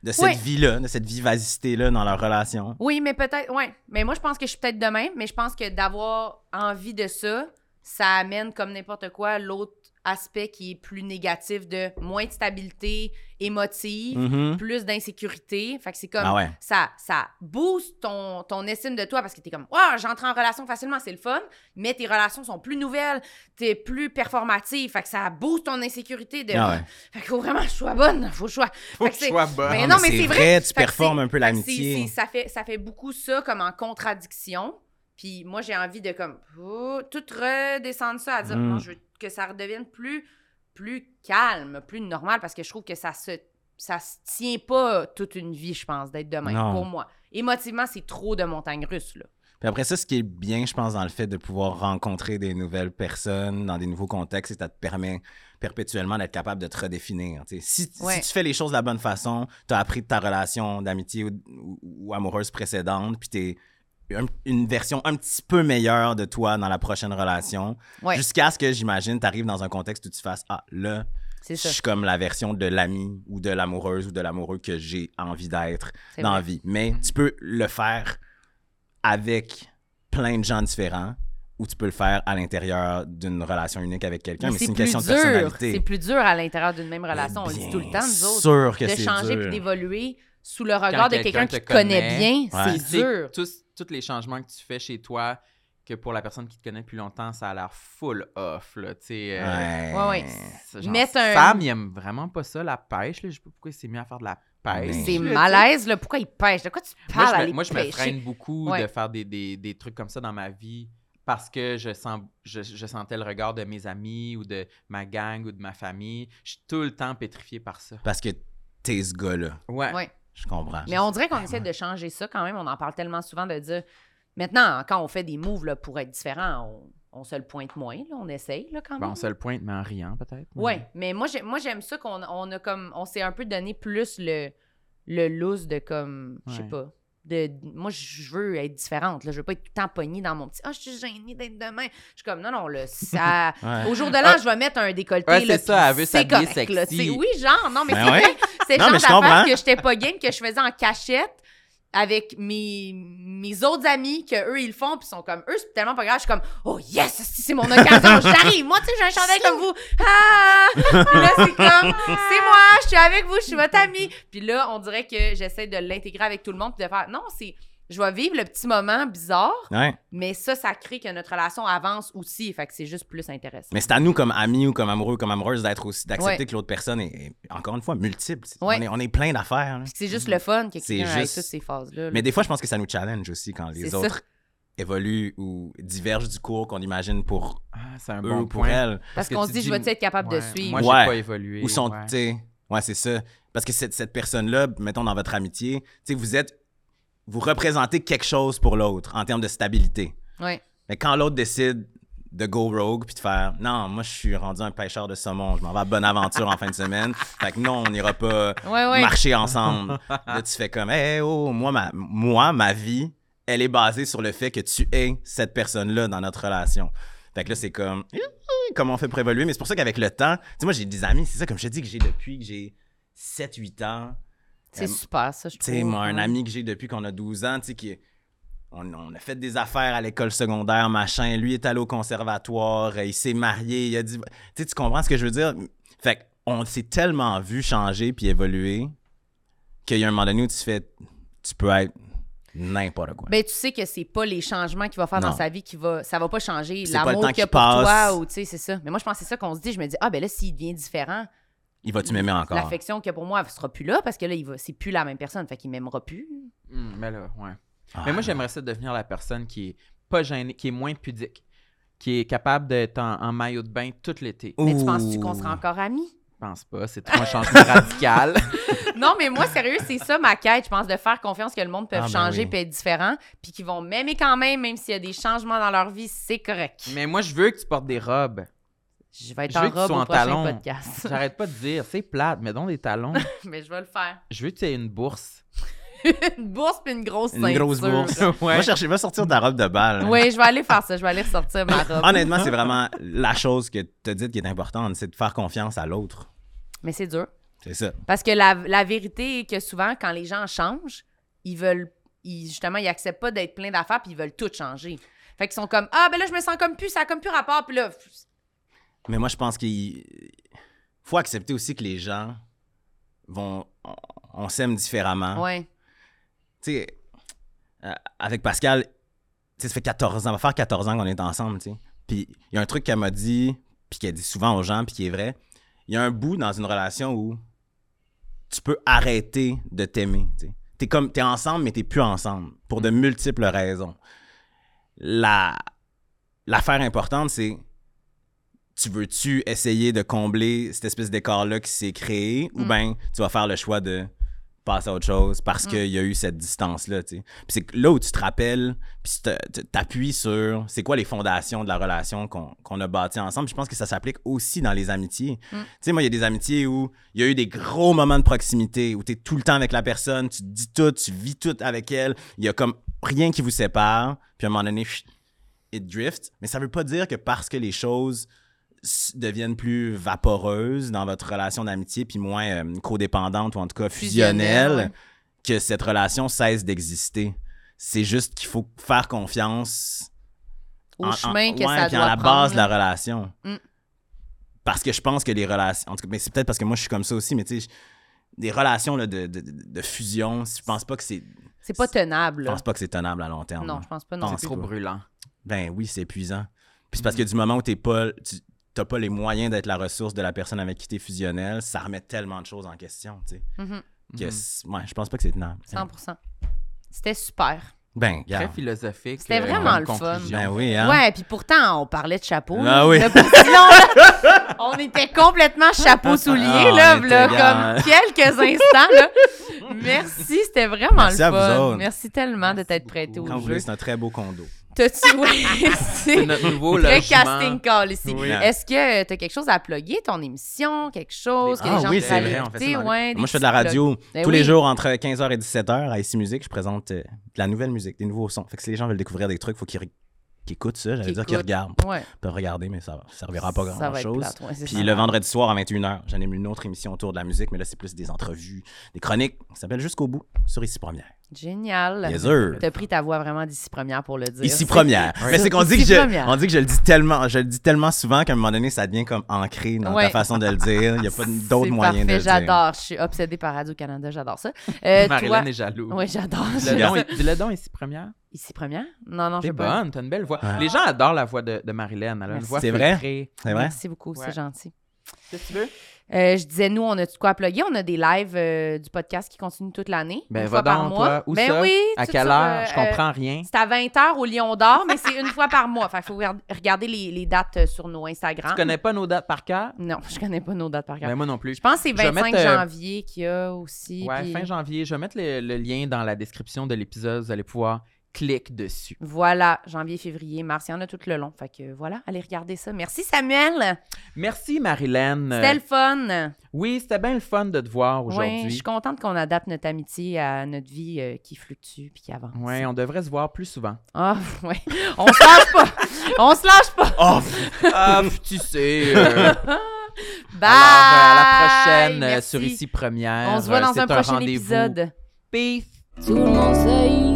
Speaker 4: de cette
Speaker 1: Oui.
Speaker 4: vie-là, de cette vivacité-là dans leur relation.
Speaker 1: Oui, mais peut-être, ouais. Mais moi, je pense que je suis peut-être de même, mais je pense que d'avoir envie de ça, ça amène comme n'importe quoi l'autre aspect qui est plus négatif de moins de stabilité émotive,
Speaker 4: Mhm.
Speaker 1: plus d'insécurité. Fait que c'est comme
Speaker 4: Ah ouais.
Speaker 1: ça, ça booste ton, ton estime de toi parce que t'es comme, wow, j'entre en relation facilement, c'est le fun, mais tes relations sont plus nouvelles, t'es plus performative. Fait que ça booste ton insécurité de.
Speaker 4: Ah ouais.
Speaker 1: Fait qu'il faut vraiment que je sois bonne, faut que je sois. Fait que c'est-
Speaker 2: Choix bas.
Speaker 1: Mais
Speaker 4: Ah,
Speaker 1: non, mais c'est vrai.
Speaker 4: tu
Speaker 1: Fait que
Speaker 4: performes
Speaker 1: c'est-
Speaker 4: un peu
Speaker 1: fait que c'est- c'est-
Speaker 4: l'amitié.
Speaker 1: ça, fait, ça fait beaucoup ça comme en contradiction. Puis moi, j'ai envie de comme oh, tout redescendre ça à dire
Speaker 4: Mm.
Speaker 1: non, je veux que ça redevienne plus, plus calme, plus normal parce que je trouve que ça se, ça se tient pas toute une vie, je pense, d'être demain
Speaker 4: Non.
Speaker 1: pour moi. Émotivement, c'est trop de montagne russe. Là.
Speaker 4: Puis après ça, ce qui est bien, je pense, dans le fait de pouvoir rencontrer des nouvelles personnes dans des nouveaux contextes, c'est que ça te permet perpétuellement d'être capable de te redéfinir. tu sais. Si, si
Speaker 1: Ouais.
Speaker 4: tu fais les choses de la bonne façon, tu as appris de ta relation d'amitié ou, ou- ou amoureuse précédente, puis tu es une version un petit peu meilleure de toi dans la prochaine relation.
Speaker 1: Ouais,
Speaker 4: Jusqu'à ce que, j'imagine, tu arrives dans un contexte où tu fasses Ah, là,
Speaker 1: c'est
Speaker 4: je
Speaker 1: ça.
Speaker 4: suis comme la version de l'ami ou de l'amoureuse ou de l'amoureux que j'ai envie d'être
Speaker 1: c'est
Speaker 4: dans la
Speaker 1: vrai.
Speaker 4: vie. Mais tu peux le faire avec plein de gens différents ou tu peux le faire à l'intérieur d'une relation unique avec quelqu'un.
Speaker 1: Mais
Speaker 4: Mais c'est
Speaker 1: c'est
Speaker 4: une
Speaker 1: plus
Speaker 4: question de
Speaker 1: dur.
Speaker 4: personnalité.
Speaker 1: C'est plus dur à l'intérieur d'une même relation. On le dit
Speaker 4: Bien
Speaker 1: tout le temps, nous autres.
Speaker 4: sûr que
Speaker 1: de
Speaker 4: c'est
Speaker 1: changer
Speaker 4: dur.
Speaker 1: puis d'évoluer sous le regard de quelqu'un
Speaker 2: quelqu'un te
Speaker 1: qui te connaît,
Speaker 2: connaît,
Speaker 1: bien,
Speaker 4: ouais.
Speaker 1: c'est dur.
Speaker 2: Tous, tous les changements que tu fais chez toi, que pour la personne qui te connaît depuis longtemps, ça a l'air full off, là, tu sais. euh,
Speaker 4: Ouais.
Speaker 1: Ouais, ouais.
Speaker 2: C'est genre,
Speaker 1: Mettre un-
Speaker 2: Sam, il aime vraiment pas ça, la pêche. Là. Je sais pas pourquoi il s'est mis à faire de la pêche.
Speaker 4: Mais-
Speaker 1: C'est
Speaker 2: là,
Speaker 1: malaise, là. Pourquoi ils pêchent? De quoi tu
Speaker 2: tu sais. Moi,
Speaker 1: parles?
Speaker 2: je
Speaker 1: à
Speaker 2: me,
Speaker 1: les
Speaker 2: moi, je me
Speaker 1: pêcher?
Speaker 2: freine beaucoup de
Speaker 1: Ouais.
Speaker 2: faire des, des- des trucs comme ça dans ma vie parce que je, sens, je, je sentais le regard de mes amis ou de ma gang ou de ma famille. Je suis tout le temps pétrifié par ça.
Speaker 4: Parce que t'es ce gars-là.
Speaker 2: Ouais.
Speaker 1: Ouais.
Speaker 4: Je comprends.
Speaker 1: Mais on dirait qu'on essaie de changer ça quand même. On en parle tellement souvent de dire maintenant, quand on fait des moves là, pour être différent, on, on se le pointe moins, là, on essaye là, quand
Speaker 2: Ben,
Speaker 1: même.
Speaker 2: on se le pointe, mais en riant peut-être.
Speaker 1: Oui, mais moi j'ai- moi, j'aime ça qu'on on a comme on s'est un peu donné plus le le loose de comme je sais
Speaker 2: Ouais.
Speaker 1: pas. De, moi je veux être différente là, je veux pas être tout le temps pognée dans mon petit ah je suis gênée d'être demain. Je suis comme non non là ça
Speaker 4: Ouais.
Speaker 1: au jour de l'an,
Speaker 2: Ah.
Speaker 1: je vais mettre un décolleté
Speaker 2: Ouais, c'est
Speaker 1: là,
Speaker 2: ça,
Speaker 1: puis
Speaker 2: elle veut
Speaker 1: c'est
Speaker 2: s'habiller
Speaker 1: correct, là,
Speaker 2: sexy.
Speaker 1: tu sais. oui, genre non mais
Speaker 4: Ben
Speaker 1: c'est
Speaker 4: ouais.
Speaker 1: vrai, c'est le
Speaker 4: Non,
Speaker 1: genre
Speaker 4: mais je
Speaker 1: d'affaire
Speaker 4: comprends.
Speaker 1: que j'étais pas game que je faisais en cachette avec mes, mes autres amis que eux ils le font puis ils sont comme eux c'est tellement pas grave je suis comme oh yes si c'est mon occasion j'arrive moi tu sais j'ai un chandail comme vous ah puis là c'est comme c'est moi je suis avec vous je suis votre amie puis là on dirait que j'essaie de l'intégrer avec tout le monde puis de faire non c'est je vais vivre le petit moment bizarre
Speaker 4: Ouais.
Speaker 1: mais ça ça crée que notre relation avance aussi fait que c'est juste plus intéressant
Speaker 4: Mais c'est à nous, comme amis ou comme amoureux, comme amoureuse, d'être aussi, d'accepter
Speaker 1: Ouais.
Speaker 4: que l'autre personne est, est, encore une fois, multiple.
Speaker 1: Ouais.
Speaker 4: On, est, on est plein d'affaires. là.
Speaker 1: Puis c'est juste le fun que
Speaker 4: Mm-hmm. C'est
Speaker 1: quelqu'un avec
Speaker 4: juste-
Speaker 1: toutes ces phases là
Speaker 4: Mais des fois, je pense que ça nous challenge aussi quand les
Speaker 1: C'est
Speaker 4: autres
Speaker 1: ça.
Speaker 4: évoluent ou divergent du cours qu'on imagine pour
Speaker 2: Ah, c'est un
Speaker 4: eux
Speaker 2: bon
Speaker 4: ou pour
Speaker 2: point.
Speaker 4: elles.
Speaker 1: parce
Speaker 2: que
Speaker 1: qu'on
Speaker 2: tu
Speaker 1: se dit
Speaker 2: dis,
Speaker 1: je vais être capable de
Speaker 2: Ouais.
Speaker 1: suivre
Speaker 2: Moi, j'ai
Speaker 4: Ouais.
Speaker 2: pas évolué.
Speaker 4: Ou sont,
Speaker 2: ouais.
Speaker 4: tu sais, ouais, c'est ça. Parce que cette, cette personne-là, mettons dans votre amitié, tu sais, vous êtes, vous représentez quelque chose pour l'autre en termes de stabilité.
Speaker 1: Ouais.
Speaker 4: Mais quand l'autre décide de go rogue puis de faire non, moi je suis rendu un pêcheur de saumon, je m'en vais à Bonaventure en fin de semaine, fait que non, on n'ira pas
Speaker 1: Ouais, ouais.
Speaker 4: marcher ensemble. Là, tu fais comme, hey, oh, moi ma, moi, ma vie, elle est basée sur le fait que tu es cette personne-là dans notre relation. Fait que là, c'est comme, Eh, comment on fait pour évoluer. Mais c'est pour ça qu'avec le temps, tu sais, moi, j'ai des amis, c'est ça, comme je te dis, que j'ai depuis que j'ai 7-8 ans.
Speaker 1: C'est
Speaker 4: Euh,
Speaker 1: super, ça, je
Speaker 4: Tu
Speaker 1: trouve.
Speaker 4: sais, moi, un
Speaker 1: Ouais.
Speaker 4: ami que j'ai depuis qu'on a 12 ans, tu sais, qui est- On, on a fait des affaires à l'école secondaire, machin. Lui est allé au conservatoire, euh, il s'est marié, il a dit... Tu sais, tu comprends ce que je veux dire? Fait que on s'est tellement vu changer puis évoluer qu'il y a un moment donné où tu fais... Tu peux être n'importe quoi.
Speaker 1: Ben, tu sais que c'est pas les changements qu'il va faire
Speaker 4: Non.
Speaker 1: dans sa vie qui va. Ça va pas changer
Speaker 4: c'est pas le
Speaker 1: l'amour
Speaker 4: temps
Speaker 1: qu'il y a
Speaker 4: qui
Speaker 1: pour
Speaker 4: passe.
Speaker 1: toi ou, tu sais, c'est ça. Mais moi, je pense que c'est ça qu'on se dit. Je me dis, ah, ben là, s'il devient différent,
Speaker 4: Il va-tu m'aimer encore?
Speaker 1: l'affection qu'il y a pour moi, elle sera plus là parce que là, il va... c'est plus la même personne. Fait qu'il m'aimera plus.
Speaker 2: Hum, mais là, ouais.
Speaker 4: Ah,
Speaker 2: Mais moi, j'aimerais ça devenir la personne qui est pas gênée, qui est moins pudique, qui est capable d'être en, en maillot de bain tout l'été.
Speaker 4: Ah.
Speaker 1: Mais tu penses-tu
Speaker 4: Ouh.
Speaker 1: qu'on sera encore amis?
Speaker 2: Je pense pas, c'est trop un changement radical.
Speaker 1: Non, mais moi, sérieux, c'est ça ma quête, je pense, de faire confiance que le monde peut
Speaker 4: Ah, ben
Speaker 1: changer
Speaker 4: oui.
Speaker 1: puis être différent, puis qu'ils vont m'aimer quand même, même s'il y a des changements dans leur vie, c'est correct.
Speaker 2: Mais moi, je veux que tu portes des robes.
Speaker 1: Je vais être
Speaker 2: Je veux
Speaker 1: en
Speaker 2: que tu
Speaker 1: robe
Speaker 2: sois
Speaker 1: au
Speaker 2: en
Speaker 1: prochain
Speaker 2: talons.
Speaker 1: podcast.
Speaker 2: J'arrête pas de dire, c'est plate, mais donc des talons.
Speaker 1: mais je vais le faire.
Speaker 2: Je veux que tu aies une bourse.
Speaker 1: Une bourse puis une grosse
Speaker 4: Une grosse
Speaker 1: ceinture.
Speaker 4: bourse.
Speaker 2: ouais.
Speaker 4: Moi, cherchez pas sortir de ta robe de balle.
Speaker 1: Oui, je vais aller faire ça. Je vais aller ressortir ma robe.
Speaker 4: Honnêtement, c'est vraiment la chose que tu as dit qui est importante, c'est de faire confiance à l'autre.
Speaker 1: Mais c'est dur.
Speaker 4: C'est ça.
Speaker 1: Parce que la, la vérité est que souvent, quand les gens changent, ils veulent, ils- justement, ils acceptent pas d'être plein d'affaires puis ils veulent tout changer. Fait qu'ils sont comme Ah, ben là, je me sens comme plus, ça a comme plus rapport. Puis là, pff,
Speaker 4: Mais moi, je pense qu'il faut accepter aussi que les gens vont. On, on s'aime différemment.
Speaker 1: ouais.
Speaker 4: Tu sais, euh, avec Pascal, tu sais, ça fait 14 ans, on va faire 14 ans qu'on est ensemble, tu sais. Puis il y a un truc qu'elle m'a dit, puis qu'elle dit souvent aux gens, puis qui est vrai. Il y a un bout dans une relation où tu peux arrêter de t'aimer. tu sais. T'es comme t'es ensemble, mais t'es plus ensemble pour de multiples raisons. La l'affaire importante, c'est tu veux-tu essayer de combler cette espèce d'écart-là qui s'est créé, ou
Speaker 1: Mm.
Speaker 4: bien tu vas faire le choix de passer à autre chose parce qu'il y a eu cette distance-là. tu sais. Puis c'est que là où tu te rappelles, puis tu te- tu t'appuies sur c'est quoi les fondations de la relation qu'on qu'on a bâtie ensemble. Puis je pense que ça s'applique aussi dans les amitiés. Tu sais, moi, il y a des amitiés où il y a eu des gros moments de proximité, où tu es tout le temps avec la personne, tu te dis tout, tu vis tout avec elle. Il y a comme rien qui vous sépare. Puis à un moment donné, chut, it drift. Mais ça veut pas dire que parce que les choses s- deviennent plus vaporeuses dans votre relation d'amitié, puis moins euh, codépendante ou en tout cas
Speaker 1: Fusionnelle, ouais.
Speaker 4: fusionnelle, que cette relation cesse d'exister. C'est juste qu'il faut faire confiance
Speaker 1: Au
Speaker 4: en- en-
Speaker 1: chemin que
Speaker 4: Ah, ouais,
Speaker 1: ça
Speaker 4: puis
Speaker 1: doit
Speaker 4: à la
Speaker 1: prendre,
Speaker 4: base de
Speaker 1: là.
Speaker 4: la relation.
Speaker 1: Mm.
Speaker 4: Parce que je pense que les relations. En tout cas, mais c'est peut-être parce que moi, je suis comme ça aussi, mais tu sais, je- des relations là, de, de- de fusion, je pense pas que c'est.
Speaker 1: C'est pas tenable.
Speaker 4: Je
Speaker 1: là.
Speaker 4: pense pas que Ah, c'est tenable à long terme.
Speaker 1: Non,
Speaker 4: là.
Speaker 1: je pense pas
Speaker 2: Non,
Speaker 1: non.
Speaker 2: c'est trop
Speaker 4: toi.
Speaker 2: brûlant.
Speaker 4: Ben oui, c'est épuisant. Puis c'est
Speaker 1: Mm.
Speaker 4: parce que du moment où t'es pas. Tu, t'as pas les moyens d'être la ressource de la personne avec qui t'es fusionnel, ça remet tellement de choses en question, tu sais.
Speaker 1: Mhm,
Speaker 2: Mm-hmm.
Speaker 4: que c'est- ouais, je pense pas que c'est tenable.
Speaker 1: 100 C'était super.
Speaker 4: Ben,
Speaker 2: Très
Speaker 4: regarde.
Speaker 2: philosophique.
Speaker 1: C'était
Speaker 2: euh,
Speaker 1: vraiment
Speaker 2: bonne
Speaker 1: le fun.
Speaker 2: conclusion.
Speaker 4: Ben oui, hein.
Speaker 1: Ouais, puis pourtant, on parlait de chapeau. là.
Speaker 4: Ah oui.
Speaker 1: Le petit long, là, on était complètement chapeau soulier,
Speaker 4: Ah,
Speaker 1: là,
Speaker 4: on était
Speaker 1: v'là
Speaker 4: gars.
Speaker 1: comme quelques instants. Là. Merci, c'était vraiment
Speaker 4: Merci
Speaker 1: le
Speaker 4: à vous
Speaker 1: fun.
Speaker 4: autres.
Speaker 1: Merci tellement de t'être prêté
Speaker 4: Quand
Speaker 1: au
Speaker 4: vous voulez,
Speaker 1: jeu.
Speaker 4: Ah c'est un très beau condo.
Speaker 1: T'as-tu... Oui, c'est
Speaker 2: C'est notre nouveau
Speaker 1: le
Speaker 2: logement.
Speaker 1: casting Euh, call ici.
Speaker 2: Oui.
Speaker 1: Est-ce que t'as quelque chose à plugger, ton émission, quelque chose que
Speaker 2: Ah
Speaker 1: les gens
Speaker 2: oui,
Speaker 1: pourraient
Speaker 2: c'est
Speaker 1: aller
Speaker 2: vrai, on fait ça
Speaker 1: écouter,
Speaker 2: dans le-
Speaker 1: ouais, des
Speaker 4: Moi, je fais de la
Speaker 1: petits plugs.
Speaker 4: radio
Speaker 1: Ben
Speaker 4: tous
Speaker 1: oui.
Speaker 4: les jours entre 15h et 17h à IC Musique. Je présente euh, de la nouvelle musique, des nouveaux sons. Fait que si les gens veulent découvrir des trucs, faut qu'ils re- qu'ils écoutent ça. J'allais
Speaker 1: Qu'ils
Speaker 4: dire qu'ils
Speaker 1: écoutent.
Speaker 4: regardent.
Speaker 1: Ouais.
Speaker 4: Ils peuvent regarder, mais ça ne servira pas à
Speaker 1: Ça va être
Speaker 4: grand-chose.
Speaker 1: plate, ouais, c'est
Speaker 4: Puis
Speaker 1: ça.
Speaker 4: le vendredi soir à 21h, j'anime une autre émission autour de la musique, mais là, c'est plus des entrevues, des chroniques. Ça s'appelle Jusqu'au bout sur Ici Première.
Speaker 1: Génial.
Speaker 4: Yes, sir.
Speaker 1: T'as pris ta voix vraiment d'ici première pour le dire.
Speaker 4: Ici
Speaker 1: C'est-
Speaker 4: Première. Mais c'est qu'on
Speaker 1: Ici
Speaker 4: dit, que je-
Speaker 1: Première.
Speaker 4: on dit que je le dis tellement, je le dis tellement souvent qu'à un moment donné, ça devient comme ancré dans
Speaker 1: Ouais.
Speaker 4: ta façon de le dire. Il n'y a pas
Speaker 1: C'est
Speaker 4: d'autre moyen de
Speaker 1: parfait,
Speaker 4: le dire.
Speaker 1: J'adore. Je suis obsédée par Radio-Canada. J'adore ça. Euh, toi...
Speaker 2: Marilyn est jaloux.
Speaker 1: Oui, j'adore.
Speaker 2: Dis-le donc, dis-le donc ici, première.
Speaker 1: Ici première? Non, non, je
Speaker 2: T'es
Speaker 1: sais pas.
Speaker 2: bonne, t'as une belle voix.
Speaker 4: Ouais.
Speaker 2: Les gens adorent la voix de, de Marilyn. Elle a une
Speaker 1: Merci.
Speaker 2: voix
Speaker 4: C'est vrai?
Speaker 2: feutrée.
Speaker 4: C'est vrai?
Speaker 1: Merci beaucoup, c'est
Speaker 2: Ouais.
Speaker 1: gentil.
Speaker 2: Qu'est-ce que tu veux?
Speaker 1: Euh, je disais, nous, on a de quoi à plugger. On a des lives euh, du podcast qui continuent toute l'année.
Speaker 2: Ben,
Speaker 1: une
Speaker 2: va
Speaker 1: fois par
Speaker 2: donc,
Speaker 1: mois.
Speaker 2: toi. Où
Speaker 1: ben
Speaker 2: ça?
Speaker 1: oui.
Speaker 2: À
Speaker 1: tout
Speaker 2: quelle
Speaker 1: ça,
Speaker 2: heure?
Speaker 1: euh,
Speaker 2: Je
Speaker 1: euh,
Speaker 2: comprends rien.
Speaker 1: C'est à 20h au Lion d'Or, mais c'est une fois par mois. Fait qu'il faut regard- regarder les, les dates euh, sur nos Instagram.
Speaker 2: Tu connais pas nos dates par cœur?
Speaker 1: Non, je connais pas nos dates par cœur.
Speaker 2: Ben moi non plus.
Speaker 1: je pense que c'est
Speaker 2: je vais
Speaker 1: 25
Speaker 2: mettre, euh,
Speaker 1: janvier qu'il y a aussi.
Speaker 2: Ouais,
Speaker 1: puis-
Speaker 2: fin janvier. Je vais mettre le, le lien dans la description de l'épisode. Vous allez pouvoir cliquer dessus.
Speaker 1: Voilà, janvier, février, mars, il y en a tout le long. Fait que euh, voilà, allez regarder ça. Merci Samuel,
Speaker 2: Merci, Marilyn.
Speaker 1: c'était le fun.
Speaker 2: Oui, c'était bien le fun de te voir
Speaker 1: Ouais, je
Speaker 2: aujourd'hui.
Speaker 1: suis contente qu'on adapte notre amitié à notre vie euh, qui fluctue puis qui avance.
Speaker 2: Ouais, on devrait se voir plus souvent.
Speaker 1: Ah, ouais. On se lâche pas. On se lâche pas.
Speaker 4: Oh,
Speaker 2: Ah, pff, tu sais. euh,
Speaker 1: Bye!
Speaker 2: Alors, euh, à la prochaine euh,
Speaker 1: Merci.
Speaker 2: sur Ici Première.
Speaker 1: On se voit
Speaker 2: Euh,
Speaker 1: dans
Speaker 2: c'est
Speaker 1: un prochain
Speaker 2: rendez-vous.
Speaker 1: épisode.
Speaker 2: Peace!
Speaker 3: Tout le monde sait